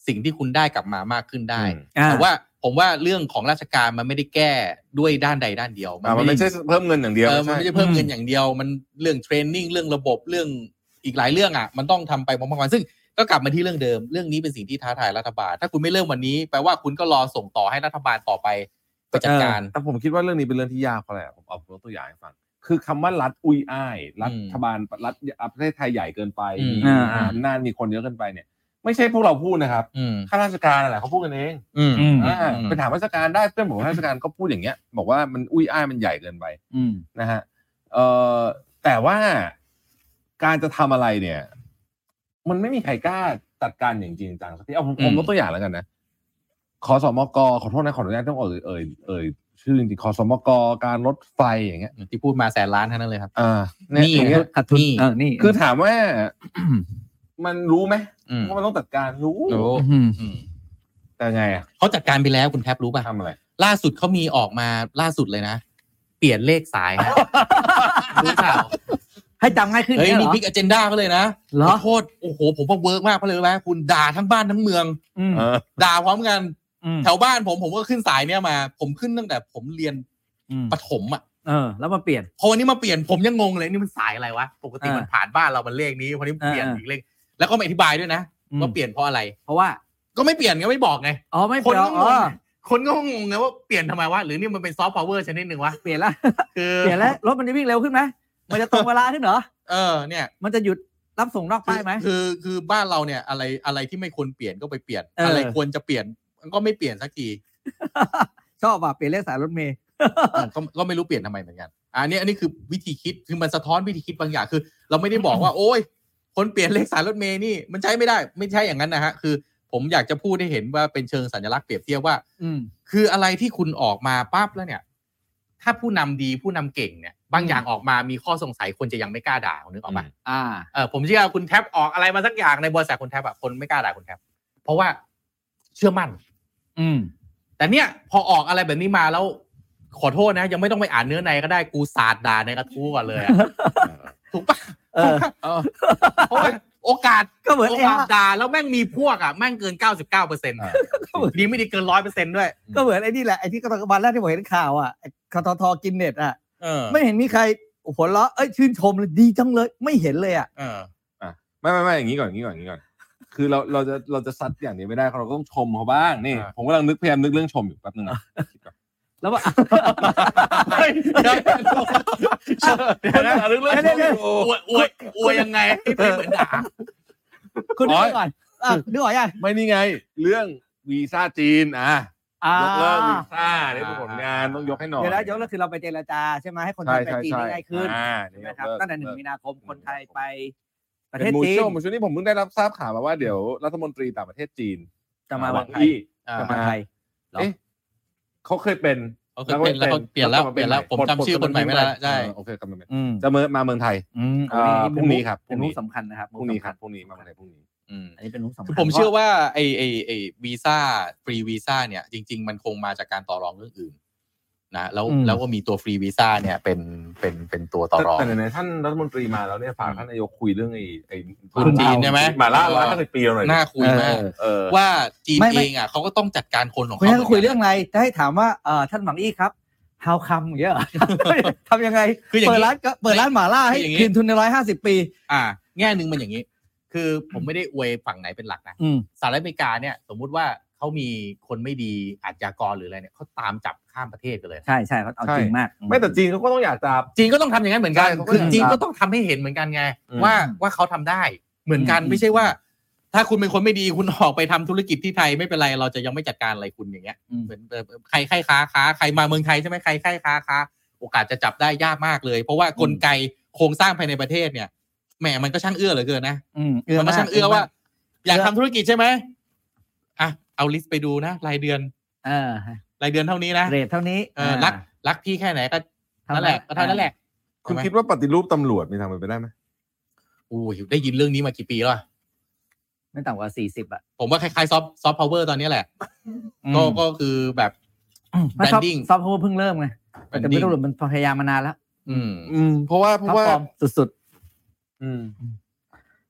A: สิ่งที่คุณได้กลับมามากขึ้นได้
D: อืม
C: อ่
A: แต่ว่าผมว่าเรื่องของราชการมันไม่ได้แก้ด้วยด้านใดด้านเดียว
D: อ่ามันไม่ใช่เพิ่มเงินอย่างเดียว
A: เออมันไม่ใช่เพิ่มเงินอย่างเดียว มันเรื่องเทรนนิ่งเรื่องระบบเรื่องอีกหลายเรื่องอ่ะ มันต้องทำไปพร้อมๆกันซึ่งก็กลับมาที่เรื่องเดิม เรื่องนี้เป็นสิ่งที่ท้าทายรัฐบาล ถ้าคุณไม่เริ่มวันนี้แปลว่าคุณก็รอส่งต่อให้รัฐบาลต่อไปไปจัดการ
D: แต่ผมคิดว่าเรื่องนี้เป็นเรื่องที่ยากเพราะอะไรผมเอายกตัวอย่างให้ฟัง คือคำว่ารัฐอุ้ยอ้าย รัฐบาลรัฐประเทศไทยใหญ่เกินไป
A: อืม
D: มีอำนาจมีคนเยอะเกินไปเนี่ย ไม่ใช่พวกเราพูดนะครับ
A: อืม
D: ข้าราชการอะไรเขาพูดกันเอง
A: อืม
C: อืม
D: อ่า
A: อืม
D: ไปถามราชการได้เพื่อนผมราชการก็พูดอย่างเงี้ย บอกว่ามันอุ้ยอ้ายมันใหญ่เกินไป
C: อืม
D: นะฮะเอ่อแต่ว่าการจะทำอะไรเนี่ย มันไม่มีใครกล้าจัดการอย่างจริงจังสักทีเอาผม
A: อืม
D: ผมยกตัวอย่างแล้วกันนะขอสมกขอโทษนะขออนุญาตต้องเอ่ยเอ่ยเอ่ยชื่อจริงๆขอสมกการรถไฟอย่างเงี้ย
A: ที่พูดมาแสนล้านทั้งนั้นเลยครับ
D: อ่าเนี่ย
A: นี่
D: อย่างเงี้ย
C: ขาดทุน
A: นี่
C: เออนี่
D: คือถามว่า มันรู้ไหม
A: อืม
D: ว่ามันต้องจัดการรู้
A: โอ้
C: อืม
A: อืม
D: แต่ไงอะ
A: เขาจัดการไปแล้วคุณแทบรู้ป่ะ
D: ทำอะไร
A: ล่าสุดเขามีออกมาล่าสุดเลยนะ เปลี่ยนเลขสาย ฮะรู้เปล่า
C: ให้จำง่ายขึ้น
A: เฮ้ย
C: เนี่ยเหร
A: นี่
C: อ
A: พิกอเจนดาเขาเลยนะ
C: เหรอ
A: ขอโทษโอ้โห ผมว่าเวิร์กมากเพราะเลยรู้ไหมคุณด่าทั้งบ้านทั้งเมือง
C: อืม
D: เออ
A: ด่าพร้อมกัน
C: อืม
A: แถวบ้านผมผมก็ขึ้นสายเนี้ยมา ผมขึ้นตั้งแต่ผมเรียน
C: อืม
A: ปฐมอ่ะ
C: เออ แล้วมาเปลี่ยน
A: พอวันนี้มาเปลี่ยนผมยังงงเลยนี่มันสายอะไรวะปกติ
C: อ่ามั
A: มันผ่านบ้านเรามันเลขนี้วันนี้เปลี่ยน
C: อ่า
A: อีกเลขแล้วก็ไม่อธิบายด้วยนะ
C: อืม
A: ว่าเปลี่ยนเพราะอะไร
C: เพราะว่า
A: ก็ไม่เปลี่ยนก็ไม่บอกไง
C: อ๋อไม่
A: ค
C: เป
A: น
C: ลี่ยน
A: ก็ง
C: อ๋อง
A: คนก็งงไงว่าเปลี่ยนทำไมวะหรือนี่มันเป็นซอฟต์พาวเวอร์ชนิดหนึ่งวะ
C: เปลี่ยนแล้ว
A: คือ
C: เปลี่ยนแล้วรถมันจะวิ่งเร็วขึ้นไหมมันจะตรงเวลาขึ้นเหรอ
A: เออเนี่ย
C: มันจะหยุดรับส่งนอก
A: คื
C: ป้าย
A: อ
C: ไหม
A: คือคือบ้านเราเนี่ยอะไรอะไรที่ไม่ควรเปลี่ยนก็ไปเปลี่ยน
C: เอออ
A: อะไรควรจะเปลี่ยนมันก็ไม่เปลี่ยนสักที
C: ชอบว่ะเปลี่ยนเลขสายรถเมย์
A: ก็ก็ไม่รู้เปลี่ยนทำไมเหมือนกันอันนี้อันนี้คือวิธีคิดคือมันสะท้อนวิธีคิดบางอย่างคือ เราไม่ได้บอกว่า โอ้ย คนเปลี่ยนเลขสายรถเมย์นี่มันใช้ไม่ได้ไม่ใช่อย่างนั้นนะฮะคือ ผมอยากจะพูดให้เห็นว่าเป็นเชิงสัญลักษณ์เปรียบเทียบว่า
C: อืม
A: คืออะไรที่คุณออกมาปั๊บแล้วเนี่ย ถ้าผู้นำดีผู้นำเก่งเนี่ยบางอย่างออกมามีข้อสงสัยคนจะยังไม่กล้าด่าคุณนึกออกปะ
C: อ่า
A: เออผมเชื่อคุณแท็บออกอะไรมาสักอย่างในบริษัทคุณแท็บอะคนไม่กล้าด่าคุณแท็บเพราะว่าเชื่อมั่น
C: อืม
A: แต่เนี่ยพอออกอะไรแบบนี้มาแล้วขอโทษนะ ยังไม่ต้องไปอ่านเนื้อในก็ได้กูสาดด่าในกระทู้ก่อนเลยอะถูกปะ
C: เออ
A: เออเพราะว่าโอกาส
C: ก็เหมือน
A: โอ
C: เอ็ม
A: กาส
C: อะ
A: ด่าแล้วแม่งมีพวกอะแม่งเกิน 99เปอร์เซ็นต์ดีไม่ดีเกินร้อยเปอร์เซ็นต์ด้วย
C: ก็เหมือนไอ้นี่แหละไอ้ที่กตะวันแรกที่ผมเห็นข่าวอ่ะไอ้คททกินเน็ตอ่ะ
A: เออ
C: ไม่เห็นมีใครหัวเราะเอ้ยชื่นชมเลยดีจังเลย ไม่เห็นเลยอ่ะ
A: เออ
D: ไม่ไม่ไม่อย่างนี้ก่อนอย่างนี้ก่อนอย่างนี้ก่อน คือเราเราจะเราจะซัดอย่างนี้ไม่ได้เราก็ต้องชมเขาบ้างนี่
A: อ่า
D: ผมกำลังนึกพยายามนึกเรื่องชมอยู่แป๊บนึงนะ
C: แล้วว่า
A: เฮ้ยเดี๋ยวเดี๋ยวนะเรื่องเรื่อง
C: เดี๋ยวเดี๋ยว
A: อวยอวยอวยยังไงให้ไม่เหมือนด่า
C: คุณนึกไว้ก่อนอ่ะนึกออกยัง
D: ไม่นี่ไง เรื่องวีซ่าจีนอ่ะ
C: อ่าย
D: กเลิกวีซ่าเนี่ยเป็นผลงานต้องยกให้หน่อย
C: เดี๋ยวแล้วยกเลิกคือเราไปเจรจาใช่ไหมให้คนไท
D: ใช่
C: ยไป
D: ใช่
C: จีน
D: ใช่
C: ได้ง่ายขึ้น
D: อ่า
C: ใช่ไหมครับตั้งแต่หนึ่งมีนาคมคนไทยไปประ
D: เป็
C: เท
D: น
C: ศ
D: มู
C: จีน
D: โชมูโชนี่ผมเพิ่งได้รับทราบข่าวมาว่าเดี๋ยวรัฐมนตรีต่างประเทศจีน
C: จะมาวันไทย
D: ที่
A: อ่า
D: ประ
C: มา
D: ณ
C: ไทย
D: เอ๊ะเขาเคยเป็น
A: เขาเคยเป็นแล้วเขาเปลี่ยนแล้วเปลี่ยนแล้วผมจำชื่อคนใหม่ไม่ได้แล้วใช่
D: เออโอเคกลับมาเป็น
C: อืม
D: จะมามาเมืองไทย
C: อืม
D: อ่าพรุ่งนี้ครับพ
C: เป็
D: รุ่
C: น
D: ง
C: มุ
D: นี้
C: กสำคัญนะครับ
D: พรุ่งนี้ครับพรุ่งนี้มาเมืองไทยพรุ่งนี้
A: อืม
C: อันนี้เป็นมุกสำคัญ
A: คือผมเชื่อว่าไอไอไอวีซ่าฟรีวีซ่าเนี่ย จริง ๆ มันคงมาจากการต่อรองเรื่องอื่นนะแล้วแล้วก็มีตัวฟรีวีซ่าเนี่ยเป็นเป็นเป็นตัวต่อรอง
D: แต่ไหนๆท่านรัฐมนตรีมาแล้วเนี่ยฝากท่านนายกคุยเรื่องไอ้ไอ้
A: ทุนจีนใช่ไหม
D: มาล่าร้านตั้งแต่ปีเราหน่อย
A: น่าคุยมาก
D: เออ
A: ว่าจีนเองอ่ะเขาก็ต้องจัดการคนของ
C: คุณ
A: เขา
C: ท่านคุยเรื่องอะไรจะให้ถามว่าเอ่อท่านหวังอี้ครับ how come อย่างเงี้ ยเหรอ ทำยังไง
A: คืออย่าง
C: เปิด
A: นี้
C: ร้านก็เปิดร้านหม่าล่าให้
A: คืออย่างนี้
C: คืนทุนในร้อยห้าสิบปี
A: อ่า แง่หนึ่งมันอย่างนี้ คือผมไม่ได้อวยฝั่งไหนเป็นหลักนะ
C: อืม
A: สหรัฐอเมริกาเนี่ยสมมุติว่าเขามีคนไม่ดีอาชญากรหรืออะไรเนี่ยเขาตามจับข้ามประเทศกันเลย
C: ใช่ใช่เขาเอาจริงมาก
D: ไม่แต่จีนเขาก็ต้องอยากจับ
A: จีนก็ต้องทำอย่างนั้นเหมือนกัน
D: ใช่เขาก็
A: คือจีน
D: ต้องจับ
A: ก็ต้องทำให้เห็นเหมือนกันไง
D: อืม
A: ว่าว่าเขาทำได้เหมือนกันไม่ใช่ว่า ถ้าคุณเป็นคนไม่ดีคุณออกไปทำธุรกิจที่ไทยไม่เป็นไรเราจะยังไม่จัดการอะไรคุณอย่างเงี้ย
C: อืม
A: เหมือนเอ่อใครใครค้าค้าใครมาเมืองไทยใช่ไหมใครใครค้าค้าโอกาสจะจับได้ยากมากเลย เพราะว่ากลไกโครงสร้างภายในประเทศเนี่ยแหมมันก็ช่างเอื้อเหลือเกินนะ
C: อืม
A: มันก็ช่างเอื้อว่า อยาก
C: เอื้อ
A: ทำธุรกิจใช่ไหมอ่ะเอาลิสต์ไปดูนะรายเดือน
C: เออ
A: รายเดือนเท่านี้นะ
C: เรทเท่านี้
A: เออรักรักพี่แค่ไหนก็นั่นแหละก็เท่านั้นแหละ
D: คุณ
A: ใช่ไหม
D: คิดว่าปฏิรูปตำรวจมีทางเป็นไปได้ไหม
A: อู้ยได้ยินเรื่องนี้มากี่ปีแล้วอะ
C: ไม่ต่ำกว่าสี่สิบอ่ะ
A: ผมว่าคล้ายๆซอฟซอฟต์พาวเวอร์ตอนนี้แหละ ก็ก็คือแบบ
C: แบรน
A: branding
C: ซอฟต์พาวเวอร์เพิ่งเริ่มไงแต่ไม่
A: branding
C: ต้องรวมมันพยายามมานานแล้ว
A: อืม
D: อืมเพราะว่าเพ
C: ท็อป
D: ราะว่า
C: ฟอร์มสุด
D: อืม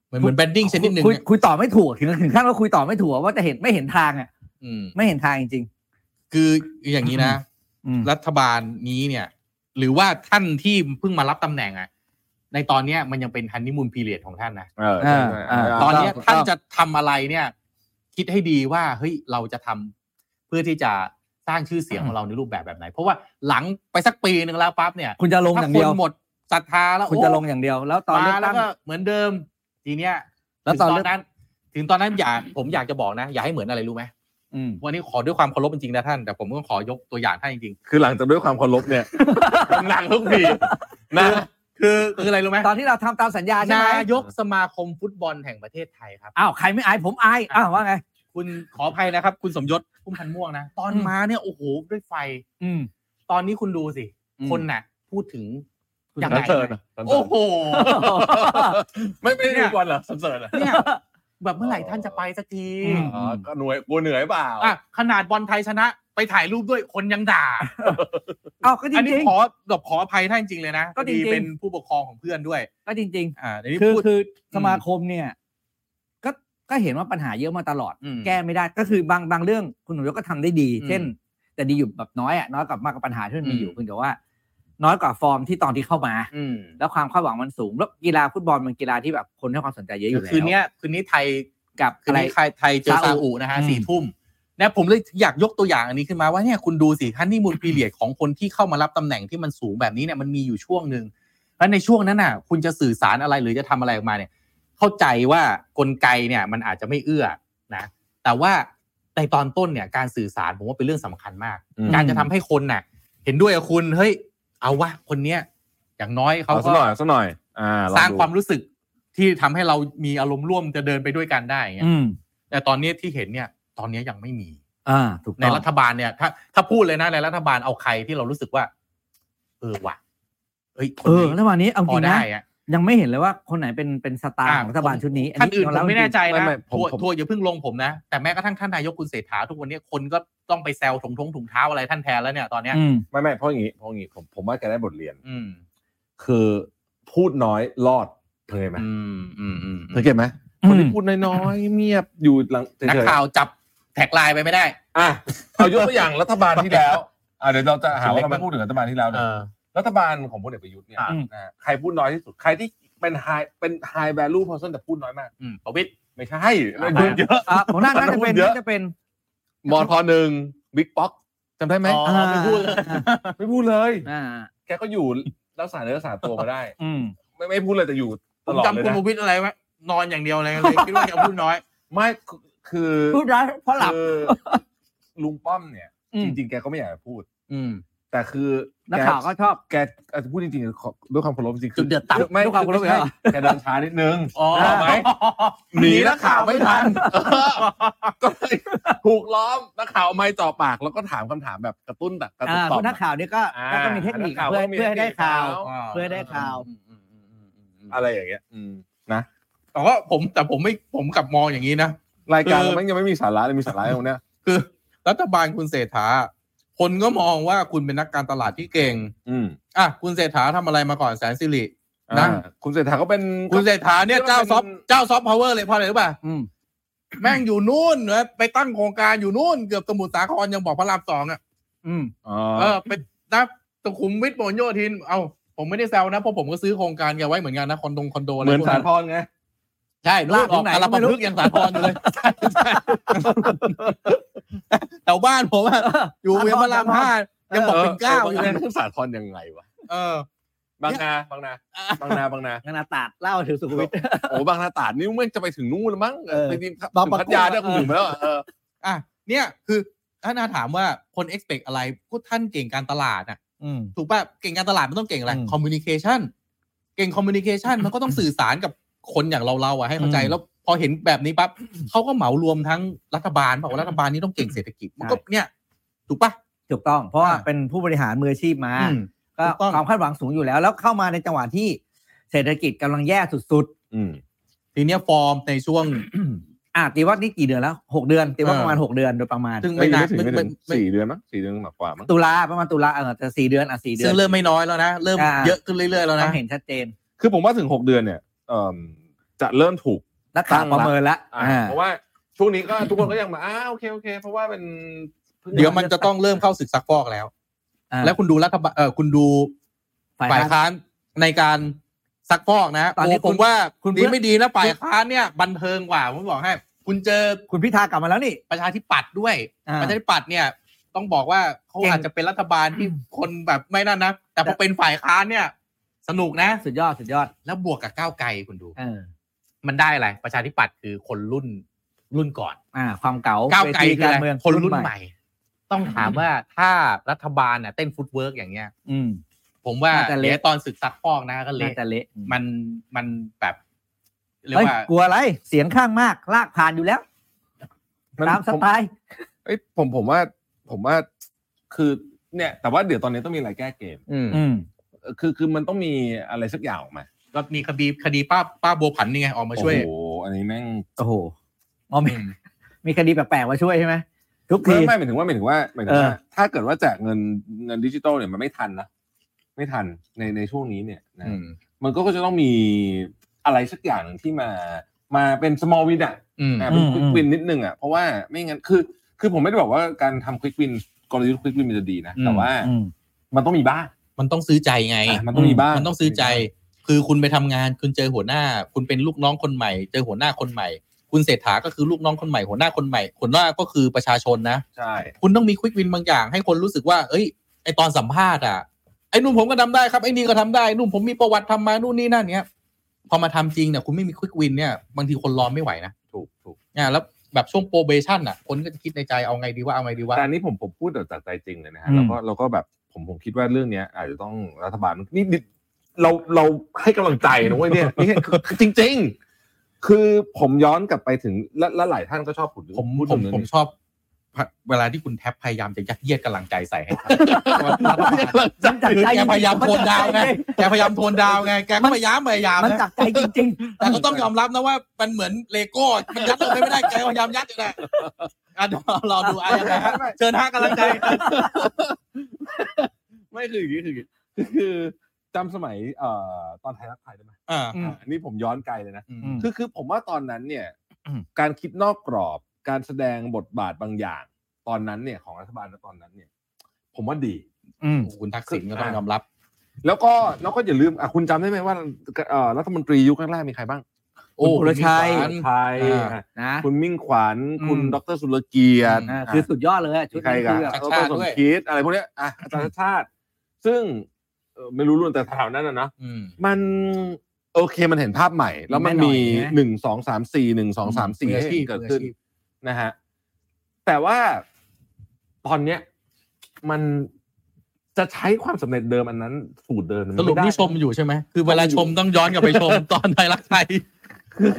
A: เหมือนเหมือนแบรนดิ้ง
C: ๆ
A: ชนิดหนึ่ง
C: คุย
A: เนี่ย
C: คุยต่อไม่ถูกถึงถึงขั้นว่าคุยต่อไม่ถูกว่าจะเห็นไม่เห็นทางอ่ะ
A: อืม
C: ไม่เห็นทางจริง
A: คืออย่างนี้นะ
C: ๆอืม
A: รัฐบาลนี้เนี่ย หรือว่าท่านที่เพิ่งมารับตำแหน่งอะในตอนเนี้ยมันยังเป็นฮันนีมูนพีเรียดของท่านนะ
D: เออใช่ใช่เ
C: า
A: ตอนเนี้ย
C: ถูกต้อง
A: ท่านจะทำอะไรเนี่ย คิดให้ดีว่าเฮ้ยเราจะทำเพื่อที่จะสร้างชื่อเสียงของเราในรูปแบบแบบไหน เพราะว่าหลังไปสักปีหนึ่งแล้วปั๊บเนี่ย
C: คุณจะลงอย่า
A: ถ้า
C: ง
A: ค
C: เดีย
A: น
C: ว
A: หมดศรัทธาแล้ว
C: คุณจะลงอย่างเดียว แล้วต
A: ต
C: อ
A: อน น
C: เลือก
A: แล้
C: ตั้
A: ว
C: ง
A: ก็เหมือนเดิม ทีเนี้ย
C: แล้วตอน
A: ถึง
C: เลือก
A: นั้น ถึงตอนนั้นอย่าผมอยากจะบอกนะ อย่าให้เหมือนอะไรรู้ไหม
C: อืม
A: วันนี้ขอด้วยความเคารพจริงๆนะท่าน แต่ผมก็ขอยกตัวอย่างท่านจริง
D: คือหลังจากด้วยความเคารพเนี่ยหนักทุกที นะ
A: ๆคือคืออะไรรู้ไหม
C: ตอนที่เราทำตามสัญญาใช่ไหม
A: นายกสมาคมฟุตบอลแห่งประเทศไทยครับ
C: อ้าวใครไม่อายผมอายอ้าวว่าไง
A: คุณขออภัยนะครับ คุณสมยศพุ่มพันธ์ม่วงนะ ตอน
C: อืม
A: มาเนี่ยโอ้โหด้วยไฟ
C: อืม
A: ตอนนี้คุณดูสิ
C: อืม
A: คนน่ะ พูดถึงอย่าง
D: สั
A: ไร
D: นเสริญเหรอสันเสริ
A: โอ้
D: ญ
A: โห
D: ไม่ไม่ได้
A: เนี่
D: ดู
A: ย
D: บอลเหรอสันเสริญเหรอ
A: เนี่ยแบบเมื่อไหร่ท่านจะไปสักที
C: อืม
D: อ๋อก็หน่วยกลัวเหนื่อยเปล่า
A: อ่ะขนาดบอลไทยชนะ ไปถ่ายรูปด้วยคนยังด่า
C: อ้าวก็จ
A: อันนี้
C: ริง
A: ขอแบบขออภัยท่านจริงเลยนะ
C: ก็จริงๆ
A: พอดีเป็นผู้ปกครองของเพื่อนด้วย
C: ๆก็จริง ๆ
A: อ่าเดี๋ยวนี้
C: คือ
A: พูด
C: คือ
A: ม
C: สมาคมเนี่ย ก็ก็ ก็เห็นว่าปัญหาเยอะมาตลอด
A: อืม
C: แก้ไม่ได้ก็คือบางบางเรื่องคุณสมยศก็ทำได้ดี
A: อืม
C: เช่น แต่ดีอยู่แบบน้อยอ่ะน้อยกว่ามากกว่าปัญหาที่มันมีอยู่
A: อืม
C: เพียงแต่ว่า น้อยกว่าฟอร์มที่ตอนที่เข้ามา
A: อืม
C: แล้วความคาดหวังมันสูงแล้วกีฬาฟุตบอลมันกีฬาที่แบบคนให้ความสนใจเยอะอยู่แล้ว
E: คืนเนี้ยคืนนี้ไทย
C: กับ
A: คื
C: อะ
A: อ
C: ไร
A: ไทยไทยเจอซาอุนะฮะ
C: อืม
A: สี่ทุ่มนะผมเลยอยากยกตัวอย่างอันนี้ขึ้นมาว่าเนี่ยคุณดูสิขั้นที่มูลพีเรียดของคนที่เข้ามารับตำแหน่งที่มันสูงแบบนี้เนี่ยมันมีอยู่ช่วงหนึ่งแล้วในช่วงนั้นน่ะ คุณจะสื่อสารอะไรหรือจะทำอะไรออกมาเนี่ย เข้าใจว่ากลไกเนี่ยมันอาจจะไม่เอื้อนะ แต่ว่าในตอนต้นเนี่ยการสื่อสารผมว่าเป็นเรื่องสำคัญมาก
D: อืม
A: การจะทำให้คนน่ะ เห็นด้วยกับคุณเฮ้ยเอาวะคนเนี้ยอย่างน้อยเขา
D: เอา
A: ก็
D: ซะหน่อยเอาซะหน่อยอ่าลอ
A: สร้าง
D: ดู
A: ความรู้สึกที่ทำให้เรามีอารมณ์ร่วมจะเดินไปด้วยกันได้อย่างเงี้ย
C: อืม
A: แต่ตอนนี้ที่เห็นเนี่ย ตอนนี้ยังไม่มี
C: อ่าถูก
A: ใน
C: ต้อง
A: รัฐบาลเนี่ย ถ้าถ้าพูดเลยนะในรัฐบาลเอาใครที่เรารู้สึกว่า เออว่ะเอ้ยคน
C: เออ
A: นี้
C: แล้ววันนี้เอาจ
A: พ
C: ริ
A: อ
C: งนะ
A: ได้อะ
C: ยังไม่เห็นเลยว่าคนไหนเป็นเป็นสตาร์
A: อ่า
C: ของรัฐบาลชุดนี้
A: ท่านอื่น
C: ย
A: ผม
C: รับ
A: ไม่แน่ใจ
D: ไม่
A: นะ
D: ไม่ผม
A: ทัวร์
D: ผม
A: ทัวร์อย่าเพิ่งลงผมนะ แต่แม้กระทั่งท่านนายกคุณเศรษฐาทุกวันนี้คนก็ต้องไปแซวถงทงถุงเท้าอะไรท่านแทนแล้วเนี่ยตอนเนี้ย
C: อืม
D: ไม่ไม่เพราะอย่างนี้เพราะอย่างนี้ผมผมว่าแกได้บทเรียน
A: อืม
D: คือพูดน้อยรอดเคยไหม
A: อืมอืมอืม
D: สังเกตไหม
C: อื
D: คน
C: ม
D: ที่พูดน้อยๆเงียบอยู่หลัง
A: นัก
D: เฉย
A: ข่าวจับแท็กไลน์ไปไม่ได้
D: ๆอ่ะเอายกตัวอย่างรัฐบาลที่แล้วอ่ะเดี๋ยวเราจะหาว่าเราไม่พูดถึงรัฐบาลที่แล้ว
A: เอ
D: นะ
A: อ
D: รัฐบาลของพลเอกประยุทธ์เนี่ย
A: อ่ะ
D: นะฮะใครพูดน้อยที่สุดใครที่เป็นไฮเป็นไฮแวลูเพอร์ซนแต่พูดน้อยมาก
A: อืมประวิตร
D: ไม่ใช่พูดเยอะ
C: อ่ะผมน่าน่าจะเป็น
D: เยอะ
C: น่าจะเป็น
D: มอทอหนึ่งบิ๊กป๊อกจำได้ไหม
A: อ๋อไม่พูดเลย
D: ไม่พูดเลย
C: อ่า
D: แกก็อยู่รักษาเนื้อรักษาตัวมาได้
C: อืม
D: ไม่ไม่พูดเลยแต่อยู่
A: ผ
D: ต
A: ม
D: ลอด
A: จำ
D: เลยนะ
A: คุณประวิตรอะไรไว้นอนอย่างเดียวเลยเลยคิดว่าจะพูดน้อย
D: ไม่คือคือ
C: พูดร้ายเพราะหลับ
D: คือลุงป้อมเนี่ย
C: อืม
D: จริงๆ แกก็ไม่อยากจะพูด
A: อืม
D: แต่คือ
C: นักข่าวก็ชอบ
D: แกอาจจะพูดจริงๆขอด้วยความเคารพจริงๆ
A: จุดเดือดต่ำ
D: ไม่
C: ด้วยความเคารพ
D: ไใช่
C: เหรอ
D: แกเดินช้านิดนึง
A: อ๋อ
D: นึกกไหมหนีนักข่าวไม่ทันเออก็เลยถูกล้อมนักข่าวเอาไม่จ่อปากแล้วก็ถามคำถามแบบกระตุ้นแบบกระตุ้น
C: อ่า
D: ตอบ
C: คุณนักข่าวนี่ก็
D: อ่า
C: ก็ต้องมีเทคนิค
D: นักข่าว
C: เพื่อ
D: ก็มี
C: เพื่อให้ได้
D: เทคนิค
C: ข่าว
D: เขา
C: เพื่อได้ข่าว
A: อืมอืมอืมอืมอืม
D: อะไรอย่างเงี้ย อืมนะ
A: แต่ว่าผมแต่ผมไม่ผมกลับมองอย่างนี้นะ
D: รายการ
A: คือ
D: เราแม่งยังไม่มีสาระเลยมีสาระตรงเนี้ย
A: คือ รัฐบาลคุณเศรษฐา คนก็มองว่าคุณเป็นนักการตลาดที่เก่ง
D: อืม
A: อ่ะคุณเศรษฐาทำอะไรมาก่อนแสนสิริ นะ
D: อ่าคุณเศรษฐาก็เป็น
A: คุณเศรษฐาเนี่ยเจ้าซอฟต์เจ้าซอฟต์พาวเวอร์เลยเพราะอะไรรู้ป่ะ
C: อืม
A: แม่งอยู่นู่นนะไปตั้งโครงการอยู่นู่นเกือบสมุทรสาครยังบอกพระรามสองอ่ะ
C: อืม
D: อ๋อ
A: เออเป็นนะสุขุมวิทผลโยธิน เอาผมไม่ได้แซวนะเพราะผมก็ซื้อโครงการแกไว้เหมือนกันนะคอนโดงคอนโดอะไร
D: เหมือน
A: พวก
D: สา
A: นั้น
D: พรไง
A: ใช่ลากออ
C: ลากถึ
A: ก
C: งไหน
A: อาร
C: ก็ไม่
A: ม
C: รู้
A: ณ์พึกษ์ยังสาพรอยู่ เลยใช่ใช่แต่บ้านผมอะอยู่เวียนพระรามห้ายังบอกเป็นเก้าอยู่เลย
D: เรื่องสาทรยังไงวะ
A: เออ
D: บางนาบางนาบางนาบางนา
C: ขนาดตาดเล่าถึงสุขุมวิท
D: โอ้บางนาตราดนี่มึงจะไปถึงนู่นแล้วมั้ง
C: เออ
D: ไปถึงพัท
C: บางปะกง
D: พัทยาเนี่ยคุณถึงไปแล้วอะเออ
A: อ่ะเนี่ยคือถ้านาถามว่าคน expect อะไรก็ท่านเก่งการตลาดอ่ะ
C: อืม
A: ถูกป่ะเก่งการตลาดมันต้องเก่งอะไร
C: อืม
A: คอมมิวนิเคชันเก่งคอมมิวนิเคชันมันก็ต้องสื่อสารกับคนอย่างเราเราๆอ่ะให้เข้าใจ
C: อืม
A: แล้วพอเห็นแบบนี้ปั๊บเขาก็เหมารวมทั้งรัฐบาลบอกว่ารัฐบาลนี้ต้องเก่งเศรษฐกิจมันก็
C: ใช่
A: เนี่ย ถูกป่ะ
C: ถูกต้อง เพราะว่า
A: อ่า
C: เป็นผู้บริหารมืออาชีพมา
A: อืม
C: ก็
A: ถูกต้อง
C: ความคาดหวังสูงอยู่แล้ว แล้วเข้ามาในจังหวะที่เศรษฐกิจกำลังแย่สุด
D: อืม
A: ทีเนี้ยฟอร์มในช่วง
C: ๆ อ่ะตีว่านี่กี่เดือนแล้วหกเดือนตีว่า
A: เออ
C: ประมาณหกเดือนโดยประมาณ
A: ซึ่ง
D: ไม่
A: ไม่นาน
D: ถึง
A: ไม่
D: ไม่
A: ไม่
D: ถึง
A: ไม่
D: สี่เดือนมั้งสี่เดือนกว่ามั้ง
C: ตุลาประมาณตุลาเออแต่สี่เดือนอ่ะสี่เดือ
A: ซึ่
C: น
A: งเริ่มไม่น้อยแล้วนะ เริ่ม
C: อ่า
A: เยอะขึ้นเรื่อยๆแล้ว
C: ต้อ
A: นะ
C: งเห็นชัดเจน
D: คือผมว่าถึงหกเดือนเนี่ยเอิ่มจะเริ่มถูก
C: นักข่าว
D: ตั้งละ
C: ประเมินละ
D: อ่ะ
C: อ่า
D: เพราะว่าช่วงนี้ก็ทุกคนก็ยังมาอ้าวโอเคโอเค เพราะว่าเป็นพิ่ง
A: เดี๋ยวมันจะต้องเริ่มเข้าศึกซักฟอกแล้ว
C: อ่า
A: แล้วคุณดูรัฐบาลเออคุณดู
C: ฝ่าย
A: ฝ่าย
C: ค้าน
A: ค้านในการซักฟอกนะ
C: ตอนนี้
A: โผม
C: คุณ
A: ว่า
C: คุณเพื่อน
A: ดีไม่ดีนะฝ่ายค้านเนี่ยบันเทิงกว่าผมบอกให้ คุณเจอ
C: คุณพิธากลับมาแล้วนี่
A: ประชาธิปัตย์ด้วย
C: อ่า
A: ประชาธิปัตย์เนี่ย ต้องบอกว่าเขา
C: เก่ง
A: อาจจะเป็นรัฐบาลที่คนแบบไม่นั่นนะ แต่พอเป็นฝ่ายค้านเนี่ย สนุกนะ
C: สุดยอดสุดยอด
A: แล้วบวกกับก้าวไกลคุณดู
C: เออ
A: มันได้อะไร ประชาธิปัตย์คือคนรุ่นรุ่นก่อน
C: อ่า ความเก่า
A: ก้าวไกล
C: เวที
A: คือ
C: การ
A: อะไร
C: เมือง
A: คนรุ่นใหม่ ต้องถามว่าถ้ารัฐบาลน่ะเต้นฟุตเวิร์กอย่างเงี้ย
C: อืม
A: ผมว่า
C: น่าจะเละ
A: เละตอนศึกซักฟอกนะก็
C: น่า
A: เละ
C: จะเละ
A: มันมันแบบเรียก
C: เฮ้ย
A: ว่าก
C: ลัวอะไร เสียงข้างมากลากผ่านอยู่แล้ว
D: มัน
C: ตามส
D: ผม
C: ไตล์
D: เอ้ยผมผมว่าผมว่าคือเนี่ย แต่ว่าเดี๋ยวตอนนี้ต้องมีอะไรแก้เกม
A: อืม
C: อืม
D: เออคือคือมันต้องมีอะไรสักอย่างออกมา
A: ก็มีคดีคดีป้าป้าบัวผันนี่ไงออกมาช่วย
D: โอ้โหอันนี้แม่ง
C: โอ้โหอ๋อมี
A: อืม
C: มีคดีแปลกๆมาช่วยใช่ไหม ทุกที
D: ไม่ไม่หมายถึงว่าหมายถึงว่าหมายถึงว่า
C: เออ
D: ถ้าเกิดว่าแจกเงินเงินดิจิตอลเนี่ยมันไม่ทันนะไม่ทันในในช่วงนี้เนี่ยนะมันก็จะต้องมีอะไรสักอย่างที่มา มาเป็น small win อ่ะ
A: อืม
D: อ่าเป็น
C: อืม
D: quick
C: อืม
D: win นิดนึงอ่ะเพราะว่าไม่งั้นคือ คือผมไม่ได้บอกว่าการทำ quick win กลยุทธ์ quick win มันจะดีนะ
A: อืม
D: แต่ว่า
C: อืม
D: มันต้องมีบ้าง
A: มันต้องซื้อใจไง
D: อ่ะมันต้องมีบ้าง
A: มันต้องซื้อใจ คือคุณไปทำงาน คุณเจอหัวหน้า คุณเป็นลูกน้องคนใหม่ เจอหัวหน้าคนใหม่ คุณเศรษฐาก็คือลูกน้องคนใหม่ หัวหน้าคนใหม่ หัวหน้าก็คือประชาชนนะ
D: ใช่
A: คุณต้องมีควิกวินบางอย่าง ให้คนรู้สึกว่า เอ้ย ไอตอนสัมภาษณ์อ่ะ ไอ้นุ่มผมก็ทำได้ครับ ไอ้นี่ก็ทำได้ นุ่มผมมีประวัติทำมา นู่นนี่นั่นเนี้ย พอมาทำจริงเนี่ยคุณไม่มีควิกวินเนี่ย บางทีคนรอไม่ไหวนะ
D: ถูกถูก
A: เนี่ยแล้วแบบช่วงโปรเบชั่นอ่ะ คนก็จะคิดในใจเอาไงดีว่า เอาไงดีว่า
D: แต่อันนี้ผมผมพูดจากใจจริงเลยนะฮะ
C: อืม
D: แล้วก็เราก็แบบผมผมคิดว่าเรื่องเนี้ย อาจจะต้องรัฐบาลนี่นี่เราเราให้กำลังใจนะเว้ย เนี่ยนี่คือคือจริง ๆ คือผมย้อนกลับไปถึงและและหลายท่านก็ชอบพูด
A: ผม
D: พูด
A: ผ
D: ถึ
A: ม
D: งเรื่อง
A: ผม
D: นี้
A: ชอบ เวลาที่คุณแท็บพยายามจะยัดเยียดกำลังใจใส่ให้
C: มันจากใจ
A: แกพยายามโทนดาวน์ไงแกพยายามโทนดาวน์ไงแกก็พยายามพยายาม
C: มัน
A: นะ
C: จากใจจริงๆ
A: แต่ก็ต้องยอมรับนะว่ามันเหมือนเลโก้มันยัดลงไปไม่ได้แกพยายามยัดอยู่นะอ่ะเดี๋ยวรอดูอะไรนะฮะเชิญฮะกำลังใจ
D: ไม่คืออย่างนี้คืออย่างนี้คือจำสมัยเอ่อตอนไทยรักไทยได้ไหม
A: อ่า
C: อืม
D: อันนี้ผมย้อนไกลเลยนะ
A: อืม
C: ม
D: คือคือผมว่าตอนนั้นเนี่ย
C: อืม
D: การคิดนอกกรอบการแสดงบทบาทบางอย่าง ตอนนั้นเนี่ยของรัฐบาลณตอนนั้นเนี่ย ผมว่าดี
C: อืม
A: คุณทักษิณก็ต้องยอมรับ
D: แล้วก็แล้วก็อย่าลืมอ่ะคุณจำได้ไหมว่าเอ่อรัฐมนตรียุคแรกๆมีใครบ้าง
A: โอ้
C: คุณพลชัย
D: คุณ
A: คุณวิสาร
D: ชัย
A: อ่า
D: อ่ะ
C: นะ
D: คุณมิ่งขวัญ
C: อืม
D: คุณดรสุรเกียรติ
C: อ่า
D: อ่ะ
C: คือสุดยอดเลยอะชุด
D: ใคร
C: นี้
D: กับ
C: คือแบบ
A: ชาติ
D: ดส
A: ชาร ติ
D: ม
A: ด้วย
D: คิดอะไรพวกเนี้ยอ่ะอาจารย์ชาติชาติ ซึ่งเอ่อไม่รู้รุ่นแต่แถวนั้นนะนะ
A: อืม
D: มันโอเคมันเห็นภาพใหม่ แล้วมันมีหนึ่งสองสามสี่หนึ่งสองสามสี่
A: มืออา
D: ให้
A: ชีพ
D: เกิดขึ้น
A: มืออาชีพ
D: นะฮะแต่ว่าตอนเนี้ยมันจะใช้ความสำเร็จเดิมอันนั้น สูตรเดิมมั
A: สรุป
D: ไได้
A: นี่ชมอยู่ใช่ไหมคือเวลาชมต้องย้อนกลับไปชม ตอนไทยรักไทย
D: คือ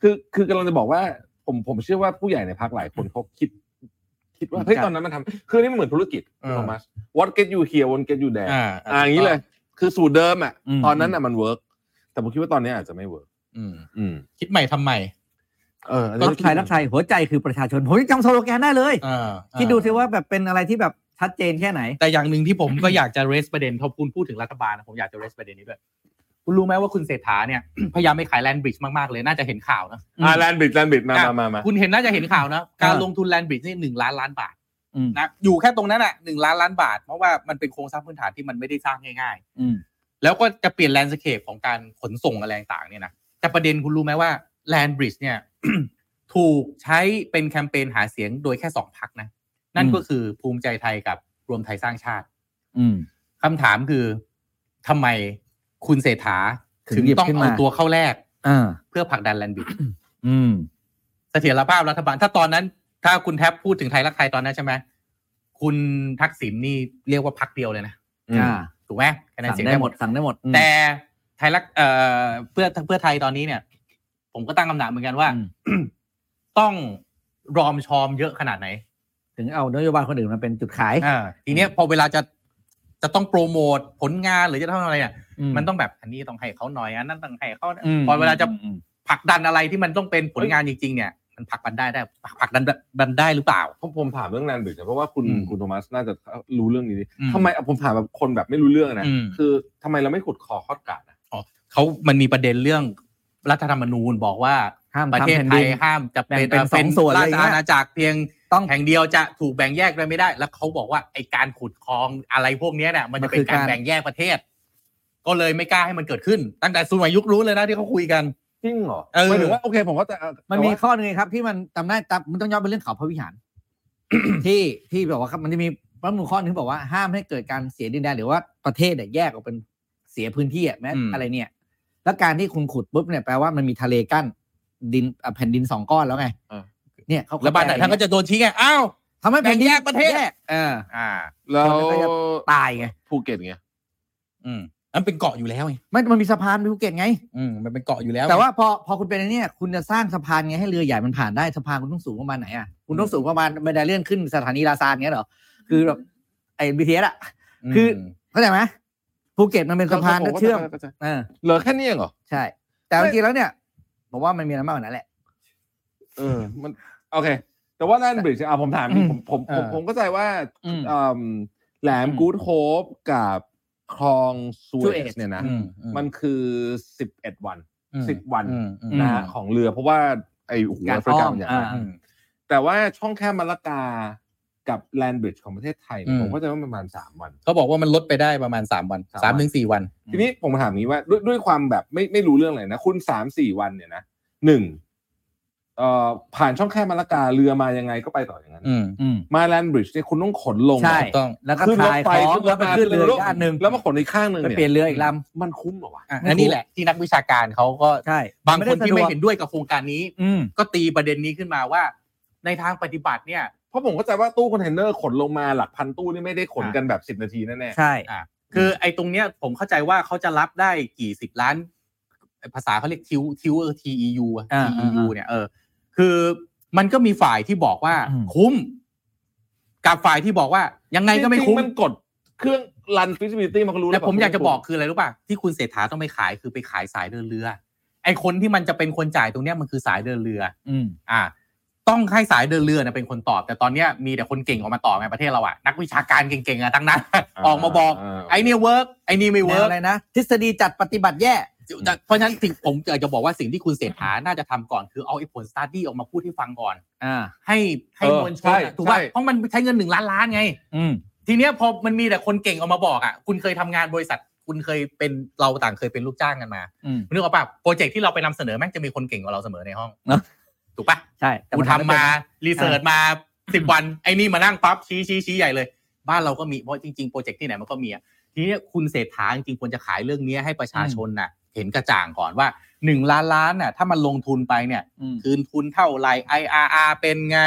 D: คือคือคือคือกำลังจะบอกว่า ผมผมเชื่อว่าผู้ใหญ่ในพักหลายคนเขาคิด คิดว่าเฮ้ยตอนนั้นมันทำคือนี่มันเหมือนธุรกิจ
A: เออ
D: โทมัส what get you here what get you there
A: อ่า
D: อ่าอย่างนี้เลย คือสูตรเดิมอ่ะ
C: อืม
D: ตอนนั้นอ่ะมันเวิร์กแต่ผมคิดว่าตอนเนี้ยอาจจะไม่เวิร์ก
A: อืม
D: อืม
A: คิดใหม่ทำใหม่
D: เอออัน
C: ก็
D: นี้
C: ไทยรักไทยหัวใจคือประชาชนผมยังจำสโลแกนได้เลย
A: อ่า
C: คิดดูสิว่าแบบเป็นอะไรที่แบบชัดเจนแค่ไหน
A: แต่อย่างหนึ่งที่ผมก็อยากจะ raise ประเด็นพอคุณพูดถึงรัฐบาลนะผมอยากจะ raise ประเด็นนี้ด้วย คุณรู้ไหมว่าคุณเศรษฐาเนี่ย พยายามไม่ขายแลนด์บริดจ์มาก ๆ เลย น่าจะเห็นข่าวนะ
D: อ่าแลนบิดแลนบิดมา
A: อ่ะ
D: มามามา
A: คุณเห็นน่าจะเห็นข่าวนะ การ
C: อ่า
A: ลงทุนแลนด์บริดจ์นี่หนึ่งล้านล้านบาท
C: อืม
A: นะอยู่แค่ตรงนั้นอ่ะหนึ่งล้านล้านบาท เพราะว่ามันเป็นโครงสร้างพื้นฐานที่มันไม่ได้สร้างง่าย
C: อืม
A: ๆ แล้วก็จะเปลี่ยนแลนด์สเคปของการขนส่งอะไรต่างๆเนี่ยนะแต่ประเด็นคุณรู้ไหมว่าแลนด์บริดจ์เนี่ย ถูกใช้เป็นแคมเปญหาเสียงโดยแค่สองพักนะนั่นก็คือภูมิใจไทยกับรวมไทยสร้างชาติ
C: อืม
A: คำถามคือทำไมคุณเศรษฐา
C: ถึ
A: ถึ
C: ง
A: ง
C: หยิบ
A: ต้อง
C: ขึ้นมา
A: เอาตัวเข้าแรก
C: อ่า
A: เพื่อผลักดันแลนด์บิด
C: อืม
A: เสถียรภาพรัฐบาล ถ้าตอนนั้น ถ้าคุณแท็บพูดถึงไทยรักไทยตอนนั้นใช่ไหมคุณทักษิณนี่เรียกว่าพักเดียวเลยนะ
C: อ่า
A: ถูกไหมคะแนน
C: สั่ง
A: เสียง
C: ได้
A: ได้
C: ห
A: ห
C: ม
A: ม
C: ด
A: ด
C: สั่งได้หมดอืม
A: แต่ไทยรักเอ่อเพื่อเพื่อไทยตอนนี้เนี่ย ผมก็ตั้งคำถามเหมือนกันว่า
C: อืม
A: ต้องรอมชอมเยอะขนาดไหน
C: ถึงเอานโยบายคนอื่นมาเป็นจุดขาย
A: อ่า ทีเนี้ยพอเวลาจะจะต้องโปรโมทผลงานหรือจะทำอะไรเนี่ย มันต้องแบบอันนี้ต้องให้เขาหน่อยอันนั้นต้องให้เขา
C: ม
A: พอเวลาจะ
C: อืม
A: ผลักดันอะไรที่มันต้องเป็นผลงานจริง ๆ เนี่ย มันผลักดันได้ได้ผลักดันดันได้หรือเปล่า
D: ผมผมถามเรื่องแลนบิดนะเพราะว่าคุณ
A: อืม
D: คุณโทมัสน่าจะรู้เรื่องนี้ดี
A: อืม
D: ทำไมอ่ะผมถามแบบคนแบบไม่รู้เรื่องนะ
A: อืม
D: คือทำไมเราไม่ขุดคอคอดกาดนะ
A: เขามันมีประเด็นเรื่องรัฐธรรมนูญบอกว่า
C: ห้าม
A: ประเทศ
C: ทำแผ่น
A: ไท
C: ดิ
A: ย
C: น
A: ห้ามจะเป็น
C: แบ่งเป็น
A: อ่
C: สอ
A: อ
C: งส่วน
A: รา
C: อะไรอ
A: ช
C: ย่างเงี้
A: อาย ณาจักรเพียง
C: ต้อง
A: แห่งเดียวจะถูกแบ่งแยกได้ไม่ได้ แล้วเขาบอกว่าไอการขุดคลองอะไรพวกเนี้ยเนี่ยมันจะเป็
C: มัน
A: น
C: คือ
A: การ
C: การ
A: แบ่งแยกประเทศ ก็เลยไม่กล้าให้มันเกิดขึ้น ตั้งแต่สมัยยุครู้นเลยนะที่เขาคุยกัน
D: จริงเหรอ
A: เออ
D: หมายถึงว่าโอเคผมก็จะ
C: มันมีข้อหนึงไงครับ ที่มันจำได้จำมันต้องย้อนไปเรื่องเขาพระวิ หาร ที่ที่บอกว่าครับมันจะมีรัฐธรรมนูญข้อหนึงที่บอกว่าห้ามให้เกิดการเสียดินแดนหรือว่าประเทศเนี่ยแยกออกเป็นเสียพื้นที่อะแม้
A: อืม
C: อะไรเนี่ย แล้วการที่คุณขุดปุ๊บเนี่ยแปลว่ามันมีทะเลกั้นดินอ่ะแผ่นดินสองก้อนแล้วไงเนี่ยเขา
A: แล้วบ้านไหนท่านก็จะโดนชี้ไงอ้าว
C: ทำให้แผ่นดิน
A: แบ่งแยกประเทศ
C: แยกเออ
A: อ่า
D: แล้ว
C: คนมันก็จะ ตายไง
D: ภูเก็ตไง
A: อืมอันเป็นเกาะอยู่แล้วไง
C: ไม่มันมีสะพานภูเก็ตไง
A: อืมมันเป็นเกาะอยู่แล้ว
C: แต่ว่าพอพอคุณเป็นอันเนี่ยคุณจะสร้างสะพานไงให้เรือใหญ่มันผ่านได้สะพานคุณต้องสูงประมาณไหนอ่ะคุณต้องสูงประมาณบันไดเลื่อนขึ้นสถานีลาซานเงี้ยเหรอคือแบบไอ้บีทีเอสอ่ะ คือ เข้าใจไหมภูเก็ตมันเป็นสะพาน
D: ก็ผ
C: เชื่อม
D: ก็จะ
C: เออ
D: เหลือแค่นี้เองเหรอ
C: ใช่ แต่จริงๆแล้วเนี่ยผมว่ามันมีอะไรมากกว่านั้นแหละ
D: เออมันโอเค แต่ว่าแลนบิดอ่ะผมถามนี่
C: อืม
D: ผมผมผ
A: เออ
D: มผมก็ใจว่า
C: อืม
D: อืมแหลม
C: อืม
D: กูดโฮปกับคลองซูเอ
C: Suez
D: สเนี่ยนะ
A: อืม
D: มันคือสิบเอ็ดวัน
A: อืม
D: สิบวัน
A: อืมอืม
D: นะฮะของเรือเพราะว่าไอ้หัว
C: การ
D: แอฟริกา
C: อ้อม
D: มันใหญ่
C: อ่า
D: มาก
A: อืม
D: แต่ว่าช่องแคบมะละกากับแลนบริดจ์ของประเทศไทยเนี่ย
A: อืม
D: ผมก็จะว่าประมาณสามวัน
A: เขาบอกว่ามันลดไปได้ประมาณสามวัน
D: สามวัน
A: สามถึงสี่วัน
D: ทีนี้ผมถามนี้ว่าด้วยด้วยความแบบไม่ไม่รู้เรื่องเลยนะ คุณสามสี่วันเนี่ยนะหนึ่งเอ่อผ่านช่องแคบมะละกาเรือมายังไงก็ไปต่ออย่างนั้น
A: อืม
C: อืม
D: มาแลนบริดจ์เนี่ยคุณต้องขนลง
C: ใช่
A: ถูกต้อง
C: แล้วก็
D: ขึ้นรถ
C: ขาย
D: ไฟ
C: ของ
D: ขึ้นร
C: แล้ว
D: ถ
C: ไป
D: มา
C: ขึ้นเรือ
D: ขึ้
C: อีกอันหนึ่ง
D: แล้วมาขนอีกข้างหนึ่ง
C: ไป
D: เนี่ย
C: เปลี่ยนเรืออีกล
D: มันคุ้มเหรอวะ
A: อ่ะอันนี้แหละที่นักวิชาการเขาก็
C: ใช่
A: บางคนที่
C: ไม่ได้สะดวก
A: ไม่เห็นด้วยกับโครงการนี้
C: ำอืม
A: ก็ตีประเด็นนี้ขึ้นมาว่า ในทางปฏิบัติเนี่ย
D: เพราะผมเข้าใจว่าตู้คอนเทนเนอร์ขนลงมาหลักพันตู้นี่ไม่ได้ขนกันแบบสิบ10 นาทีแน่
C: ใช่
A: คือไอ้ตรงเนี้ยผมเข้าใจว่าเขาจะรับได้กี่สิบล้านภาษาเขาเรียกทิวทิวเออ TEU อะ
C: อ่า
A: TEU
C: อ่า
A: เนี่ยเออคือมันก็มีฝ่ายที่บอกว่า
C: อืม
A: คุ้ม กับฝ่ายที่บอกว่า ยั
D: ๆ
A: งไงก็ไม่
D: จริงๆ
A: คุ้ม
D: มันกดเครื่องรันฟิสิบิลิตี้มันก็รู้
A: แต่
D: แล้ว
A: ผมอยากจะบอกคืออะไรรู้ป่ะที่คุณเศรษฐาต้องไปขายคือไปขายสายเดินเรือ ไอ้คนที่มันจะเป็นคนจ่ายตรงเนี้ยมันคือสายเดินเรือ
C: อืม
A: อ่า ต้องให้สายเดินเรือนะเป็นคนตอบ แต่ตอนเนี้ยมีแต่คนเก่งออกมาตอบไงประเทศเราอะนักวิชาการเก่งๆอะทั้งนั้น ออกมาบอก ไอ้เนี่ยเวิร์กไอ้นี่ไม่
C: แน
A: เวิ
C: ว
A: ร์ก
C: อะไรนะ ทฤษฎีจัดปฏิบัติแย่
A: แต่เพราะฉะนั้นสิ่งผมอยากจะบอกว่าสิ่งที่คุณเศรษฐาน่าจะทำก่อนคือเอาไอ้ผลสตาร์ดี้ออกมาพูดให้ฟังก่อน
C: อ่า
A: ให้ให้
D: เออ
A: มวลช
D: ใช่
A: นอะถูกป่ะ
D: ใช่
A: เพราะมันใช้เงินหนึ่งล้านล้านไง
C: อืม
A: ทีเนี้ยพอมันมีแต่คนเก่งออกมาบอกอ่ะคุณเคยทำงานบริษัท คุณเคยเป็นเราต่างเคยเป็นลูกจ้างกันมา
C: อืม
A: นึกออกป่ะโปรเจกต์ที่เราไปนำเสนอแม่งจะมีคนเก่งกว่าเราเสมอในห้อง
C: เนอะ
A: ถูกป่ะ
C: ใช่
A: กูทำมารีเสิร์ช
C: อ่ะ
A: มาสิบวันไอ้นี่มานั่งปั๊บชี้ชี้ชี้ใหญ่เลย บ้านเราก็มีเพราะจริงๆโปรเจกต์ที่ไหนมันก็มีอะทีเนี้ยคุณเศรษฐาจริงๆควรจะขายเรื่องเนี้ยให้ประชาชนน่ะ เห็นกระจ่างก่อนว่าหนึ่งล้านล้านน่ะถ้ามันลงทุนไปเนี่ย
C: อืม
A: คืนทุนเท่าไหร่ IRR เป็นไง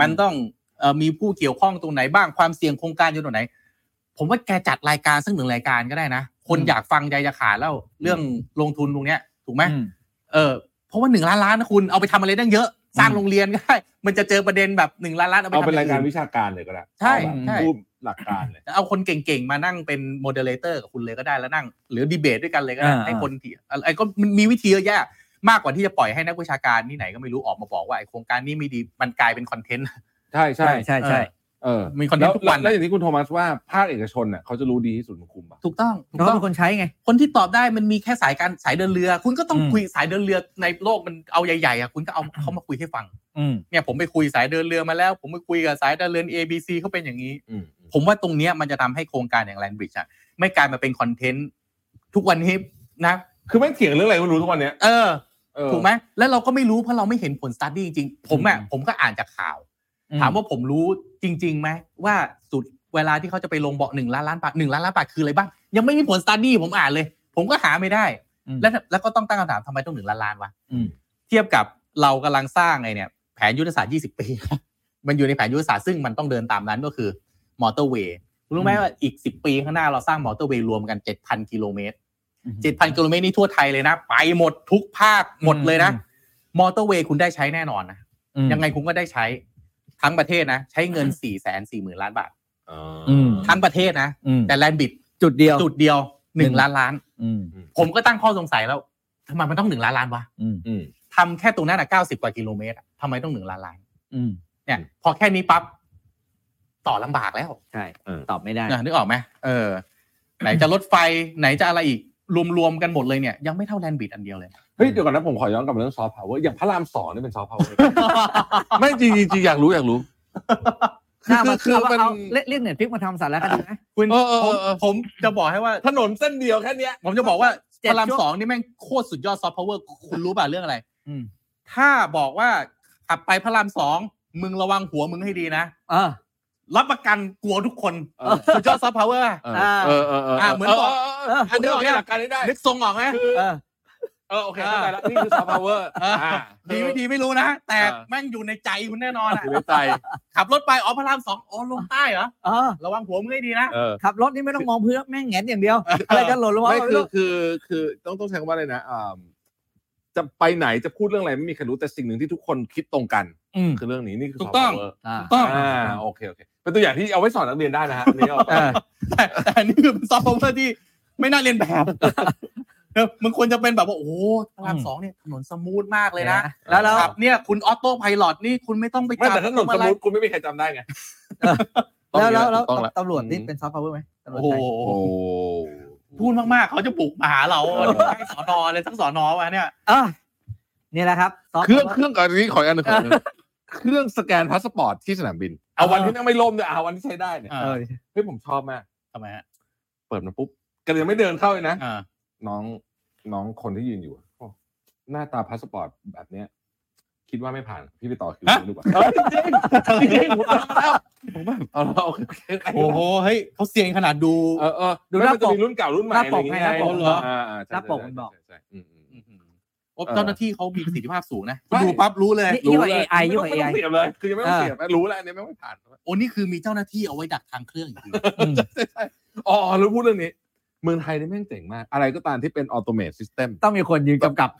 A: มันต้องเอ่อมีผู้เกี่ยวข้องตรงไหนบ้าง ความเสี่ยงโครงการอยู่ตรงไหน ผมว่าแกจัดรายการสักหนึ่งรายการก็ได้นะ คน
C: อืม
A: อยากฟังใจจะขาดแล้วเรื่องลงทุนตรงเนี้ย ถูกไหม
C: อืม
A: เออเพราะว่าหนึ่งล้านล้านนะคุณเอาไปทำอะไรตั้งเยอะ สร้าง
C: อืม
A: โรงเรียนก็ได้ มันจะเจอประเด็นแบบหนึ่งล้านล้านเอาไป
D: เอา
A: ทำ
D: เป็นรายการ
A: อย่งอื่
D: วิชาการเลยก็ได้
A: ใช่
D: เอาแบบ
A: ใช่
D: พูดหลักการเลย
A: เอาคนเก่งๆ มานั่งเป็นโมเดเลเตอร์กับคุณเลยก็ได้แล้วนั่ง หรือดีเบตด้วยกันเลยก็ได้
C: อ่า
A: ให้คนที่ไอ้ก็มันมีวิธีเยอะแยะมากกว่าที่จะปล่อยให้นักวิชาการที่ไหนก็ไม่รู้ออกมาบอกว่าไอ้โครงการนี้ไม่ดีมันกลายเป็นคอนเทนต์
D: ใช่ใช่
C: ใช่ใช่ใช่
D: เออ
A: มีคอนเทนต์ทุกวัน
D: แล้แล้วอย่างที่คุณโทมัสว่าภาคเอกชนน่ะเขาจะรู้ดีที่สุดมันคุ้มป่ะ
A: ถูกต้องถูก
C: เขา
A: ต้อง
C: เป็นคนใช้ไง
A: คนที่ตอบได้มันมีแค่สายการสายเดินเรือ คุณก็ต้อง
C: อืม
A: คุยสายเดินเรือในโลกมันเอาใหญ่ๆอ่ะคุณก็เอาเขามาคุยให้ฟัง
C: อืม
A: เนี่ยผมไปคุยสายเดินเรือมาแล้ว ผมไปคุยกับสายเดินเรือ ABC เขาเป็นอย่างนี้
D: อืม
A: ผมว่าตรงเนี้ยมันจะทำให้โครงการอย่างแลนบริดจ์อ่ะไม่กลายมาเป็นคอนเทนต์ทุกวันนี้นะ
D: คือไม่งเถียงเรื่องอะไรก็รู้ทุกวันเนี้ย
A: เออ
D: เออ
A: ถูกไหมแล้วเราก็ไม่รู้เพราะเราไม่เห็นผลสต u d ดี้จริงๆ ผมอ่ะผมก็อ่านจากข่าว ถามว่าผมรู้จริงๆไหมว่าสุดเวลาที่เขาจะไปลงเบาะหนึ่งล้านล้านบาทหนึ่งล้านล้านบาทคืออะไรบ้าง ยังไม่มีผลสต u d ดี้ผมอ่านเลย ผมก็หาไม่ได้
C: อืม
A: แล้วแล้วก็ต้องตั้งคำถามทำไมต้องหนึ่งล้านล้านวะ
C: อืม
A: เทียบกับเรากำลังสร้างไงเนี่ย แผนยุทธศาสตร์ 20 ปี มันอยู่ในแผนยุทธศาสตร์ซึ่งมันต้องเดินตามนั้นก็คือมอเตอร์เวย์คุณรู้ไหมว่าอีก 10 ปีข้างหน้าเราสร้างมอเตอร์เวย์รวมกัน 7,000 กิโลเมตร เจ็ดพันกิโลเมตรนี่ทั่วไทยเลยนะ ไปหมดทุกภาคหมดเลยนะ
C: อืม
A: มอเตอร์เวย์คุณได้ใช้แน่นอนนะ
C: อืม
A: ยังไงคุณก็ได้ใช้ทั้งประเทศนะ ใช้เงิน4ี่แสนสี่หมื่นล้านบาท
D: เออ
C: อืม
A: ทั้งประเทศนะ
C: อืม
A: แต่แลนบิด
C: จุดเดียว
A: จุดเดียวหนึ่งล้านล้าน
C: อืม
A: ผมก็ตั้งข้อสงสัยแล้วทำไมมันต้องหนึ่งล้านล้านวะ
C: อืม
D: อืม
A: ทำแค่ตรงนั้นอ่ะเก้าสิบกว่ากิโลเมตรอะทำไมต้องหนึ่งล้านล้าน
C: อืม
A: เนี่ย พอแค่นี้ปั๊บต่อลำบากแล้ว
C: ใช่
D: เออ
C: ตอบไม่ได้
A: นะนึกออกไหมเออ ไหนจะรถไฟไหนจะอะไรอีกรวมๆกันหมดเลยเนี่ยยังไม่เท่าแลนบิดอันเดียวเลย
D: เฮ้ยเดี๋ยวก่อนนะผมขอย้อนกลับมาเรื่องซอฟต์พาวเวอร์อย่างพระรามสองนี่เป็นซอฟต์พาวเวอร์ ไม่จริงจริงอยากรู้อยากรู้
C: หน้ามา
D: คือ
C: เอา
D: มัน
C: เอาเรียกเรียกเน็ตพิกมาทำสารคดีไหม
A: คุณ
D: เออเออ
A: ผม
D: เออ
A: ผมจะบอกให้ว่า
D: ถนนเส้นเดียวแค่เนี้ย
A: ผมจะบอกว่า
C: เจ็
A: พ
C: ด
A: ระราม
C: ช่วง
A: สองนี่แม่งโคตรสุดยอดซอฟต์พาวเวอร์คุณรู้ป่ะเรื่องอะไร
C: อืม
A: ถ้าบอกว่าขับไปพระรามสองมึงระวังหัวมึงให้ดีนะ
C: เออ
A: รับประกันกลัวทุกคน
D: เออ
A: สุดยอดซอฟต์พาวเวอร์
D: เออเออเออเออ
A: อ่ะเหมือนบอก
D: เอออันนี้ออกหลักการได้
A: นึกทรงออกไหม
D: คือ
C: เออ
D: เออโอเคเข้าใจแล้วนี่คือซอฟต์พาวเวอร์
A: เอออ่
D: า
A: ดีไม่ดีไม่รู้นะ แต่
D: เออ
A: แม่งอยู่ในใจคุณแน่นอนอะ
D: อยู่ในใจ
A: ขับรถไปอ๋อพระรามสองอ๋อลงใต้เหรอ
C: เออ
A: ระวังหัวมึงให้ดีนะ
D: เออ
C: ขับรถนี่ไม่ต้องมองเพื่อนแม่งแงนอย่างเดียว อะไรจะหล่นลงมา
D: ไม่คือ
C: รู้
D: คือคือต้องต้องใช้คำว่าอะไรนะอ่าจะไปไหนจะพูดเรื่องอะไรไม่มีใครรู้แต่สิ่งหนึ่งที่ทุกคนคิดตรงกัน
C: อืม
D: คือเรื่องนี้นี่คือ
A: ถูก
D: soft
A: ต้อง
D: power
C: อ่า
A: ต้อง
D: อ่าโอเคโอเคเป็นตัวอย่างที่เอาไว้สอนนักเรียนได้นะฮะอันนี่เอาไป
C: เออ
A: แต่แต่อันนี่คือเป็นซอฟต์พาวเวอร์ที่ไม่น่าเรียนแบบเออมันควรจะเป็นแบบว่าโอ้โหพระรามสองเนี่ยถนนสมูทมากเลยนะ
C: แล้วแล้ว
A: ครับเนี่ยคุณออโต้ไพลอตนี่คุณไม่ต้องไป
D: ไม่
A: จับ
D: แต่ถ้าหนนส
A: อะไร
D: มมุติคุณไม่มีใครจำได้ไง
C: แล้วแล้วแล้ว
D: ต้องะ
C: ตำรวจนี่เป็นซอฟต์พาวเวอร์ไหมตำรว
A: โอ้
C: จไ
A: โห
C: ทย
D: โอ้
A: นู่นมากๆ เขาจะบุกมาหาเราให้สอนอเลยทั้งสอนอมาเนี่ย
C: เออนี่แหละครับซฟต์
D: เครื่อง
C: พา
D: เค
C: ววอ
D: รื่องอันนี้ขออันหนึงขออันหนึงเครื่องสแกนพาสปอร์ตที่สนามบิน เอาวันที่นั่งไม่ล่มเนี่ยเอาวันที่ใช้ได้เนี่ย
A: อ่า
C: เออ
D: เฮ้ยผมชอบมาก
A: ทำไมฮะ
D: เปิดมาปุ๊บกันยังไม่เดินเข้าเลยนะ
A: อ่า
D: น้องน้องคนที่ยืนอยู่อะโอ้หน้าตาพาสปอร์ตแบบเนี้ย คิดว่าไม่ผ่านพี่ไปต่อคิวดูก่อน
A: จริงๆ
D: เอาเอาโอเคโอเค
A: โอ้โหเฮ้ยเขาเสียงขนาดดู
D: เออเออ
C: ดูหน้า
D: มัจะมีรุ่นเก่ารุ่นใหม่
C: หน้าปก
D: ะไย่ง
C: ให้ห
D: เงี้
C: น้าย ปก
A: เหรอ
D: าาใช่
C: หน้าปกมัน
D: ใช่
C: บอก
D: ใช่ใช่อืมอืม
A: โอ้
D: เออ
A: เจ้าหน้าที่เขามีประสิทธิภาพสูงนะ
D: ใช่
A: ดูปั๊บรู้เลย
C: นี่ยิ่งกว่า AI
D: ไม่
C: ยิ่ง
D: ต้อ
C: ก
D: ง
C: ว่า
D: ไม่ต้องเสียบ
C: AI
D: เลย คือยังไม่ต้อง
C: เออ
D: เสียบนะรู้แล้วอันนี้ไม่ต้องผ่าน
A: โอ้นี่คือมีเจ้าหน้าที่เอาไว้ดักทางเครื่องอีกที
D: อ๋อแล้วพูดเรื่องนี้ เมืองไทยนี่แม่งเจ๋งมาก อะไรก็ตามที่เป็นออโตเมตซิสเต็ม
C: ต้องมีคนยืนกำกับ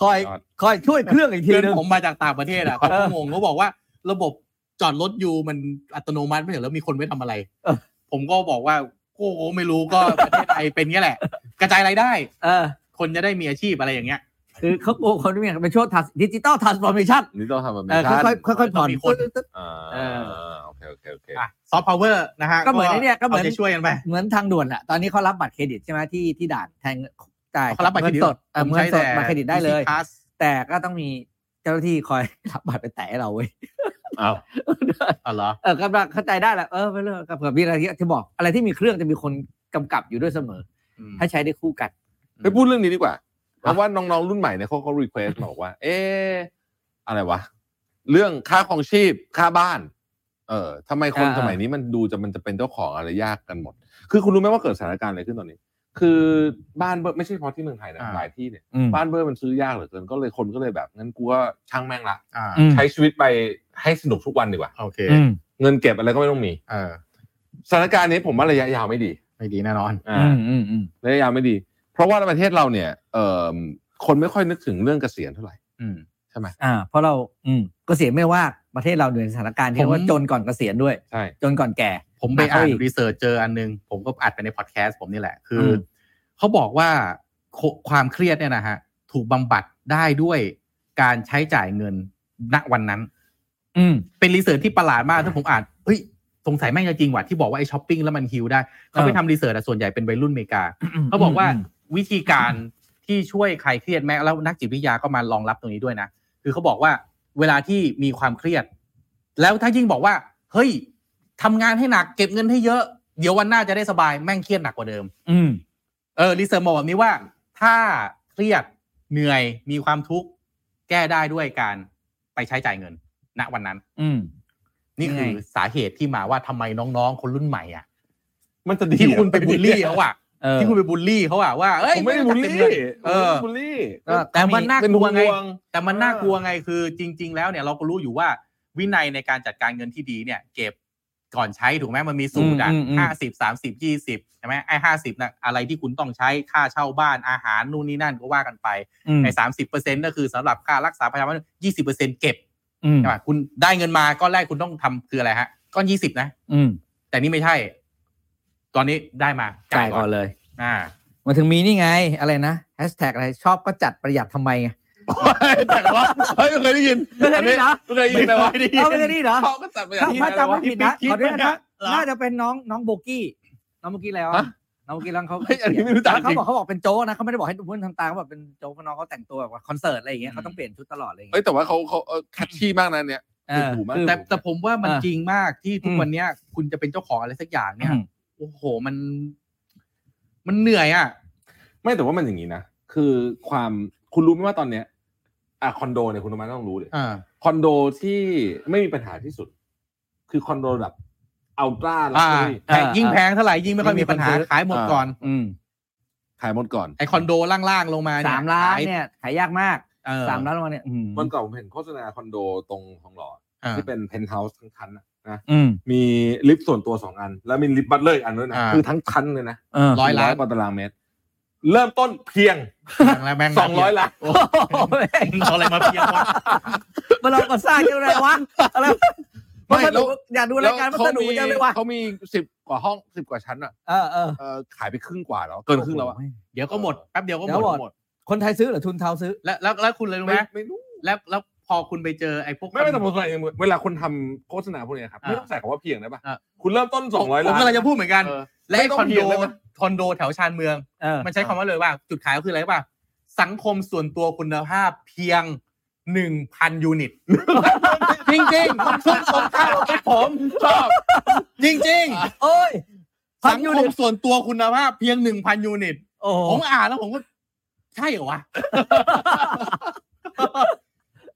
C: คอย
D: ยอด
C: คอยช่วยเครื่องอีกที
A: เพื่อ
C: นึง
A: นผมมาจากต่างประเทศอ่ะเขาก็งงเขาบอกว่าระบบจอดรถอยู่มันอัตโนมัติไม่เหรอแล้วมีคนไม่ทำอะไร
C: เออ
A: ผมก็บอกว่าโอ้โหไม่รู้ก็ ประเทศไทยเป็นเงี้ยแหละ กระจายรายได้
C: เออ
A: คนจะได้มีอาชีพอะไรอย่างเงี้ย
C: คือเขาโอ้คนนี้เป็นช่วงดิจิตอลทรานส์ฟอร์เมชั่น
D: นี่ต้องทำแบบนี้
C: เออค่อยๆค่อยๆผ่อน
A: มีคน
D: อ่าโอเคโอเคโอเค
A: อ่ะซอฟต์พาวเวอร์นะฮะ
C: ก็เหมือนไอ้เนี่ยก็เหมือน
A: าใจช่วยกันไป
C: เหมือนทางด่วนอะตอนนี้เขารับบัตรเครดิตใช่ไหมที่ที่ด่านแทงจ่าย
A: เขารับบัตรเครดิ
C: งิ
A: ต
C: นสดเออ
A: ผม
C: เงิน
A: ใช้
C: ส
A: แต่
C: ดบัตรเครดิตได้เลย
A: Easy Pass
C: แต่ก็ต้องมีเจ้าหน้าที่คอย รับบัตรไปแตะให้เราเว้ย
D: อ้าว
A: อ๋อเหรอ
C: เออกำลังเข้าใจได้แหละเออไม่เลิกกับเผื่อมีอะไรที่ที่บอก อะไรที่มีเครื่องจะมีคนกำกับอยู่ด้วยเสมอ
A: อืม
C: ให้ใช้ได้คู่กัน
D: ไปพูดเรื่องนี้ดีกว่า เพราะว่าน้องๆรุ่นใหม่เนี่ยเขาก็รีเควสบอกว่า เอ๊ะอะไรวะ เรื่องค่าของชีพค่าบ้าน เออทำไมคน
C: อ่า
D: สมัยนี้มันดูจะมันจะเป็นเจ้าของอะไรยากกันหมด คือคุณรู้ไหมว่าเกิดสถานการณ์อะไรขึ้นตอนนี้ คือบ้านเบอร์ไม่ใช่เฉพาะที่เมืองไทยนะหลายที่เนี่ยบ้านเบอร์มันซื้อยากเหลือเกินก็เลยคนก็เลยแบบงั้นกูก็ช่างแม่งละ
A: อ่า
D: ใช้ชีวิตไปให้สนุกทุกวันดีกว่า
A: โอเค
D: เงินเก็บอะไรก็ไม่ต้องมี
A: เออ
D: สถานการณ์นี้ผมว่าระยะยาวไม่ดี
A: ไม่ดีแน่นอน
D: อ่าระยะยาวไม่ดี เพราะว่าในประเทศเราเนี่ยเอ่อคนไม่ค่อยนึกถึงเรื่องเกษียณเท่าไหร่
A: อืม
D: ใช่ไหม
C: อ่าเพราะเราอืมเกษียณไม่ว่าประเทศเราอยู่ในสถานการณ์ที่
A: ผม
C: ว่าจนก่อนเกษียณด้วย
D: ใช่
C: จนก่อนแก่
A: ผมไปอ่าน
C: อ่ะ
A: รีเสิร์ชเจออันนึง ผมก็อัดไปในพอดแคสต์ผมนี่แหละ คืออ
C: ม
A: เขาบอกว่าโคความเครียดเนี่ยนะฮะ ถูกบำบัดได้ด้วยการใช้จ่ายเงินณวันนั้น
C: อืม
A: เป็นรีเสิร์ชที่ประหลาดมากถ้าผมอ่านเฮ้ยสงสัยแม่งจะจริงว่ะที่บอกว่าไอ้ช้อปปิ้งแล้วมันฮิวได้ เขาไป
C: เออ
A: ทำรีเสิร์ชอะส่วนใหญ่เป็นวัยรุ่นอเมริกา เขาบอกว่าวิธีการที่ช่วยคลายเครียดแม้แล้วนักจิตวิทยาก็มารองรับตรงนี้ด้วยนะ คือเขาบอกว่าเวลาที่มีความเครียด แล้วถ้ายิ่งบอกว่า เฮ้ยทำงานให้หนักเก็บเงินให้เยอะ เดี๋ยววันหน้าจะได้สบายแม่งเครียดหนักกว่าเดิม
C: อืม
A: เออรีเสิร์ชบอกแบบนี้ว่า ถ้าเครียดเหนื่อยมีความทุกข์แก้ได้ด้วยการไปใช้จ่ายเงิน ณวันนั้น
C: อืม
A: นี่คือ
C: ยังไง
A: สาเหตุที่มาว่าทำไมน้องๆ คนรุ่นใหม่อ่ะ
D: มันจะดี
A: ที่คุณไปบูลลี่เขาอ่ะ
C: เออ
A: ที่คุณไปบูลลี่เขาอ่ะว่าเอ้ย
D: ผมไม่ได้บูลลี่
A: จัดเต็มเงินเออ
D: ผมไม่ได้บูลลี่
C: เออ
A: แต่มันน่า
D: เป็น
A: กลั
D: ห่
A: ว
D: วง
A: ไง แต่มันน่ากลัวไงคือจริง ๆ แล้วเนี่ยเราก็รู้อยู่ว่าวินัยในการจัดการเงินที่ดีเนี่ย เก็บก่อนใช้ถูกไหมมันมีสูตรอ่ะ
C: อืมอืมอืม
A: ห้าสิบสามสิบยี่สิบใช่ไหมไอ้ห้าสิบน่ะอะไรที่คุณต้องใช้ค่าเช่าบ้านอาหารนู่นนี่นั่นก็ว่ากันไป
C: อืม
A: ไอ้สามสิบเปอร์เซ็นต์ก็คือสำหรับค่ารักษาพยาบาลยี่สิบเปอร์เซ็นต์เก็บ
C: อืม
A: ใช่ป่ะคุณได้เงินมาก้อนแรกคุณต้องทำคืออะไรฮะก้อนยี่สิบนะ
C: อืม
A: แต่นี่ไม่ใช่ ตอนนี้ได้มา
C: จ่ายก่อนเลย
A: อ่า
C: มันถึงมีนี่ไง อะไรนะแฮชแท็กอะไรชอบก็จัดประหยัดทำไมไง
D: แต่ว่าเฮ้ยไม่เคยได้ยิน
C: ไม่เคยได้เหรอ
D: ไม่เคยได้ยินแต่ว่า
A: ไม่เคยได้ยิ
C: เอาไม่เคยได้เหรอ
D: เขาก็จัดไปอย่า
C: ถ้าง
D: นี้
C: ถ้า
D: แต่
C: จำ
D: ว่า
C: ไม่ผิดนะ
A: คิด
C: ขอโทษ
A: คิด
C: นะ
A: นะเหรอ
C: น่าจะเป็นน้องน้องโบกี้ น้องโบกี้แล้วอะ
D: ฮะ
C: น้องโบกี้แล้วเขา
D: เฮ้ยอันนี้ไม่รู้จัก
C: เขา
D: จริง
C: บอกเขาบอกเป็นโจ๊กนะเขาไม่ได้บอกให้ทุกคนทำตามเขาบอกเป็นโจ๊กเพราะน้องเขาแต่งตัวแบบว่าคอนเสิร์ตอะไรอย่างเงี้ยเขาต้องเปลี่ยนชุดตลอดอะไรอย่าง
D: เอ้
C: เงี้
D: ย
C: ย
D: แต่ว่าเขาเขาแคชชี่มากนะเนี่ย
C: เออ
D: ถูกมาก
A: แต่แต่ผมว่ามัน
C: อ่า
A: จริงมากที่ทุก
C: อืม
A: วันเนี้ย คุณจะเป็นเจ้าของอะไรสักอย่างเนี่ย
C: อืม
A: โอ้โหมัน มันเหนื่อยอ่ะ
D: ไม่แต่ว่ามันอย่างนี้นะคือความคุณรู้ไหมว่าตอนเนี้ยอ่ะคอนโดเนี่ยคุณธรรมะต้องรู้เลย
A: อ่า
D: คอนโดที่ไม่มีปัญหาที่สุด คือคอนโดแบบอัลตร้าลัก
A: อ่า
D: ชัวรี่
A: แต่
C: อ่ายิ่
A: ยิ่งแพงเท่าไหร่ยิ่งไม่ค่อย
C: ยิ่งมี
A: มีปัญหา
C: คนซื้อ
A: ขายหมดก่อน
C: อืม
D: ขายหมดก่อน
A: ไอคอนโดล่างๆลงมาเย
C: สามล้าน
A: ขย
C: เนี่ยขายยากมาก
A: เออ
C: สามล้านรางวัลเนี่ย อืม
D: วันก่อนผมเห็นโฆษณาคอนโดตรงของหล่อ
A: อ่า
D: ที่เป็นเพนท์เฮาส์ทั้งชั้นน่ะนะ
C: อืม
D: มีลิฟต์ส่วนตัวสองอัน แล้วมีลิฟต์บัตเลอร์อีกอันด้วยนะ
A: อ่า
D: คือทั้งชั้นเลยนะ
C: เออ
A: ร้อยล้าน
D: กว่าตารางเมตร เริ่มต้นเพียง
A: แล้วแม่ง
D: สองร้อยล้าน
A: โอ้โหเอาอะไรมาเพียงวะ
C: มาลองก่อสร้างยังไงวะอะไร
D: ไม่
C: มันส
D: แล้ว
C: นุกอยากดูรายการมันสนุกจังเลยวะ
D: เขามีสิบกว่าห้องสิบกว่าชั้นอ่ะ
C: เออเออ
D: เอ่อขายไปครึ่งกว่าแล้ว เกินครึ่งแล้วอ่ะ
A: เดี๋ยวก็หมดแป๊บเดียวก็
C: เดี๋
A: หม
C: ยวหม
A: ด
C: ด คนไทยซื้อหรือทุนเทาซื้อ
A: แล้วแล้วแล้วคุณเลยรู้ไหม
D: ไม่ไม่รู้
A: แล้วแล้วพอคุณไปเจอไอ้พวก
D: ไม่ไม่แต่ผมสงสัยอย่างหนึ่งเวลาคนทำโฆษณาพวกเนี้ยครับ
A: อ่า
D: ไม่ต้องใส่คำว่าเพียงได้ป่ะ
A: อ่า
D: คุณเริ่มต้นสองร้อย
A: ผม
D: ล้าน
A: กำลังจะพูดเหมือนกัน
D: เออ
A: และ
F: ไม่ต้
A: ค
F: อ
A: อง น
F: เถี
A: โด
F: ยงเลยมั้ย
A: คอนโดแถวชานเมือง
C: เออ
A: มันใช้คำว่าเลยว่า จุดขายก็คืออะไรป่ะสังคมส่วนตัวคุณภาพเพียงหนึ่งพันยูนิต จริงๆมันซึ่งตรงข้ามกับผมชอบ จริง
C: โอ้ย
A: ๆ
C: พั
A: สั
C: น
A: ง
C: ยู
A: ค
C: นิ
A: ม
C: ต
A: ส่วนตัวคุณภาพเพียงหนึ่งพันยูนิต
C: โอ้โห
A: ผมอ่านแล้วผมก็ ใช่เหรอวะ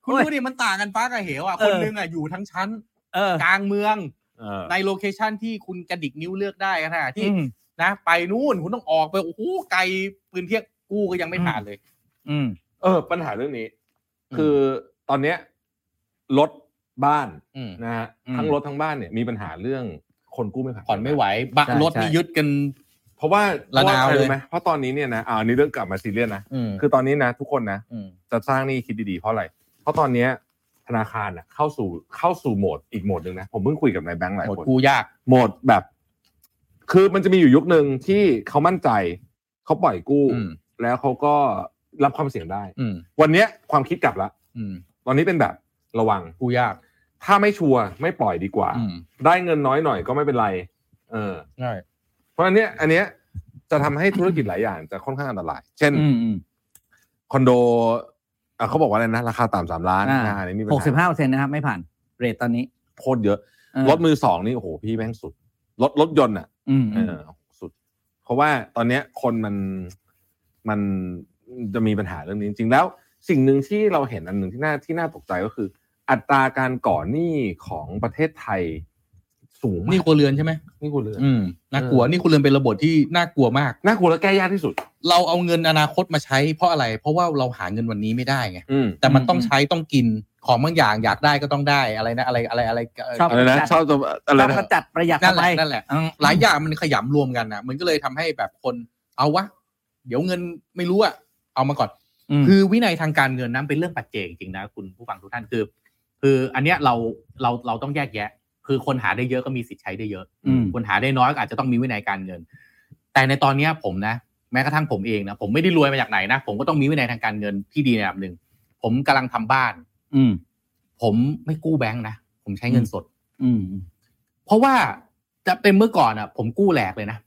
A: คุณดูดิมันต่างกันฟ้ากับเหวอ่ะ คนหนึงอ่ะอยู่ทั้งชั้น
C: เออก
A: ลางเมือง
D: เออ
A: ในโลเคชันที่คุณกระดิกนิ้วเลือกได้ขนาดที่
C: อืม
A: นะ ไปนู่นคุณต้องออกไปโอ้โหไกลปืนเทียบกูก็ยังไม่ผ่านเลย
C: อืม
D: เออ ปัญหาเรื่องนี้
A: อืม
D: คือตอนเนี้ยรถบ้าน
A: อืม
D: นะฮะ
A: อืม
D: ทั้งรถทั้งบ้านเนี่ยมีปัญหาเรื่องคนกู้ไม่ผ่าน
A: ผ่อนไม่ไหวบะ
C: ใช่
A: รถนี่
C: ใช่
A: ยึดกัน
D: เพราะว่า
A: ระนาว
D: พระ
A: เลย
D: รู้ไหมเพราะตอนนี้เนี่ยนะอ่าอันนี้เรื่องกลับมาซีเรียสนะ
A: อืม
D: คือตอนนี้นะ ทุกคนนะ
A: อืม
D: จะสร้างหนี่คิดดีๆ เพราะอะไร เพราะตอนเนี้ยธนาคารน่ะเข้าสู่เข้าสู่โหมดอีกโหมดหนึ่งนะ ผมเพิ่งคุยกับนายแบงค์หลาย
A: หมด
D: คน
A: กูยาก
D: โหมดแบบ คือมันจะมีอยู่ยุคหนึ่งที่เขามั่นใจ เขาปล่อยกู้
A: อืม
D: แล้วเขาก็รับความเสี่ยงได้
A: อืม
D: วันเนี้ยความคิดกลับละ
A: อืม
D: ตอนนี้เป็นแบบระวัง
A: กูยาก
D: ถ้าไม่ชัวร์ไม่ปล่อยดีกว่า
A: อืม
D: ได้เงินน้อยหน่อยก็ไม่เป็นไร เออ
A: ใช่
D: เพราะอันเนี้ย อันเนี้ยจะทำให้ธุรกิจหลายอย่างจะค่อนข้างอันตราย เช่น
C: อืมอืม
D: คอนโดเอ่อเขาบอกว่าอะไรนะ ราคาต่ำสามล้าน
C: อ่า
D: อ่าอันนี้มีปัญ
C: หกสิบ
D: หา
C: ห้าเปอร์เซ็นต์นะครับ ไม่ผ่าน เรทตอนนี้
D: โคตรเยอะ
C: เออ
D: รถมือสองนี่โอ้โหพี่แม่งสุด รถรถยนต์อ่ะ
C: อืม
D: เออสุด เพราะว่าตอนเนี้ยคนมันมันจะมีปัญหาเรื่องนี้จริงๆแล้ว สิ่งหนึ่งที่เราเห็นอันหนึ่งที่น่าที่น่าตกใจก็คือ อัตราการก่อหนี้ของประเทศไทยสูงมาก
A: นี่ครัวเรือนใช่ไหม
D: นี่กูเลย
A: อืมน่ากลัวนี่ครัวเรือนเป็นระบบที่น่ากลัวมาก
D: น่ากลัวและแก้ยากที่สุด
A: เราเอาเงินอนาคตมาใช้เพราะอะไร เพราะว่าเราหาเงินวันนี้ไม่ได้ไง
D: อืม
A: แต่มันต้องใช้ต้องกินของบางอย่างอยากได้ก็ต้องได้อะไรนะอะไรอะไรอะไรเอ่อ
C: ชอบ
D: อะไรนะ
C: จัด
D: ชอบจะอะไร
C: ชอบ
D: นะ
C: กระจัดประหยัด
A: นั่นแหละ
C: ทำไม
A: นั่นแหละ
C: อืม
A: หลายอย่างมันขยำรวมกันนะมันก็เลยทำให้แบบคนเอาวะ เดี๋ยวเงินไม่รู้อะเอามาก่อน
C: อืม
A: คือวินัยทางการเงินนั้นเป็นเรื่องปัจเจกจริงนะคุณผู้ฟังทุกท่านคือ คืออันเนี้ยเราเราเราต้องแยกแยะ คือคนหาได้เยอะก็มีสิทธิ์ใช้ได้เยอะ
C: อืม
A: คนหาได้น้อยก็อาจจะต้องมีวินัยการเงิน แต่ในตอนเนี้ยผมนะ แม้กระทั่งผมเองนะผมไม่ได้รวยมาจากไหนนะ ผมก็ต้องมีวินัยทางการเงินที่ดีในระดับหนึ่งผมกำลังทำบ้าน
C: อืม
A: ผมไม่กู้แบงค์นะผมใช้เงินสด
C: อืม
A: เพราะว่าจะเป็นเมื่อก่อนอ่ะ ผมกู้แหลกเลยนะ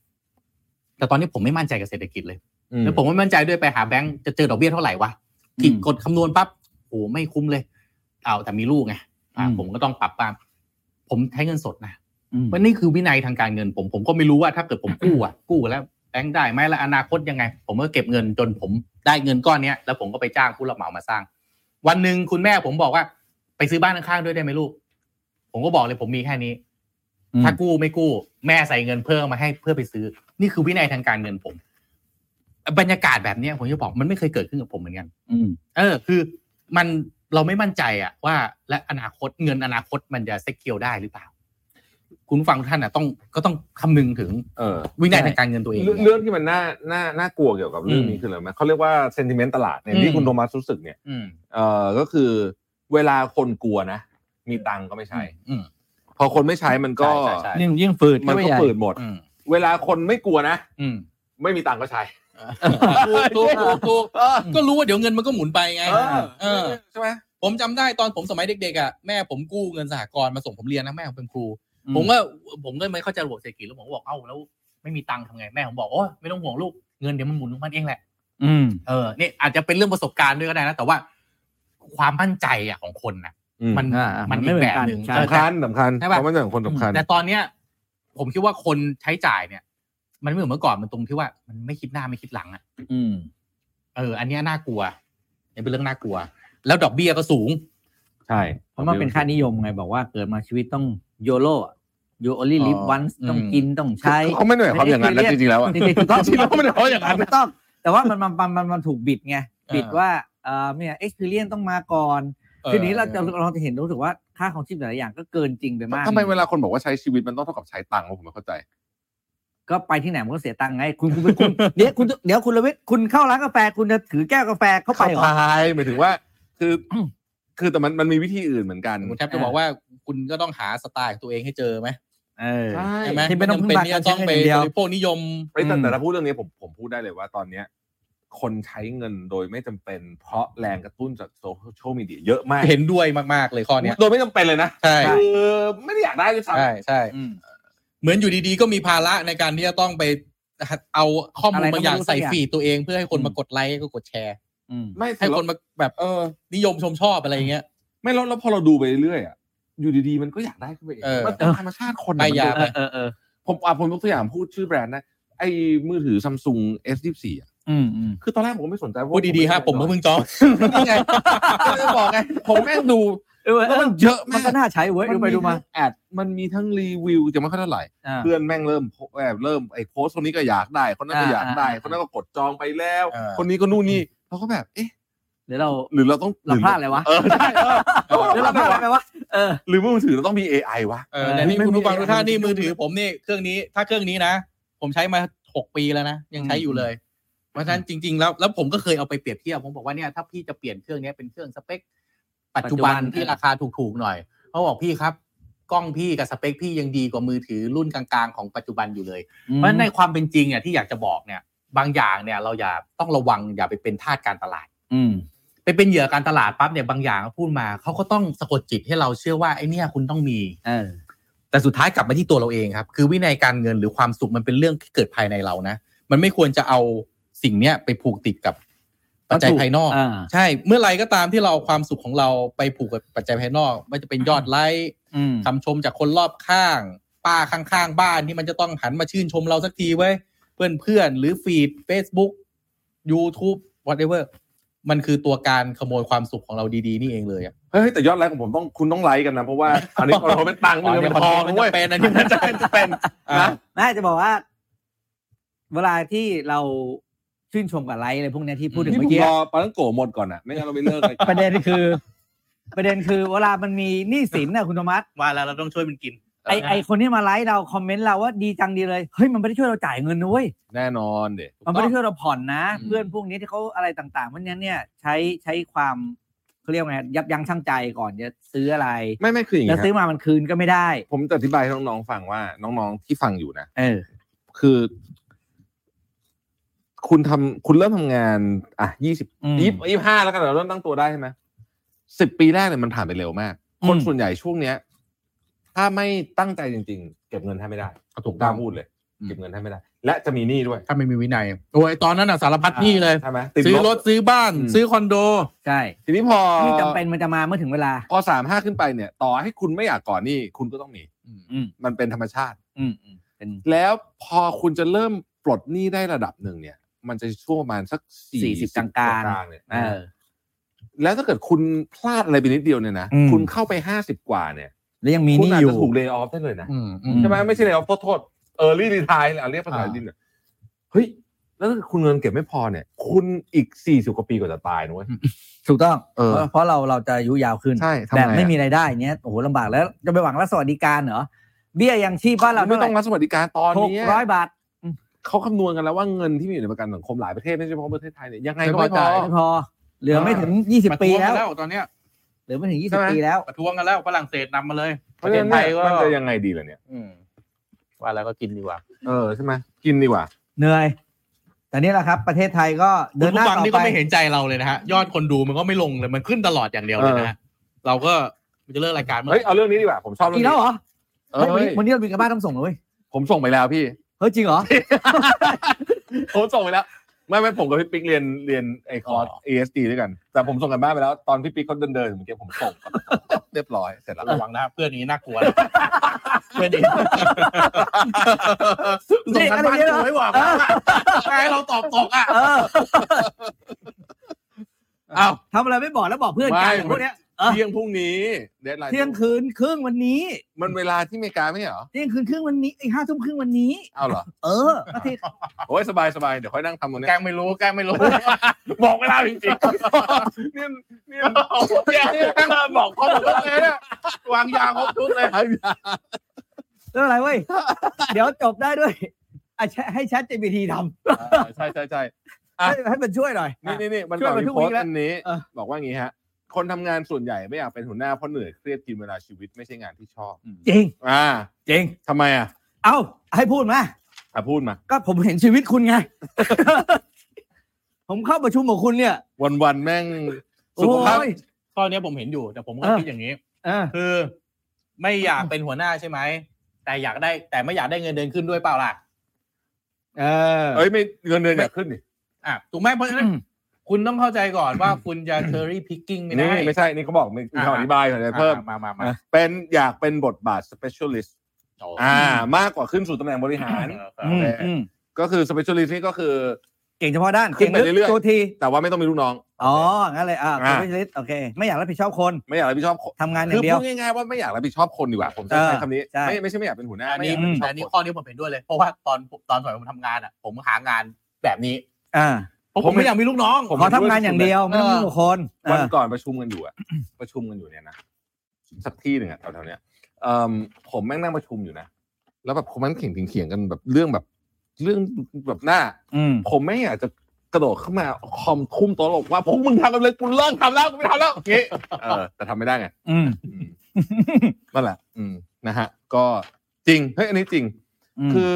A: แต่ตอนนี้ผมไม่มั่นใจกับเศรษฐกิจเลย
D: อื
A: แล้วผมไม่มั่นใจด้วยไปหาแบงค์จะเจอดอกเบี้ยเท่าไหร่วะ
C: อืม
A: ผิดกฎคำนวณปั๊บโอ้ไม่คุ้มเลยเอาแต่มีลูกไงอ่ะ
C: อืม
A: ผมก็ต้องปรับตามผมใช้เงินสดนะ
C: อืม
A: เพราะนี่คือวินัยทางการเงิน ผมผมก็ไม่รู้ว่าถ้าเกิดผมกู้อ่ะ กู้แล้วแบงค์ได้ไหมแล้วอนาคตยังไง ผมก็เก็บเงินจนผมได้เงินก้อนเนี้ยแล้วผมก็ไปจ้างผู้รับเหมามาสร้าง วันหนึ่งคุณแม่ผมบอกว่า ไปซื้อบ้านข้างๆด้วยได้ไหมลูก ผมก็บอกเลยผมมีแค่นี้ ถ้ากู้ไม่กู้ แม่ใส่เงินเพิ่มมาให้เพื่อไปซื้อ นี่คือวินัยทางการเงินผม บรรยากาศแบบเนี้ยผมจะบอกมันไม่เคยเกิดขึ้นกับผมเหมือนกัน
C: อืม
A: เออ คือมันเราไม่มั่นใจอะว่า และอนาคตเงินอนาคตมันจะเซ็กเกียวได้หรือเปล่า คุณผู้ฟังทุกท่านอะต้องก็ต้องคำนึงถึง
D: เออ
A: วินัยทางการเงินตัวเอง
D: เรื่องเรื่องที่มันน่าน่าน่ากลัวเกี่ยวกับเรื่องนี้
A: อืม
D: คืออะไรไหมเขาเรียกว่าเซนติเมนต์ตลาดเนี่ย
A: อื
D: ที่
A: ม
D: คุณโทมัสรู้สึกเนี่ย
A: อืม
D: เอ่อก็คือเวลาคนกลัวนะ มีตังค์ก็ไม่ใช้
A: อืม
D: พอคนไม่ใช้มันก็
A: ใช่ใช่ใช่
C: ยิ่งยิ่งฝืด
D: มัน
C: เข้า
D: ก็
C: ไปใหญ่
D: ฝืดหมด
A: อืม
D: เวลาคนไม่กลัวนะ
A: อืม
D: ไม่มีตังค์ก็ใช้
A: ถูกถูกถูกถูกก็รู้ว่าเดี๋ยวเงินมันก็หมุนไปไง เออ
D: ใช่ไหม
A: ผมจำได้ตอนผมสมัยเด็กๆอ่ะแม่ผมกู้เงินสหกรณ์มาส่งผมเรียนนะแม่ผมเป็นครู
C: อืม
A: ผมก็ผมก็ไม่เข้าใจระบบเศรษฐกิจแล้วผมก็บอกเอ้าแล้วไม่มีตังค์ทำไงแม่ผมบอกโอ้ยไม่ต้องห่วงลูกเงินเดี๋ยวมันหมุนของมันเองแหละ
C: อืม
A: เออเนี่ยอาจจะเป็นเรื่องประสบการณ์ด้วยก็ได้นะแต่ว่าความมั่นใจอ่ะของคนนะมัน
C: อ่าอ่ามั
A: มัน
C: นไม่
A: อีก
C: เหมื
A: แบ
C: อนกัน
A: บหนึ่ง
C: ใช่
A: เออ
D: สำ
A: แต่
D: คัญสำคัญ
A: ใช่ปะ
D: ความมั่นใจของคนสำคัญ
A: แต่ตอนเนี้ยผมคิดว่าคนใช้จ่ายเนี่ย มันไม่เหมือนเมื่อก่อนมันตรงที่ว่า มันไม่คิดหน้าไม่คิดหลังอ่ะ
C: อืม
A: เอออันเนี้ยน่ากลัวเนี่ยเป็นเรื่องน่ากลัว แล้วดอกเบี้ยก็สูง
D: ใช่
C: เพราะมันเป็นค่านิยมไงบอกว่าเกิดมาชีวิตต้องโยโ o ่โยโอลี่ลิฟวัน
A: อืม
C: ต้องกินต้องใช้
D: เขาไม่ได้หมายความอย่างนั้นนะจริงๆแล้วอะ
C: จริงๆถูกต้อง
D: จริงๆแล้วมันเอาอย่างนั้น
C: ถูกต้อง แต่ว่ามันมันมันมันมันถูกบิดไง บิด
A: เออ
C: ว่าเออเนี่ยเอ็กซ์เพรียต้องมาก่อน ทีนี้เราจะเราจะเห็นรู้สึกว่าค่าของชีพแต่ละอย่างก็เกินจริงไปมาก
D: ทำไมเวลาคนบอกว่าใช้ชีวิตมันต้องเท่ากับใช้ตังค์วะผมไม่เข้าใจ
C: ก็ไปที่ไหนมันก็เสียตังค์ไง คุณคุณคุณเดี๋ยวคุณเดี๋ยวคุณลวิทย์คุณเข้าร้านกาแฟคุณจะถือแก้วกาแฟเข้าไป
D: เข้า
C: เหร
D: ไป
C: อ
D: หมายถึงว่า คือ คือแต่มันมันมีวิธีอื่นเหมือนกัน
A: คุณแทบจะบอกว่าคุณก็ต้องหาสไตล์ของตัวเองให้เจอไหม
C: เออ
D: ใช่
A: ใช่ไหม
C: ที่ไม่ต้องพึ่ง
A: เป็น
C: พา
A: ที่
C: การ
A: จะต้อง
C: ใช้
A: ไป
C: เงินอย่างเดียว
A: บริโภคนิยม
D: เฮ้ยแต่
C: อืม
D: แต่ถ้าพูดเรื่องนี้ผมผมพูดได้เลยว่าตอนเนี้ย คนใช้เงินโดยไม่จำเป็น เพราะแรงกระตุ้นจากโซเชียลมีเดียเยอะมาก
A: เห็นด้วยมาก ๆ เลยข้อเนี้ย
D: โดยไม่จำเป็นเลยนะ
A: ใช่
D: คือไม่ได้อยากได้ด้วยซ้
A: ใช่ใช่
C: อืม
A: เหมือนอยู่ดีๆ ก็มีภาระในการที่จะต้องไปเอาข้อมูล
C: อะไรก็
A: บางอย่าง
C: ไม่รู้สัก
A: ใส่
C: อย่าง
A: ฟีดตัวเองเพื่อให้คน
D: อืม
A: มากดไลค์ก็กดแชร์
C: อืม
D: ไม่
A: ให้
D: แต่
A: ค
D: เรา
A: นมาแบบ
D: เออ
A: นิยมชมชอบอะไรอย่างเงี้ย
D: ไม่แล้วแล้วพอเราดูไปเรื่อยอ่ะอยู่ดีๆมันก็อยากได้ขึ้นไปเอง
A: เออ
D: มันเป็นธรรมชาติคนอะ
A: ไป
D: มั
A: ยา
D: นดู
C: เออเออเออ
D: ผมอ่ะผมยกตัวอย่างพูดชื่อแบรนด์นะไอ้มือถือซัมซุง S24 อ่ะ
C: อืมอืม
D: คือตอนแรกผมก็ไม่สนใจ
A: พูดดีๆฮะผมก็เพิ่งจอง
D: ไงไม่ได้บอกไงผมแม่งดู
C: เออ
D: แล้วมันเยอะมาก
C: มันก็น่าใช้เว้ยดูไปดูมา
D: ทั้งแอดมันมีทั้งรีวิวจะไม่ค่อยเท่าไหร่
C: อ่า
D: เพื่อนแม่งเริ่มโพแอบเริ่มไอ้โพสต์คนนี้ก็อยากได้ คนนั้นก็อยากได้
C: อ่า
D: คนนั้นก็กดจองไปแล้ว
A: เออ
D: คนนี้ก็นู่นนี่เราก็แบบเอ๊ะ
C: เดี๋ยวเรา
D: หรือเราต้อง
C: เราพลาดอะไรวะ
D: เออใช่เออเออ
C: เดี๋ยวเราพลาดอะไรไปวะเออ
D: หรือมือถือเราต้องมี AI วะ
A: เออแต่นี่
D: ไม่
A: คุณผู้ฟัง
D: ไม่
A: ทุกท่านนี่
D: ไม่
A: มือถือผมนี่เครื่องนี้ถ้าเครื่องนี้นะ ผมใช้มาหกปีแล้วนะ ยังใช้อยู่เลย เพราะฉะนั้นจริง ๆ แล้วแล้วผมก็เคยเอาไปเปรียบเทียบผมบอกว่าเนี่ยถ้าพี่จะเปลี่ยนเครื่องเนี้ยเป็นเครื่องสเปค ปัจจุบัน
C: ปัจจุบัน
A: ที่ราคาถูกๆหน่อยเขาบอกพี่ครับ กล้องพี่กับสเปคพี่ยังดีกว่ามือถือรุ่นกลางๆของปัจจุบันอยู่เลย เพราะฉะนั้นในความเป็นจริงเนี่ยที่อยากจะบอกเนี่ย บางอย่างเนี่ยเราอย่าต้องระวังอย่าไปเป็นทาสการตลาด
C: อืม
A: ไปเป็นเหยื่อการตลาดปั๊บเนี่ยบางอย่างพูดมาเขาก็ต้องสะกดจิตให้เราเชื่อว่าไอ้เนี่ยคุณต้องมี
C: เออ
A: แต่สุดท้ายกลับมาที่ตัวเราเองครับ คือวินัยการเงินหรือความสุขมันเป็นเรื่องที่เกิดภายในเรานะ มันไม่ควรจะเอาสิ่งเนี้ยไปผูกติดกับปัจจัยภายนอก
C: อ่า
A: ใช่เมื่อไหรก็ตามที่เราเอาความสุขของเราไปผูกกับปัจจัยภายนอกไม่ว่าจะเป็นยอดไลค์
C: อืม
A: คำชมจากคนรอบข้าง ป้าข้างๆ บ้านที่มันจะต้องหันมาชื่นชมเราสักทีไว้ยเพื่อนๆ หรือฟีด Facebook YouTube whatever มันคือตัวการขโมยความสุขของเราดีๆ นี่เองเลยอะ
D: เฮ้ยแต่ยอดไลค์ของผมต้องคุณต้องไลค์กันนะ เพ ราะว่า อันนี้เราเป็นตังค์
A: อ๋อ
D: เงินเป็นทอง
A: มันจะ
D: เว้ย
A: เป็นอันนี้มันจะ เป็น
D: จะเป็นนะ
C: น่าจะบอกว่า เวลาที่เราชื่นชมกับไลค์อะไรพวกเนี้ยที่พูดถึง
D: นี่ผ
C: เมื่
D: ม
C: อกี้
D: รอปลาตั้งโกะหมดก่อนอ่ะไม่งั้นเราไม่เลิกเลย
C: ประเด็นคือ ประเด็นคือเวลามันมีหนี้สินน่ะคุณธมัส
G: ว่าแล้วเราต้องช่วยมันกิน
C: ไอไอคนที่มาไลค์เราคอมเมนต์เราว่าดีจังดีเลยเฮ้ยมันไม่ได้ช่วยเราจ่ายเงินนะเว้ย
D: แน่นอนเด็ก
C: มันไม่ได้ช่วยเราผ่อนนะ
D: อืม
C: เพื่อนพวกนี้ที่เขาอะไรต่างๆเพราะฉะนั้นเนี่ย ใช้ใช้ความเขาเรียกว่าไงยับยั้งชั่งใจก่อนจะซื้ออะไร
D: ไม่ไม่คืออย่าง
C: แล้
D: นี้
C: ว
D: ค
C: ซื้อ
D: รับ
C: มามันคืนก็ไม่ได้
D: ผมจะอธิบายให้น้องๆฟังว่าน้องๆที่ฟังอยู่นะ
C: เออ
D: คือ คุณทำคุณเริ่มทำงาน อ่ะยี่สิบ
C: อืม
D: ยี่สิบห้าแล้วกันเราเริ่มตั้งตัวได้ใช่ไหมสิบปีแรกเนี่ยมันผ่านไปเร็วมาก คน
C: อืม
D: ส่วนใหญ่ช่วงเนี้ย ถ้าไม่ตั้งใจจริง ๆ เก็บเงินให้ไม่ได้
A: ถูก
D: ก
A: ต้
D: ล้า
A: อง
D: พูดเลย
A: อืม
D: เก็บเงินให้ไม่ได้ และจะมีหนี้ด้วย
A: ถ้าไม่มีวินัยโอ้ยตอนนั้นอะสารพัดหนี่เลย
D: ใช่ไหม
A: ซื้อรถซื้อบ้าน
D: ม
A: ซื้อคอนโด
C: ใช่
D: ทีนี้พอ
C: ที่จำเป็นมันจะมาเมื่อถึงเวลา
D: พอสามห้าขึ้นไปเนี่ย ต่อให้คุณไม่อยากก่อนหนี้คุณก็ต้องมี
C: อืม
D: มันเป็นธรรมชาติ
C: อืมอืมเป็น
D: แล้วพอคุณจะเริ่มปลดหนี้ได้ระดับหนึ่งเนี่ย มันจะช่วงประมาณสักสี่
C: 40กลางๆ
D: เนี่ย
C: เออ
D: แล้วถ้าเกิดคุณพลาดอะไรไปนิดเดียวเนี่ยนะ
C: อืม
D: คุณเข้าไปห้าสิบกว่าเนี่ย
C: แล้วยังมีห
D: คุณ
C: นี่
D: อาจ
C: อยู่
D: จะถูกเล y o ออฟได้เลยนะ
A: อืมอืม
D: ใช่ไหมไม่ใช่เล y o ออฟโทษเออรี่รีทายเรียกภาษา
A: อ่า
D: ดินเนี่ยเฮ้ย แล้วถ้าเกิดคุณเงินเก็บไม่พอเนี่ย คุณอีกสี่สิบกว่าปีกว่าจะตายนะเว้ย
C: ถูกต้อง
D: เออ
C: ราะเพราะเราเราจะอายุยาวขึ้น
D: ใช่ทำ
C: แบบ
D: ไง
C: ไม่มีรายได้เงี้ยโอ้โหลำบากแล้วจะไปหวังรัฐสวัสดิการเหรอเบี้ยยังชีพบ้านเรา
D: ไม่ต้องรัฐสวัสดิการตอน
C: หก
D: นี้
C: ร้อยบาท
D: เขาคำนวณกันแล้วว่าเงินที่มีอยู่ในประกันสังคมหลายประเทศไม่ใช่เฉพาะประเทศไทยเนี่ยยังไงก็
A: ไม่
D: ไม่พ
A: พอ
D: อ
C: ไม่พอ เหลือไม่ถึงยี่สิบ
A: ประ
C: ปี
A: ท้วงกั
C: แล้ว
A: นแล้วตอนเนี้ย
C: เหลือไม่ถึงยี่
D: ใช่
C: สิบ
D: ไหม
C: ปีแล้ว
A: ประท้วงกันแล้วฝรั่งเศสนำมาเลย
D: เพ
A: ป
D: ราะ
A: ระ
D: ฉะนั้น
A: เทศไท
D: เนี่ย
A: ยก็
D: มันจะยังไงดีล่ะเนี่ย
A: อืมว่าแล้วก็กินดีกว่า
D: เออใช่ไหมกินดีกว่า
C: เหนื่อยแต่นี่แหละครับ ประเทศไทยก็เดิ
A: คุ
C: น
A: ณ
C: หน้า
A: ผู้ฟั
C: ต่อ
A: งนี่
C: ไป
A: ก็ไม่เห็นใจเราเลยนะฮะ ยอดคนดูมันก็ไม่ลงเลยมันขึ้นตลอดอย่างเดียวเลยนะฮะเราก็มันจะเลิกรายการเมื่อ
D: เฮ้ยเอาเรื่องนี้ดีกว่าผมชอบเรื่อง
C: อีก
D: นี้
C: แล้วเหรอ
D: เอ
C: เฮ้ยวันนี้วั
D: ้ย
C: นนี้เรามีการบ้านต้องส่งเลย
D: ผมส่งไปแล้วพี่
C: เฮ้ยจริงเหรอ
D: ผมส่งไปแล้ว ไม่ไม่ผมกับพี่ปิ๊กเรียนเรียนไอคอร์ส ASD ด้วยกัน แต่ผมส่งกันบ้านไปแล้ว ตอนพี่ปิ๊กเขาเดินเดินๆเมื่อกี้ผมส่ง เรียบร้อยเสร็จแล้ว
A: ระวังนะเพื่อนนี้น่ากลัวนะเพื่อนนี้
C: นี่
A: ส่งกันบ้าน
C: อะไรเนี่ย
A: กูไม่หวังนะให้เราตอบตกอ่ะ
C: เออ
A: อ้าว
C: ทำอะไรไม่บอกแล้วบอกเพื่อนกัน
D: ไม่
C: พวกเนี้ย เออ
D: เที่ยงพรุ่งนี้เดทไลน์
C: เที่ยงคืนครึ่งวันนี้
D: มันเวลาที่อเมริกาไม่ใช่เหรอ
C: เที่ยงคืนครึ่งวันนี้ไอ้ห้าทุ่มครึ่งวันนี้
D: เอาเหรอ
C: เออก็ที่
D: โอ้ยสบายสบายเดี๋ยวค่อยนั่งทำตรงเนี้
A: แกล้
D: ย
A: งไม่รู้แกล้งไม่รู้
D: บอกเวลาจริงๆ เนี่ยเนี่ยเนี่ยบอกข้อมูลเลยเนี่ยวางยาครบทุกเลย
C: เรื่องอะไรเว้ย เดี๋ยวจบได้ด้วยอ่ะแชให้แชท GPT ท
D: ใช่ใช่ใช่
C: ำ
D: อ่ะ
C: ให้ให้มันช่วยหน่อย
D: นี่นี่นี่มัน
C: ช่วย
D: ต่อ
C: มาทุ
D: ที่
C: ก
D: โพส
C: วีค
D: ต์
C: แล้ว
D: อันนี้
C: เออ
D: บอกว่างี้ฮะ คนทำงานส่วนใหญ่ไม่อยากเป็นหัวหน้าเพราะเหนื่อยเครียดกินเวลาชีวิตไม่ใช่งานที่ชอบ
C: จริง
D: อ่า
C: จริง
D: ทำไมอ่ะ
C: เอาให้พูดมา
D: อ่ะพูดมา
C: ก็ผมเห็นชีวิตคุณไง ผมเข้าประชุมของคุณเนี่ย
D: วันวันๆแม่ง
C: โอ้
D: สุขภาพ
C: ย
A: ข้อเนี้ยผมเห็นอยู่แต่ผมก็
C: เออ
A: คิดอย่างนี้
C: เออ
A: คือ ไม่อยากเป็นหัวหน้าใช่ไหม แต่อยากได้แต่ไม่อยากได้เงินเดือนขึ้นด้วยเปล่าล่ะ
C: เออ
D: เอ้ยไม่เงินเดือนอยากขึ้นนี่
A: อ่ะถูกไหมเพราะฉะนั้น
C: อืม
A: คุณต้องเข้าใจก่อนว่าคุณจะเทอรี่พิกกิ้งไม่
D: นี่
A: ได้
D: ไม่ใช่นี่เขาบอกมีมีคำอธิบายของอะไร
A: อ่ะ
D: เพิ่ม
A: มามามา
D: เป็นอยากเป็นบทบาท specialist
A: โอ้
D: อ่ามากกว่าขึ้นสู่ตำแหน่งบริหาร
C: อืมอืม
D: ก็คือ specialist นี่ก็คือ
C: เก่งเฉพาะด้าน
D: ขึ้นไปเรื่อยๆ
C: ตัวที
D: แต่ว่าไม่ต้องมีลูกน้อง
C: อ๋อ งั้นเลย อ่า
D: อ่า
C: เป็นลิสโอเค ไม่อยากรับผิดชอบคน
D: ไม่อยากรับผิดชอบคน
C: ทำงานอย่า
D: คือง
C: เดีย
D: พู
C: ว
D: ดง่ายๆว่าไม่อยากรับผิดชอบคนดีกว่าผมจะ
C: เออ
D: ใช้คำนี้
C: ใช่
D: ไม่ไม่ใช่ไม่อยากเป็นหัวหน้า
A: อัน
D: ไม่อ
A: นี้
D: ยากรับผิดช
A: อั
D: อบ
A: นนี้
D: คน
A: ข้อนี้ผมเห็นด้วยเลย เพราะว่าตอนตอนสมัยผมทำงานอ่ะ ผมหางานแบบนี้
C: อ่า
A: เพราะผมไม่อยากมีลูกน้อง
D: ผม
C: ขอ
D: เห็นด้วย
C: ทำงานอย่างเดียว ไม่ต้องยุ่งกับคนเอ
D: วัน
C: อ
D: ก่อนประชุมกันอยู่อะ ประชุมกันอยู่เนี่ยนะสักที่หนึ่งอะแถวๆเนี้ยเอิ่มผมแม่งนั่งประชุมอยู่นะ แล้วแบบคนนั้นเถียงเถียงๆกันแบบเรื่องแบบ เรื่องแบบหน้า
C: อืม
D: ผมไม่อยากจะกระโดดเข้ามาคอมทุ่มโต๊ะหลบว่าพวกมึงทำกันเลยกูเลิกทำแล้วกูไม่ทำแล้ว อย่างงี้เออแต่ทำไม่ได้ไง
C: อืม
D: อืมนั่นแหละ อืมนะฮะ ก็จริงเฮ้ยอันนี้จริง
C: ม
D: คือ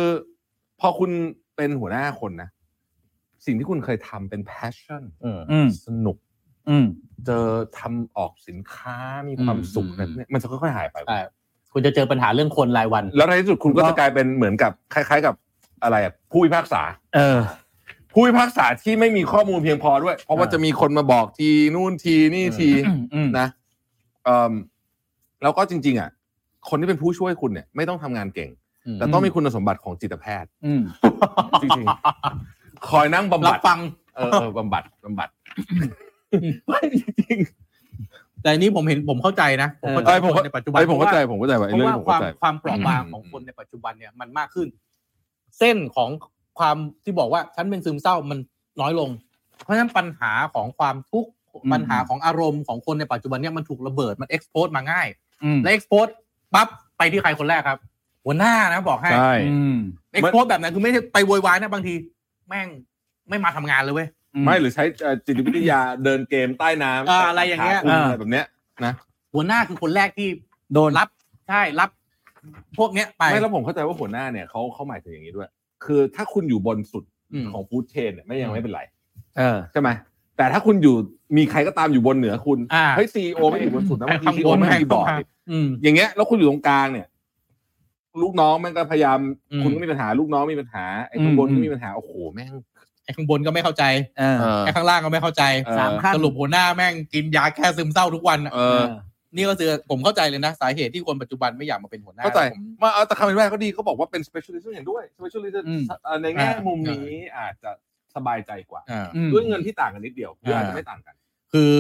D: พอคุณเป็นหัวหน้าคนนะสิ่งที่คุณเคยทำเป็น passion
C: อืม
D: สนุก
C: อืม
D: เจอทำออกสินค้ามีความ
A: อืม
D: สุข
A: อืม
D: เนี่ยมันจะค่อยๆหายไป
A: อ่ะคุณจะเจอปัญหาเรื่องคนรายวัน
D: แล้วในที่สุดคุณก็
C: ก็
D: จะกลายเป็นเหมือนกับคล้าย ๆ กับอะไรอะผู้พิพากษา
C: เออ
D: ผู้พิพากษาที่ไม่มีข้อมูลเพียงพอด้วย เพราะว่า
C: อ่า
D: จะมีคนมาบอกทีนู่นทีนี่ที
C: อืมอืม
D: นะเอ่มแล้วก็จริง ๆ อ่ะ คนที่เป็นผู้ช่วยคุณเนี่ยไม่ต้องทำงานเก่ง
A: อืม
D: แต่ต้องมีคุณสมบัติของจิตแพทย์
C: อืม
D: จริงๆ คอยนั่งบำบั
A: รับ
D: ด
A: ฟัง
D: เออเออบำบัดบำบัดไม่จริง
A: แต่อันนี้ผมเห็นผมเข้าใจนะผมเข้า
D: ๆ
A: ใจ
D: ไอ้ยผม
A: ค
D: ก็
A: นในปัจจุบัน
D: ไอ้ยผมเข้าใจ
A: เพ
D: ผมเข้าใจว่าไอ้
A: ราะ
D: เรื่องนี้
A: ว่า
D: ผม
A: ควา
D: เข้า
A: ม
D: ใจ
A: ความเปราะบางของคนในปัจจุบันเนี่ยมันมากขึ้น เส้นของความที่บอกว่าฉันเป็นซึมเศร้ามันน้อยลง เพราะฉะนั้นปัญหาของความทุกข์
C: อืม
A: ปัญหาของอารมณ์ของคนในปัจจุบันเนี่ยมันถูกระเบิดมันเอ็กซ์โพสมาง่าย
C: อืม
A: และเอ็กซ์โพสปั๊บไปที่ใครคนแรกครับ หัวหน้านะบอกให้
D: ใช่
C: อืม
A: เอ็กซ์โพสแบบนั้นคือไม่ได้ไปโวยวายนะบางที แม่งไม่มาทำงานเลยเว้ย
C: อื
D: ไม่หรือใช้เอ่อจิตวิทยาเดินเกมใต้น้ำ
A: อ่าอะไรอย่างเงี้ย
D: หคุณ
C: อ่า
D: อะไรแบบเนี้ย
A: หัวหน้าคือคนแรกที่
C: โดน
A: รับใช่รับ พวกเนี้ยไป
D: ไม่แล้วผมเข้าใจว่าหัวหน้าเนี่ยเขาเขาหมายถึงอย่างนี้ด้วย คือถ้าคุณอยู่บนสุด
A: อืม
D: ของฟู้ดเชนเนี่ยไม่ยังไม่เป็นไร
C: เออ
D: ใช่ไหมแต่ถ้าคุณอยู่มีใครก็ตามอยู่บนเหนือคุณ
A: อ่า
D: เฮ้ยซีโอไม่อยู่บนสุดนะบางที
A: ข้าง
D: ซี
A: บ
D: โอน ไม่มีบอร์ด
A: ข้างบน อืม
D: อย่างเงี้ยแล้วคุณอยู่ตรงกลางเนี่ย ลูกน้องแม่งก็พยายาม
A: อืม
D: คุณก็มีปัญหาลูกน้องมีปัญหาไอ้
C: อืม
D: ข้างบน
C: อื
D: ก็
C: ม
D: มีปัญหาโอ้โหแม่ง
A: ไอ้ข้างบนก็ไม่เข้าใจ
C: เออ
D: เออ
A: ไอ้ข้างล่างก็ไม่เข้าใจ
D: เออ
C: สามขั้น
A: สรุปหัวหน้าแม่งกินยาแค่ซึมเศร้าทุกวันอะ
D: เอ
C: เอ
D: อ
C: อ
A: นี่ก็คือผมเข้าใจเลยนะ สาเหตุที่คนปัจจุบันไม่อยากมาเป็นหัวหน้า
D: เข้าใจ
A: ผม
D: มาเอาแต่คำเป็นแรกก็ดีเขาบอกว่าเป็น specialist เห็นด้วย specialist
C: อืม
D: เอ่อในแง่
A: อ่ามุ
D: มุมนี้อาจจะสบายใจกว่า
A: อ่า
C: อืม
D: ด้วยเงินที่ต่างกันนิดเดียวหรืออาจ
A: อ่า
D: จะไม่ต่างกัน
A: คือ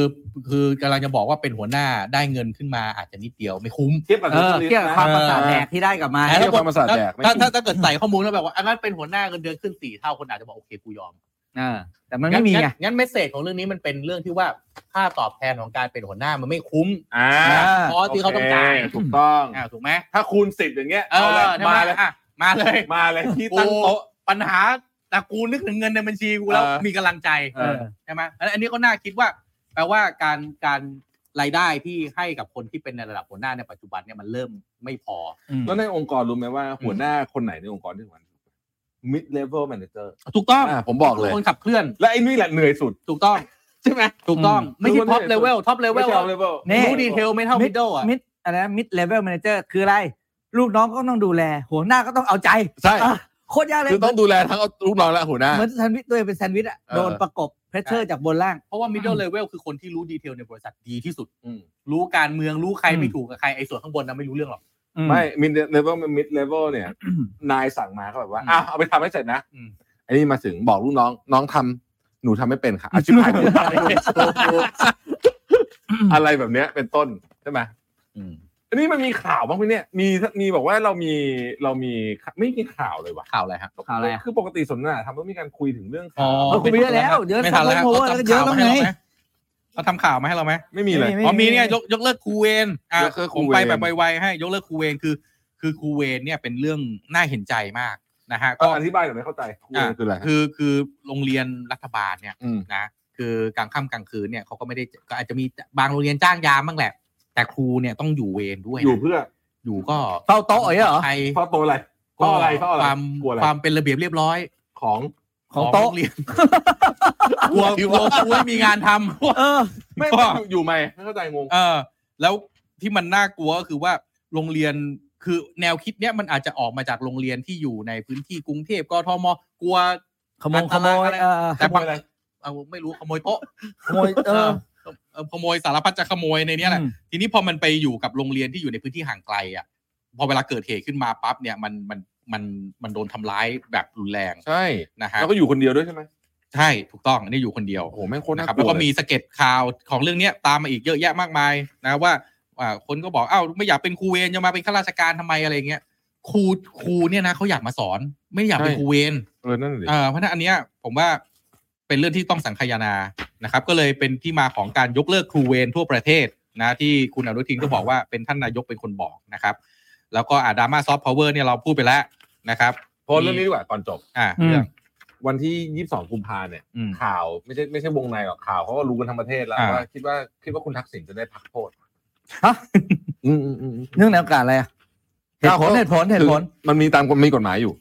A: คือกำลังจะบอกว่าเป็นหัวหน้าได้เงินขึ้นมาอาจจะนิดเดียวไม่คุ้ม
D: เทียบกับ
C: เออ
D: specialist
C: เทียบกับ
D: นะ
C: ความประสาทแดกที่ได้กลับมา
D: เออ ความประสาทแดกไม่
A: ถ้า
D: คุ้ม
A: ถ้าถ้าเกิดใส่ข้อมูลแล้วแบบว่าอันนั้นเป็นหัวหน้าเงินเดือนขึ้นสี่เท่าคนอาจจะบอกโอเคกูยอม
C: เออ แต่มันไม่มีไง
A: นงั้นเมสเซจของเรื่องนี้มันเป็นเรื่องที่ว่าค่าตอบแทนของการเป็นหัวหน้ามันไม่คุ้ม
D: อ่า
A: เพราะที่เขาต้องการ
D: โเคถูกต้อง
A: อ่าถูกไหม
D: ถ้าคูณสิบอย่างเงี้ย
A: เออ
D: ละ
A: ใช่ไห
D: มาเลย
A: อ่ะมาเลย
D: มาเลยที่ตั้งโต๊ะ
A: ปัญหาแต่กูนึกถึงเงินในบัญชีกูแล้ว
D: เออ
A: มีกำลังใจ
D: เออ
A: ใช่ไหมอันอันนี้ก็น่าคิดว่า แปลว่าการการรายได้ที่ให้กับคนที่เป็นในระดับหัวหน้าในปัจจุบันเนี่ยมันเริ่มไม่พอ
D: แล้วในองค์กรรู้ไหมว่าหัวหน้าคนไหนในองค์กรที่สำคัญ mid level manager
A: ถูกต้อง
D: อ่าผมบอกเลย
A: คนขับเคลื่อน
D: และไอ้นี่แหละเหนื่อยสุด
A: ถูกต้อง ใช่ไหมถูกต้องไม่ใช่ท็อปเลเวลท็อปเลเว
D: ไม่
A: ล
D: ใช่ top level
C: นี่
A: รู้ดีเทลไม่เท่ามิดเดิลอ่ะ
C: มิดอะไรมิดเลเวลแมเนเจอร์คืออะไร ลูกน้องก็ต้องดูแล หัวหน้าก็ต้องเอาใจ
D: ใช่
C: อ่ะโคตรยากเลย
D: คือต้องดูแลทั้งเอาลูกน้องและหัวหน้า
C: เหมือนแซนด์วิชตัวเองเป็นแซนด์วิชอะ
D: เออ
C: โดนประกบเพรสเชอร์จากบนล่าง
A: เพราะว่ามิดเดิลเลเวลคือคนที่รู้ดีเทลในบริษัทดีที่สุด
D: อืม
A: รู้การเมืองรู้ใคร
C: อืม
A: ไม่ถูกกับใครไอ้ส่วนข้างบนน่ะไม่รู้เรื่องหรอก
D: ไม่ mid level mid level เนี่ย นายสั่งมาเขาแบบว่า
A: อืม
D: อ่ะเอาไปทำให้เสร็จนะ
A: อืม
D: ไอ้นี่มาถึงบอกลูกน้อง น้องทำหนูทำไม่เป็นค่ะอาชิบหายหมดอะไรแบบเนี้ยเป็นต้นใช่ไหมอันนี้มันมีข่าวบ้างไหมเนี่ยมีมีบอกว่าเรามีเรามีไม่มีข่าวเลยว่ะ
A: ข่าวอะไรฮะ
C: ข่าวอะไรอะ
D: คือปกติสนทนาทำต้องมีการคุยถึงเรื่อง
A: อ๋
D: ข่า
A: อ
D: ว
C: คุยไปเยอะแล้วเดี๋ยว
A: ไม่ทันแล้ว
C: สังคมโหวตแล้วก็เยอะแล้วไง
A: เขาทำข่าวมาให้เราไหม
D: ไม่มีเลย
C: ไม่มี
A: อ๋อมีเนี่ยยกยกเลิกครูเวนอ่ะ
D: ยกเลิกครู
A: ผม
D: เวร
A: ไปแบบไวๆให้ยกเลิกครูเวนคือ คือครูเวนเนี่ยเป็นเรื่องน่าเห็นใจมากนะฮะ
D: ก็
A: ก็
D: อธิบายหน่อยไม่เข้าใจคุย
A: อ่ะ
D: คืออะไรฮะ
A: คือคือโรงเรียนรัฐบาลเนี่ย
D: อืม
A: นะคือกลางค่ำกลางคืนเนี่ยเขาก็ไม่ได้ก็อาจจะมีบางโรงเรียนจ้างยามบ้างแหละ แต่ครูเนี่ยต้องอยู่เวรด้วยนะ
D: อยู่เพื่อ
A: อยู่ก็
C: เฝ้าโต๊ะอย่างเงี้ยเหรอ
A: ใคร
D: เพราะตัวอะไรเพราะอะไรเพราะอะไร
A: ความ
D: กลัวอะไร
A: ความเป็นระเบียบเรียบร้อย
D: ของ
C: ของโต๊ะ
A: โรงเรียน กลัวกลัวครูไม่มีงานทำ
C: เออ
D: ไม่
A: ก็
D: อยู่ไหมไม่เข้าใจงง
A: เออแล้วที่มันน่ากลัวก็คือว่าโรงเรีย คือแนวคิดเนี้ยมันอาจจะออกมาจากโรงเรียนที่อยู่ในพื้นที่กรุงเทพกทมกลัว
H: ขโมง
A: อั
H: ข
A: นต
H: โมย
A: รายอะไร
H: เออ
A: แต่บางเอาไม่รู้ขโมยโต๊ะ
H: ขโมยเออ
A: เออขโมยสารพัดจะขโมยในเนี้ยแหละ
H: อืม
A: ทีนี้พอมันไปอยู่กับโรงเรียนที่อยู่ในพื้นที่ห่างไกลอ่ะพอเวลาเกิดเหตุขึ้นมาปั๊บเนี่ยมันมันมันมันโดนทำร้ายแบบรุนแรง
D: ใช่
A: นะฮะ
D: แล้วก็อยู่คนเดียวด้วยใช่ไหม
A: ใช่ถูกต้องอันนี่อยู่คนเดียว
D: โอ้โหแม่งโคตร
A: นะ
D: น่า
A: ครับ
D: กลั
A: แล้ว วก็มี
D: เลย
A: สเก็ตข่าวของเรื่องเนี้ยตามมาอีกเยอะแยะมากมายนะว่าอ่าคนก็บอกอ้าวไม่อยากเป็นครูเวรจะมาเป็นข้าราชการทำไมอะไรเงี้ยครูครูเนี่ยนะเขาอยากมาสอน ไม่ได้อยากเป็นครูเวร
D: เออนั่นแหละดิ
A: เอ่อเพราะฉะนั้นอันเนี้ยผมว่าเป็นเรื่องที่ต้องสังคายนานะครับ ก็เลยเป็นที่มาของการยกเลิกครูเวรทั่วประเทศนะที่คุณอนุทินก็บอกว่าเป็นท่านนายกเป็นคนบอกนะครับ แล้วก็อาดามาซอฟต์พาวเวอร์เนี่ยเราพูดไปแล้วนะครับ
D: พอเรื่องนี้ดีกว่าตอนจบ
A: อ่า
H: อืม
A: เรื่อง
D: วันที่ยี่สิบสองกุมภาเนี่ย
A: อืม
D: ข่าวไม่ใช่ไม่ใช่วงในหรอกข่าวเขาก็รู้กันทั้งประเทศแล้ว
A: อ่า
D: ว่าคิดว่าคิดว่าคุณทักษิณจะได้พักโทษ
H: ฮะ
D: อืมอืมอืมอืม
H: เนื่องในโอกาสอะไรอะเหตุ
D: เอา
H: ผ
D: เขา
H: ลเหตุผลเหตุผล
D: คือมันมีตามกฎมีกฎหมายอยู่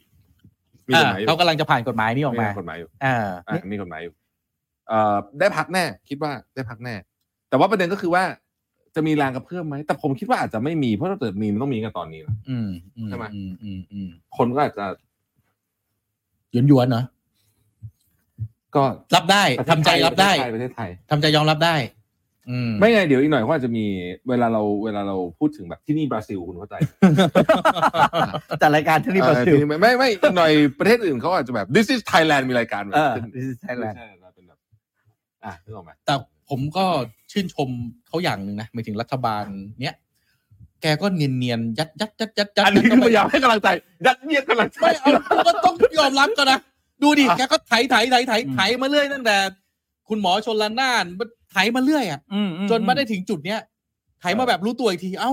D: มีกฎหมายอยู่
A: เขากำลังจะผ่านกฎหมายนี้ออก
D: มี
A: มาก
D: ฎหมายอยู่
A: อ่า
D: อ่ะมีกฎหมายอยู่เอ่อได้พักแน่ คิดว่าได้พักแน่ แต่ว่าประเด็นก็คือว่าจะมีแรงกระเพื่อมไหมแต่ผมคิดว่าอาจจะไม่มีเพราะถ้าเกิดมีมันต้องมีกันตอนนี้นะ
A: อืมอืมอืมอืมอืม
D: คนก็อาจจะ
A: หยวนหยวนๆเนาะ
D: ก็
A: รับได้ทำใจรับได้
D: ประเทศไทย
A: ทำใจยอมรับได้ อืม
D: ไม่ไงเดี๋ยวอีกหน่อยก็อาจจะมีเวลาเราเวลาเราพูดถึงแบบที่นี่บราซิลคุณเข้าใจ
H: แต่รายการที่นี่
D: เอ
H: ป
D: อ
H: ระสิว
D: ทีนี้ไม่ไม่ไม่อีกหน่อยประเทศอื่นเขาอาจจะแบบ this is Thailand มีรายการแบบ
H: เออ
D: ขึ้น
H: ดิสไทยแลนด์
D: ใช่เราเป็นแบบอ่ะนึกออกไหม
A: แต่ผมก็ชื่นชมเขาอย่างหนึ่งนะหมายถึงรัฐบาลเนี้ยแกก็เนียนเนียนๆยัดยัดยัดยัดยัด
D: อันนี้คือพยายามให้กำลังใจยัดเยียดกำลังใจ
A: ไม่เอาก็ต้องยอมรับก่อนนะ ดูดิ
D: อ่ะ
A: แกก็ไถไถไถไถไถมาเรื่อยตั้งแต่ คุณหมอชนละนานไถมาเรื่อยอ่ะจนมาได้ถึงจุดเนี้ยไถมาแบบรู้ตัวอีกที เอ้า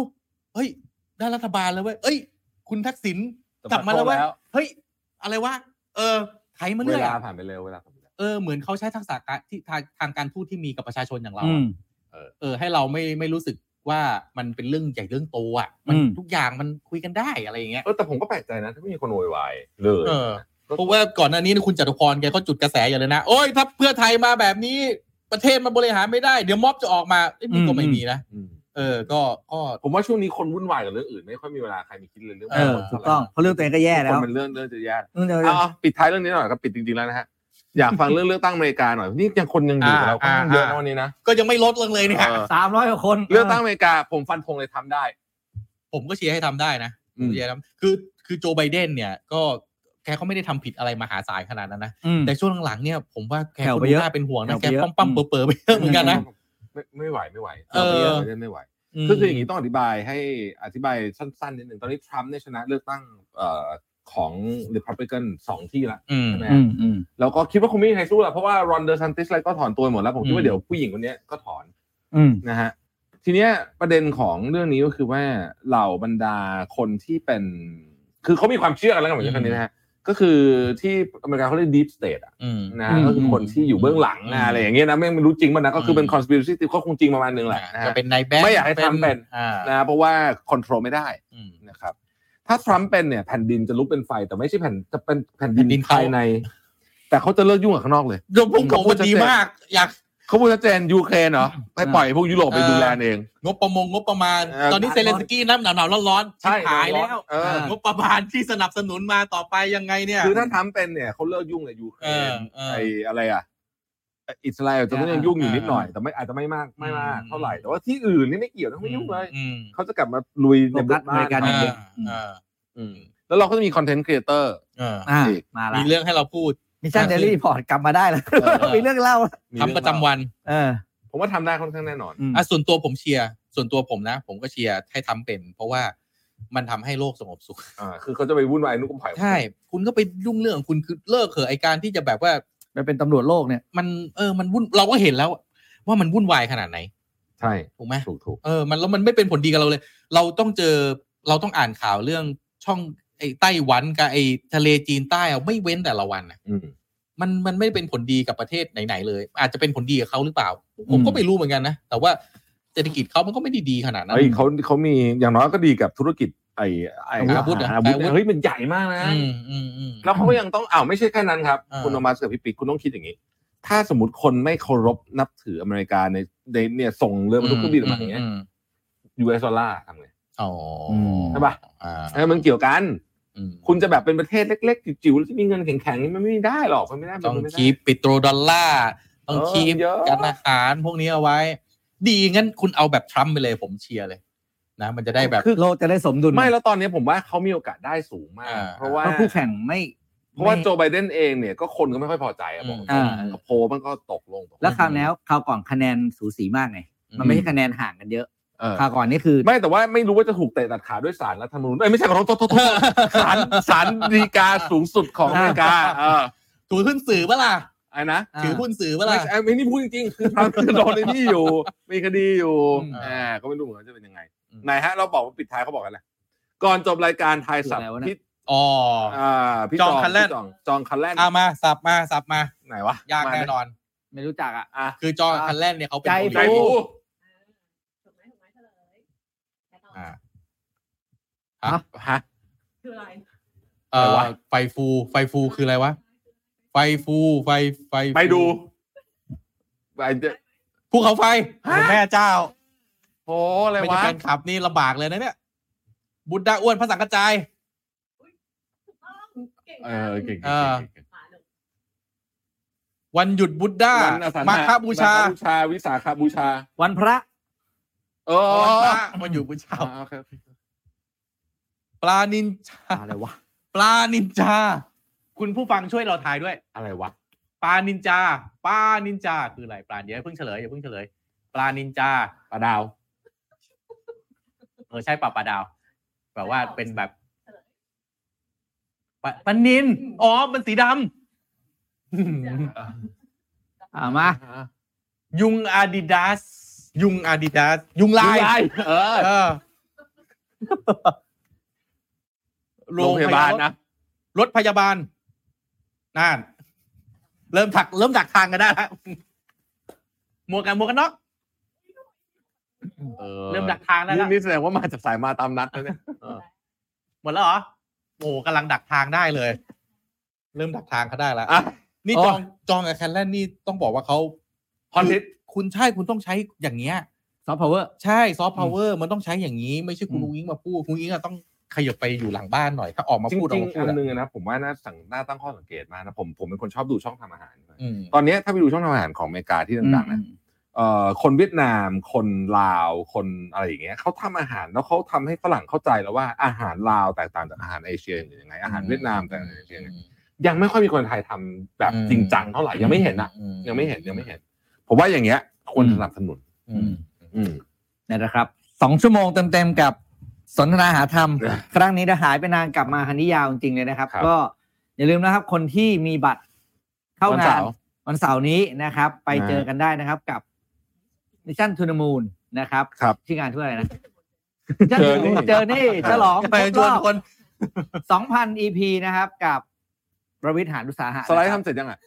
A: เฮ้ย ได้รัฐบาลแล้วเว้ยเอ้ย คุณทักษิณ กลับมาแล้วเว้ย เฮ้ย อะไรวะ เออ ไถมา
D: เว
A: เรื่อย
D: ลา
A: อะ
D: ผ่านไปเร็วเวลาผ่านไปเร็ว
A: เออ เหมือนเขาใช้ทักษะการที่ทางทางการทูตที่มีกับประชาชนอย่างเรา
H: อื
A: อะ
H: ม
A: เออให้เราไม่ไม่รู้สึกว่ามันเป็นเรื่องใหญ่เรื่องโตอ่ะมัน
H: อืม
A: ทุกอย่างมันคุยกันได้อะไรอย่างเงี้ย
D: เออแต่ผมก็แปลกใจนะถ้าไม่มีคนโวยวายเลย
A: เออ เพราะว่าก่อนหน้านี้คุณจตุพรแกก็จุดกระแสอย่างเลยนะ โอ้ยถ้าเพื่อไทยมาแบบนี้ประเทศมันบริหารไม่ได้ เดี๋ยวม็อบจะออกมาเอ้ยนี่ก็ไม่มีนะ
D: ม
A: เออ ก็ก็
D: ผมว่าช่วงนี้คนวุ่นวายกับเรื่องอื่น ไม่ค่อยมีเวลาใครมีคิดเลยเรื่อง
H: เออถูกต้องเพราะเรื่องตัวเองก็แย่แล้ว
D: คนมันเรื่องเรื่องจะแย่
H: อืมเดี๋ยว
D: เอาเอาปิดท้ายเรื่องนี้หน่อยก็ปิดจริงๆแล้วนะฮะอยากฟังเรื่องเลือกตั้งอเมริกาหน่อยนี่ยังคนยังอยู่กับเราค่อนข้างเยอะนะวันนี้นะ
A: ก็ยังไม่ลดลงเลยเนี่ย
D: เออ
H: สามร้อยกว่าคน
D: เลือกตั้งอเมริกาผมฟันธงเลยทำได้
A: ผมก็เชียร์ให้ทำได้นะผ
D: อืม
A: มเชียร์ทำคือคือโจไบเดนเนี่ย ก็แกเขาไม่ได้ทำผิดอะไรมหาศาลขนาดนั้นนะ
H: อืม
A: แต่ช่วงหลังๆเนี่ยผมว่าแก
H: แผ่ว
A: ก็
H: ไป
A: ดู
H: เยอะ
A: น่าเป็นห่วงนะ
H: แผ่วไป
A: แก
H: เยอะ
A: ป้อมๆเป๋อๆไปเยอะเหมือนกันนะ
D: ไม่ไม่ไหวไม่ไหว
A: เออ
D: ไม่ได้ไม่ไหวคือคืออย่างนี้ต้องอธิบายให้อธิบายสั้นๆนิดหนึ่งตอนนี้ทรัมป์เนี่ยชนะเลือกตั้งเอ่อของ Republican สองที่ละ
A: อืม
D: ใช่ไหม
H: อื
D: ฮะ
H: มอืม
D: แล้วก็คิดว่าคงไม่มีใครสู้ละเพราะว่ารอนเดอร์ซันติสอะไรก็ถอนตัวหมดแล้ว ผมคิด
A: อื
D: ว่าม เดี๋ยวผู้หญิงคนเนี้ยก็ถอน
H: อืม
D: นะฮะทีเนี้ยประเด็นของเรื่องนี้ก็คือว่าเหล่าบรรดาคนที่เป็น คือเขามีความเชื่อกันแล้วกันเหมือนกันนี้นะฮะก็คือที่อเมริกาเขาเรียก deep state อะ
A: อืม
D: นะ
H: อืม
D: ก็คือคนที่อยู่เบื้องหลัง
A: อืม
D: นะอะไรอย่างเงี้ยนะไม่ไม่รู้จริงมันนะก็คือเป็น
A: อืม
D: conspiracy theory ก็คงจริงประมาณนึงแหละนะ
A: จะ
D: ฮะ
A: เป็นนายแบงค์
D: ไม่อยากให้ทำเป็น
A: อ่า
D: นะเพราะว่า control ไม่ได้
A: อืม
D: นะครับ ถ้าทรัมป์เป็นเนี่ยแผ่นดินจะลุกเป็นไฟ แต่ไม่ใช่แผ่นจะเป็นแผ่นดิน
A: แผ่นดินเขา
D: ภายใน แต่เขาจะเลิกยุ่งกับข้างนอกเลย
A: โยมพุ่งของมันดีมาก อยาก
D: เขาพูดชัดเจนยูเครนเหรอให้ปล่อยพวกยุโรปไป
A: เออ
D: ดูแลเอง
A: งบประมงงบประมาณ
D: เออ
A: ตอนนี้เซเลนสกี้น้ำหนาวๆร้อนๆ
D: ใช่
A: ชิบหายแล้ว
D: เออ
A: งบประมาณที่สนับสนุนมาต่อไปยังไงเนี่ย
D: คือถ้าทรัมป์เป็นเนี่ยเขาเลิกยุ่งกับยูเครน
A: เออเออ
D: ไออะไรอ่ะอิสราเอลจะต้องยังยุ่งอยู่นิดหน่อย แต่ไม่อาจจะไม่มากไม่มาก
A: อืม
D: เท่าไหร่แต่ว่าที่อื่นนี่ไม่เกี่ยวนะไม่ยุ่งเลย
A: อืม
D: เขาจะกลับมาลุยในบ้าน
H: โฟกัสอเมริกัน
A: อ
H: อย่งเดี
A: ่าย อ่า
D: อืมแล้วเราก็จะมีคอนเทนต์ครีเอเตอร์
A: อ่า
H: อ่า
D: อีก
H: มา
A: มี
H: ละ
A: เรื่องให้เราพูด
H: มิชชั่นเดลี่พอร์ตกลับมาได้แล้ว
D: เออ
H: มีเรื่องเล่า
A: ทำประจำวัน
H: เออ
D: ผมว่าทำได้ค่อนข้างแน่นอน
H: อืม
A: อ่ะส่วนตัวผมเชียร์ ส่วนตัวผมนะ ผมก็เชียร์ให้ทำเป็น เพราะว่ามันทำให้โลกสงบสุข
D: อ่า คือเขาจะไปวุ่นวายนุ่งกุ้งไผ่
A: ใช่ คุณก็ไปยุ่งเรื่องของคุณคือเลิกเถอะไอการที่จะแบบว่า
H: ไปเป็นตำรวจโลกเนี่ย
A: มันเออ มันวุ่น เราก็เห็นแล้วว่ามันวุ่นวายขนาดไหน
D: ใช่
A: ถูกไหม
D: ถูกถูก
A: เออ มันแล้วมันไม่เป็นผลดีกับเราเลย เราต้องเจอ เราต้องอ่านข่าวเรื่องช่องไอ้ไต้หวันกับไอ้ทะเลจีนใต้อะไม่เว้นแต่ละวันอะ
D: อืม
A: มันมันไม่เป็นผลดีกับประเทศไหนๆเลย อาจจะเป็นผลดีกับเขาหรือเปล่า ผมก็
H: อืม
A: ไม่รู้เหมือนกันนะ แต่ว่าเศรษฐกิจเขามันก็ไม่ได้ดีขนาดนั้น
D: เฮ้ยเขาเขามีอย่างน้อยก็ดีกับธุรกิจไอ้ไอ้
A: อาวุธเหรอ
D: อาวุธ
A: อาวุธ
D: เฮ้ยมันใหญ่มากนะ
A: อืมอืมอืม
D: แล้วเขาก็ยังต้องอ้าวไม่ใช่แค่นั้นครับ
A: อ่า
D: คุณโนมัสกับพี่ปิ๊กคุณต้องคิดอย่างนี้ ถ้าสมมติคนไม่เคารพนับถืออเมริกาในในเนี่ยส่งเรือบรรทุกเครื่องบินออกมาอย่างเงี้ย
A: มม
D: ยูเอสดอลลาร์ทำไง
A: อ๋อ
D: ใช่ปะ
A: อ่า
D: เออมันเกี่ยวกัน
A: อืม
D: คุณจะแบบเป็นประเทศเล็กๆจิ๋วๆแล้วที่มีเงินแข็งๆนี่มันไม่ได้หรอกมันไม่ได้
A: ต้อง
D: มันไม่ได้
A: คีบปิโตรดอลลาร์ต้อง
D: เออ
A: คีบ
D: เยอะ
A: การอาหารพวกนี้เอาไว้ ดีงั้นคุณเอาแบบทรัมป์ไปเลยผมเชียร์เลย นะ มันจะได้แบบ
C: คือโลกจะได้สมดุล
D: ไม่แล้วตอนนี้ผมว่าเขามีโอกาสได้สูงมาก
A: อ่า
D: เพราะว่า
C: เพราะคู่แข่งไม่
D: เพราะว่า
C: ไม่
D: โจไบเดนเองเนี่ยก็คนก็ไม่ค่อยพอใจอะบอก
A: อืม
D: ตรง
C: อ่า
D: ๆโพลมันก็ตกลงตกง
C: แล้วคราวแล้วคราวก่อนคะแนนสูสีมากไง มันไม่ใช่คะแนนห่างกันเยอะ
D: เออ
C: คราวก่อนนี่คือ
D: ไม่แต่ว่าไม่รู้ว่าจะถูกเตะตัดขาด้วยสารรัฐธรรมนูญเอ้ยไม่ใช่ขอโทษโทษโทษโทษศาลศาลฎีกาสูงสุดของอเมริกาเออ
A: ถือหุ้นสื่อเปะล่า
D: ไอ้นะ
C: อ่า
A: ถือหุ้นสื่อเปะ
D: ไม่
A: ล่า
D: ใช่ไม่นี่พูดจริงๆคือทรัมป์คือโดนในนี่อยู่ มีคดีอยู่
A: อืม
D: อ่าก็ไม่รู้เหมือนกันจะเป็นยังไงไหนฮะ เราบอกว่าปิดท้ายเขาบอกกันนะก่อนจบรายการไทยสับ
C: คืออะไรวะเนี่
D: พี่
C: ย
A: อ๋อ
D: อ่าพี่
A: จองคันแล่น
D: พี่จองจองคันแลน
A: เอามาสับมาสับมา
D: ไหนวะ
A: ยาก
D: ม
A: แน่นอน
C: ไม่รู้จักอ่ะ
D: อ่ะ
A: คือจอคันแรกเนี่ยเขาเป็น
C: ใจ
A: เกาหลี
D: ใจฟู
I: ถูกไหมถูกไหมเฉลยไปต่อ
A: อ่า
D: ฮะ
I: คืออะไร
A: เอ่
D: อะไร
A: อ
D: วะ
A: ไฟฟูไฟฟูคืออะไรวะ ไฟฟูไฟไฟฟู
D: ไปดูไปเจอ
A: ภูเขาไฟแม่เจ้า
D: โอ้อะไร
A: ไม่ใช่
D: วะ
A: แฟนคลับนี่ลำบากเลยนะเนี่ย บุตรดาอ้วนพระสังกระจาย
I: ถูกต้องเก่ง
D: เออ
I: มาก
D: เก่ง
A: เออ
D: ๆๆ
I: มาลูก
A: วันหยุดบุตรดา
D: ๆวันอสัญห
A: มาคบูชา
D: วันอสัญหบูชาวิสาขบูชา
C: วันพระ
D: เออ
A: วันพระวันหยุดบูชา
D: อ่าโอเคโอเค
A: ปลานินจา
C: อะไรวะ
A: ปลานินจา คุณผู้ฟังช่วยเราทายด้วย
D: อะไรวะ
A: ปลานินจาปลานินจาคืออะไรปลาเดี๋ยวอย่าเพิ่งเฉลยอย่าเพิ่งเฉลย ปลานินจา
D: ปลาดาว
A: เออใช่ปลาปลาดาวแบบว่าเป็นแบบ
I: เฉลย
A: ปลาปลานินอ๋อมันสีดำ
C: อ่ามา
A: ยุงอาดิดาสยุงอาดิดาสยุงลาย
D: เออ
A: เออ
D: โรงพยาบาลนะ
A: รถพยาบาลนั่นเริ่มถัก เริ่มถักทางกันได้แล้วหมวกกันหมวกกันน็อก
D: ออ
A: เริ่มดักทางได้
D: นี่
A: แล้ว
D: นี่แสดงว่ามาจากสายมาตามนัดนะเนี่ยเออ
A: หมดแล้วเหรอโอ้กำลังดักทางได้เลย เริ่มดักทางเขาได้แล้ว
D: อ่ะ
A: นี่
D: อ๋อ
A: จองจองกับแคนแลนนี่ต้องบอกว่าเขา
D: ฮอตฮิต
A: คุณใช่คุณต้องใช้อย่างเงี้ย
C: ซอฟต์พาวเวอร์
A: ใช่ซอฟต์พาวเวอร์มันต้องใช้อย่างนี้ ไม่ใช่คุณลุงอิงมาพูดคุณลุงอิงอะต้องขยับไปอยู่หลังบ้านหน่อย ถ้าออกมา
D: จ
A: พูดอ
D: ริ
A: อก
D: ง
A: มา
D: ๆ
A: พูด
D: อัน
A: อะ
D: หนึงอะนะผมว่าน่าสั่งน่าตั้งข้อสังเกตมากนะผมผมเป็นคนชอบดูช่องทำอาหาร
A: อืม
D: ตอนเนี้ยถ้าไปดูช่องทำอาหารของอเมริกาที่ดังๆนะเอ่อคนเวียดนาม คนลาว คนอะไรอย่างเงี้ยเขาทำอาหารแล้วเขาทำให้ฝรั่งเข้าใจแล้วว่าอาหารลาวแตกต่างจากอาหารเอเชียหรือยังไงอาหารเวียดนามแตกต่างจากเอเชียยังไงยังไม่ค่อยมีคนไทยทำแบบจริงจังเท่าไหร่ยังไม่เห็นอ่ะ ยังไม่เห็นยังไม่เห็น ผมว่าอย่างเงี้ยควรสนับสนุน
A: อืม
D: อืม
C: เนี่ยนะครับสองชั่วโมงเต็มๆกับสนทนาหาธรรม ครั้งนี้จะหายไปนานกลับมาคันนี้ยาวจริงๆเลยนะครับ
D: ครับ
C: ก็อย่าลืมนะครับ คนที่มีบัตรเข้า
D: วัน
C: งา
D: เสาน ร์
C: วันเสาร์นี้นะครับ ไป
D: นะ
C: เจอกันได้นะครับกับมิชชั่นทูนมูลนะครับ
D: ครับ
C: ชื่องานชื่ออะไรนะ
D: Journey
C: เจอนี่ฉลอง
A: ไปชวนคน
C: 2,000 EP นะครับกับประวิทย์หานุสาหะ
D: สไลด์
C: นะค
D: ทำ
C: รับ
D: เสร็จยังอ่ะ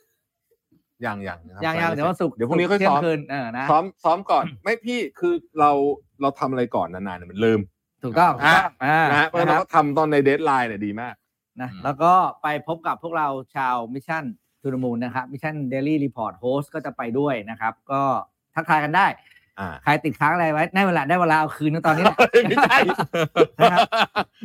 D: ยังยังนะครับ
C: ยัง
D: สไล
C: ยัง
D: ไม่
C: แต่ว่า
D: สร็จ
C: สุกร์
D: เดี๋ยวพรุ่งนี้ค่อย
C: เที่ย
D: ซ้
C: ง
D: อม
C: คืนเออนะ
D: ซ้อมซ้อมก่อน ไม่พี่คือเราเราทำอะไรก่อนนานๆเนี่ยมันลืม
C: ถูกต้อง
D: อ่ะ
C: อ่า
D: นะฮะเพราะฉะนั้นเรา
C: นะครับ
D: ก็ทำตอนในเดทไลน์เนี่ยดีมาก
C: นะแล้วก็ไปพบกับพวกเราชาวมิชชั่นทูนมูลนะครับมิชชั่นเดลี่รีพอร์ตโฮสก็จะไปด้วยนะครับ ก็ทักทายกันได้
D: อ่า
C: ใครติดค้างอะไรไว้ได้เวลาได้เวลาเอาคืนนะตอนนี้แหละ
D: ไม่ใช่
C: นะครับ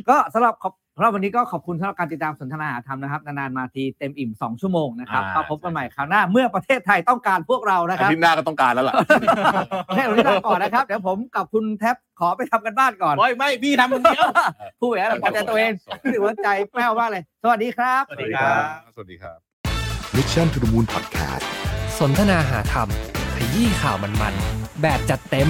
C: ก็สำหรับขอบสำหรับวันนี้ก็ขอบคุณสำหรับการติดตามสนทนาหาธรรมนะครับ นานๆมาทีเต็มอิ่ม 2 ชั่วโมงนะครับ
D: อ่า
C: ก็พบกันใหม่คราวหน้าเมื่อประเทศไทยต้องการพวกเรานะค
D: อา
C: รับ
D: ทิตย์หน้าก็ต้องการแล้วล่ะ
C: โอเควันนี้ลาก่อนนะครับเดี๋ยวผมกับคุณแท็บขอไปทำกันบ้านก่อน
A: โอ้ยไม่พี่ทำคนเดียว
C: ผู้เหวี่ยงพอใจตัวเองถือว่าใจแป้วมากเลย สวัสดีครับ
A: สวัสดีครับ
D: สวัสดีครับ
J: มิชชั่น o ุ h e Moon Podcast
H: สนทนาหาธรรมขยี้ข่าวมันๆ แบบจัดเต็ม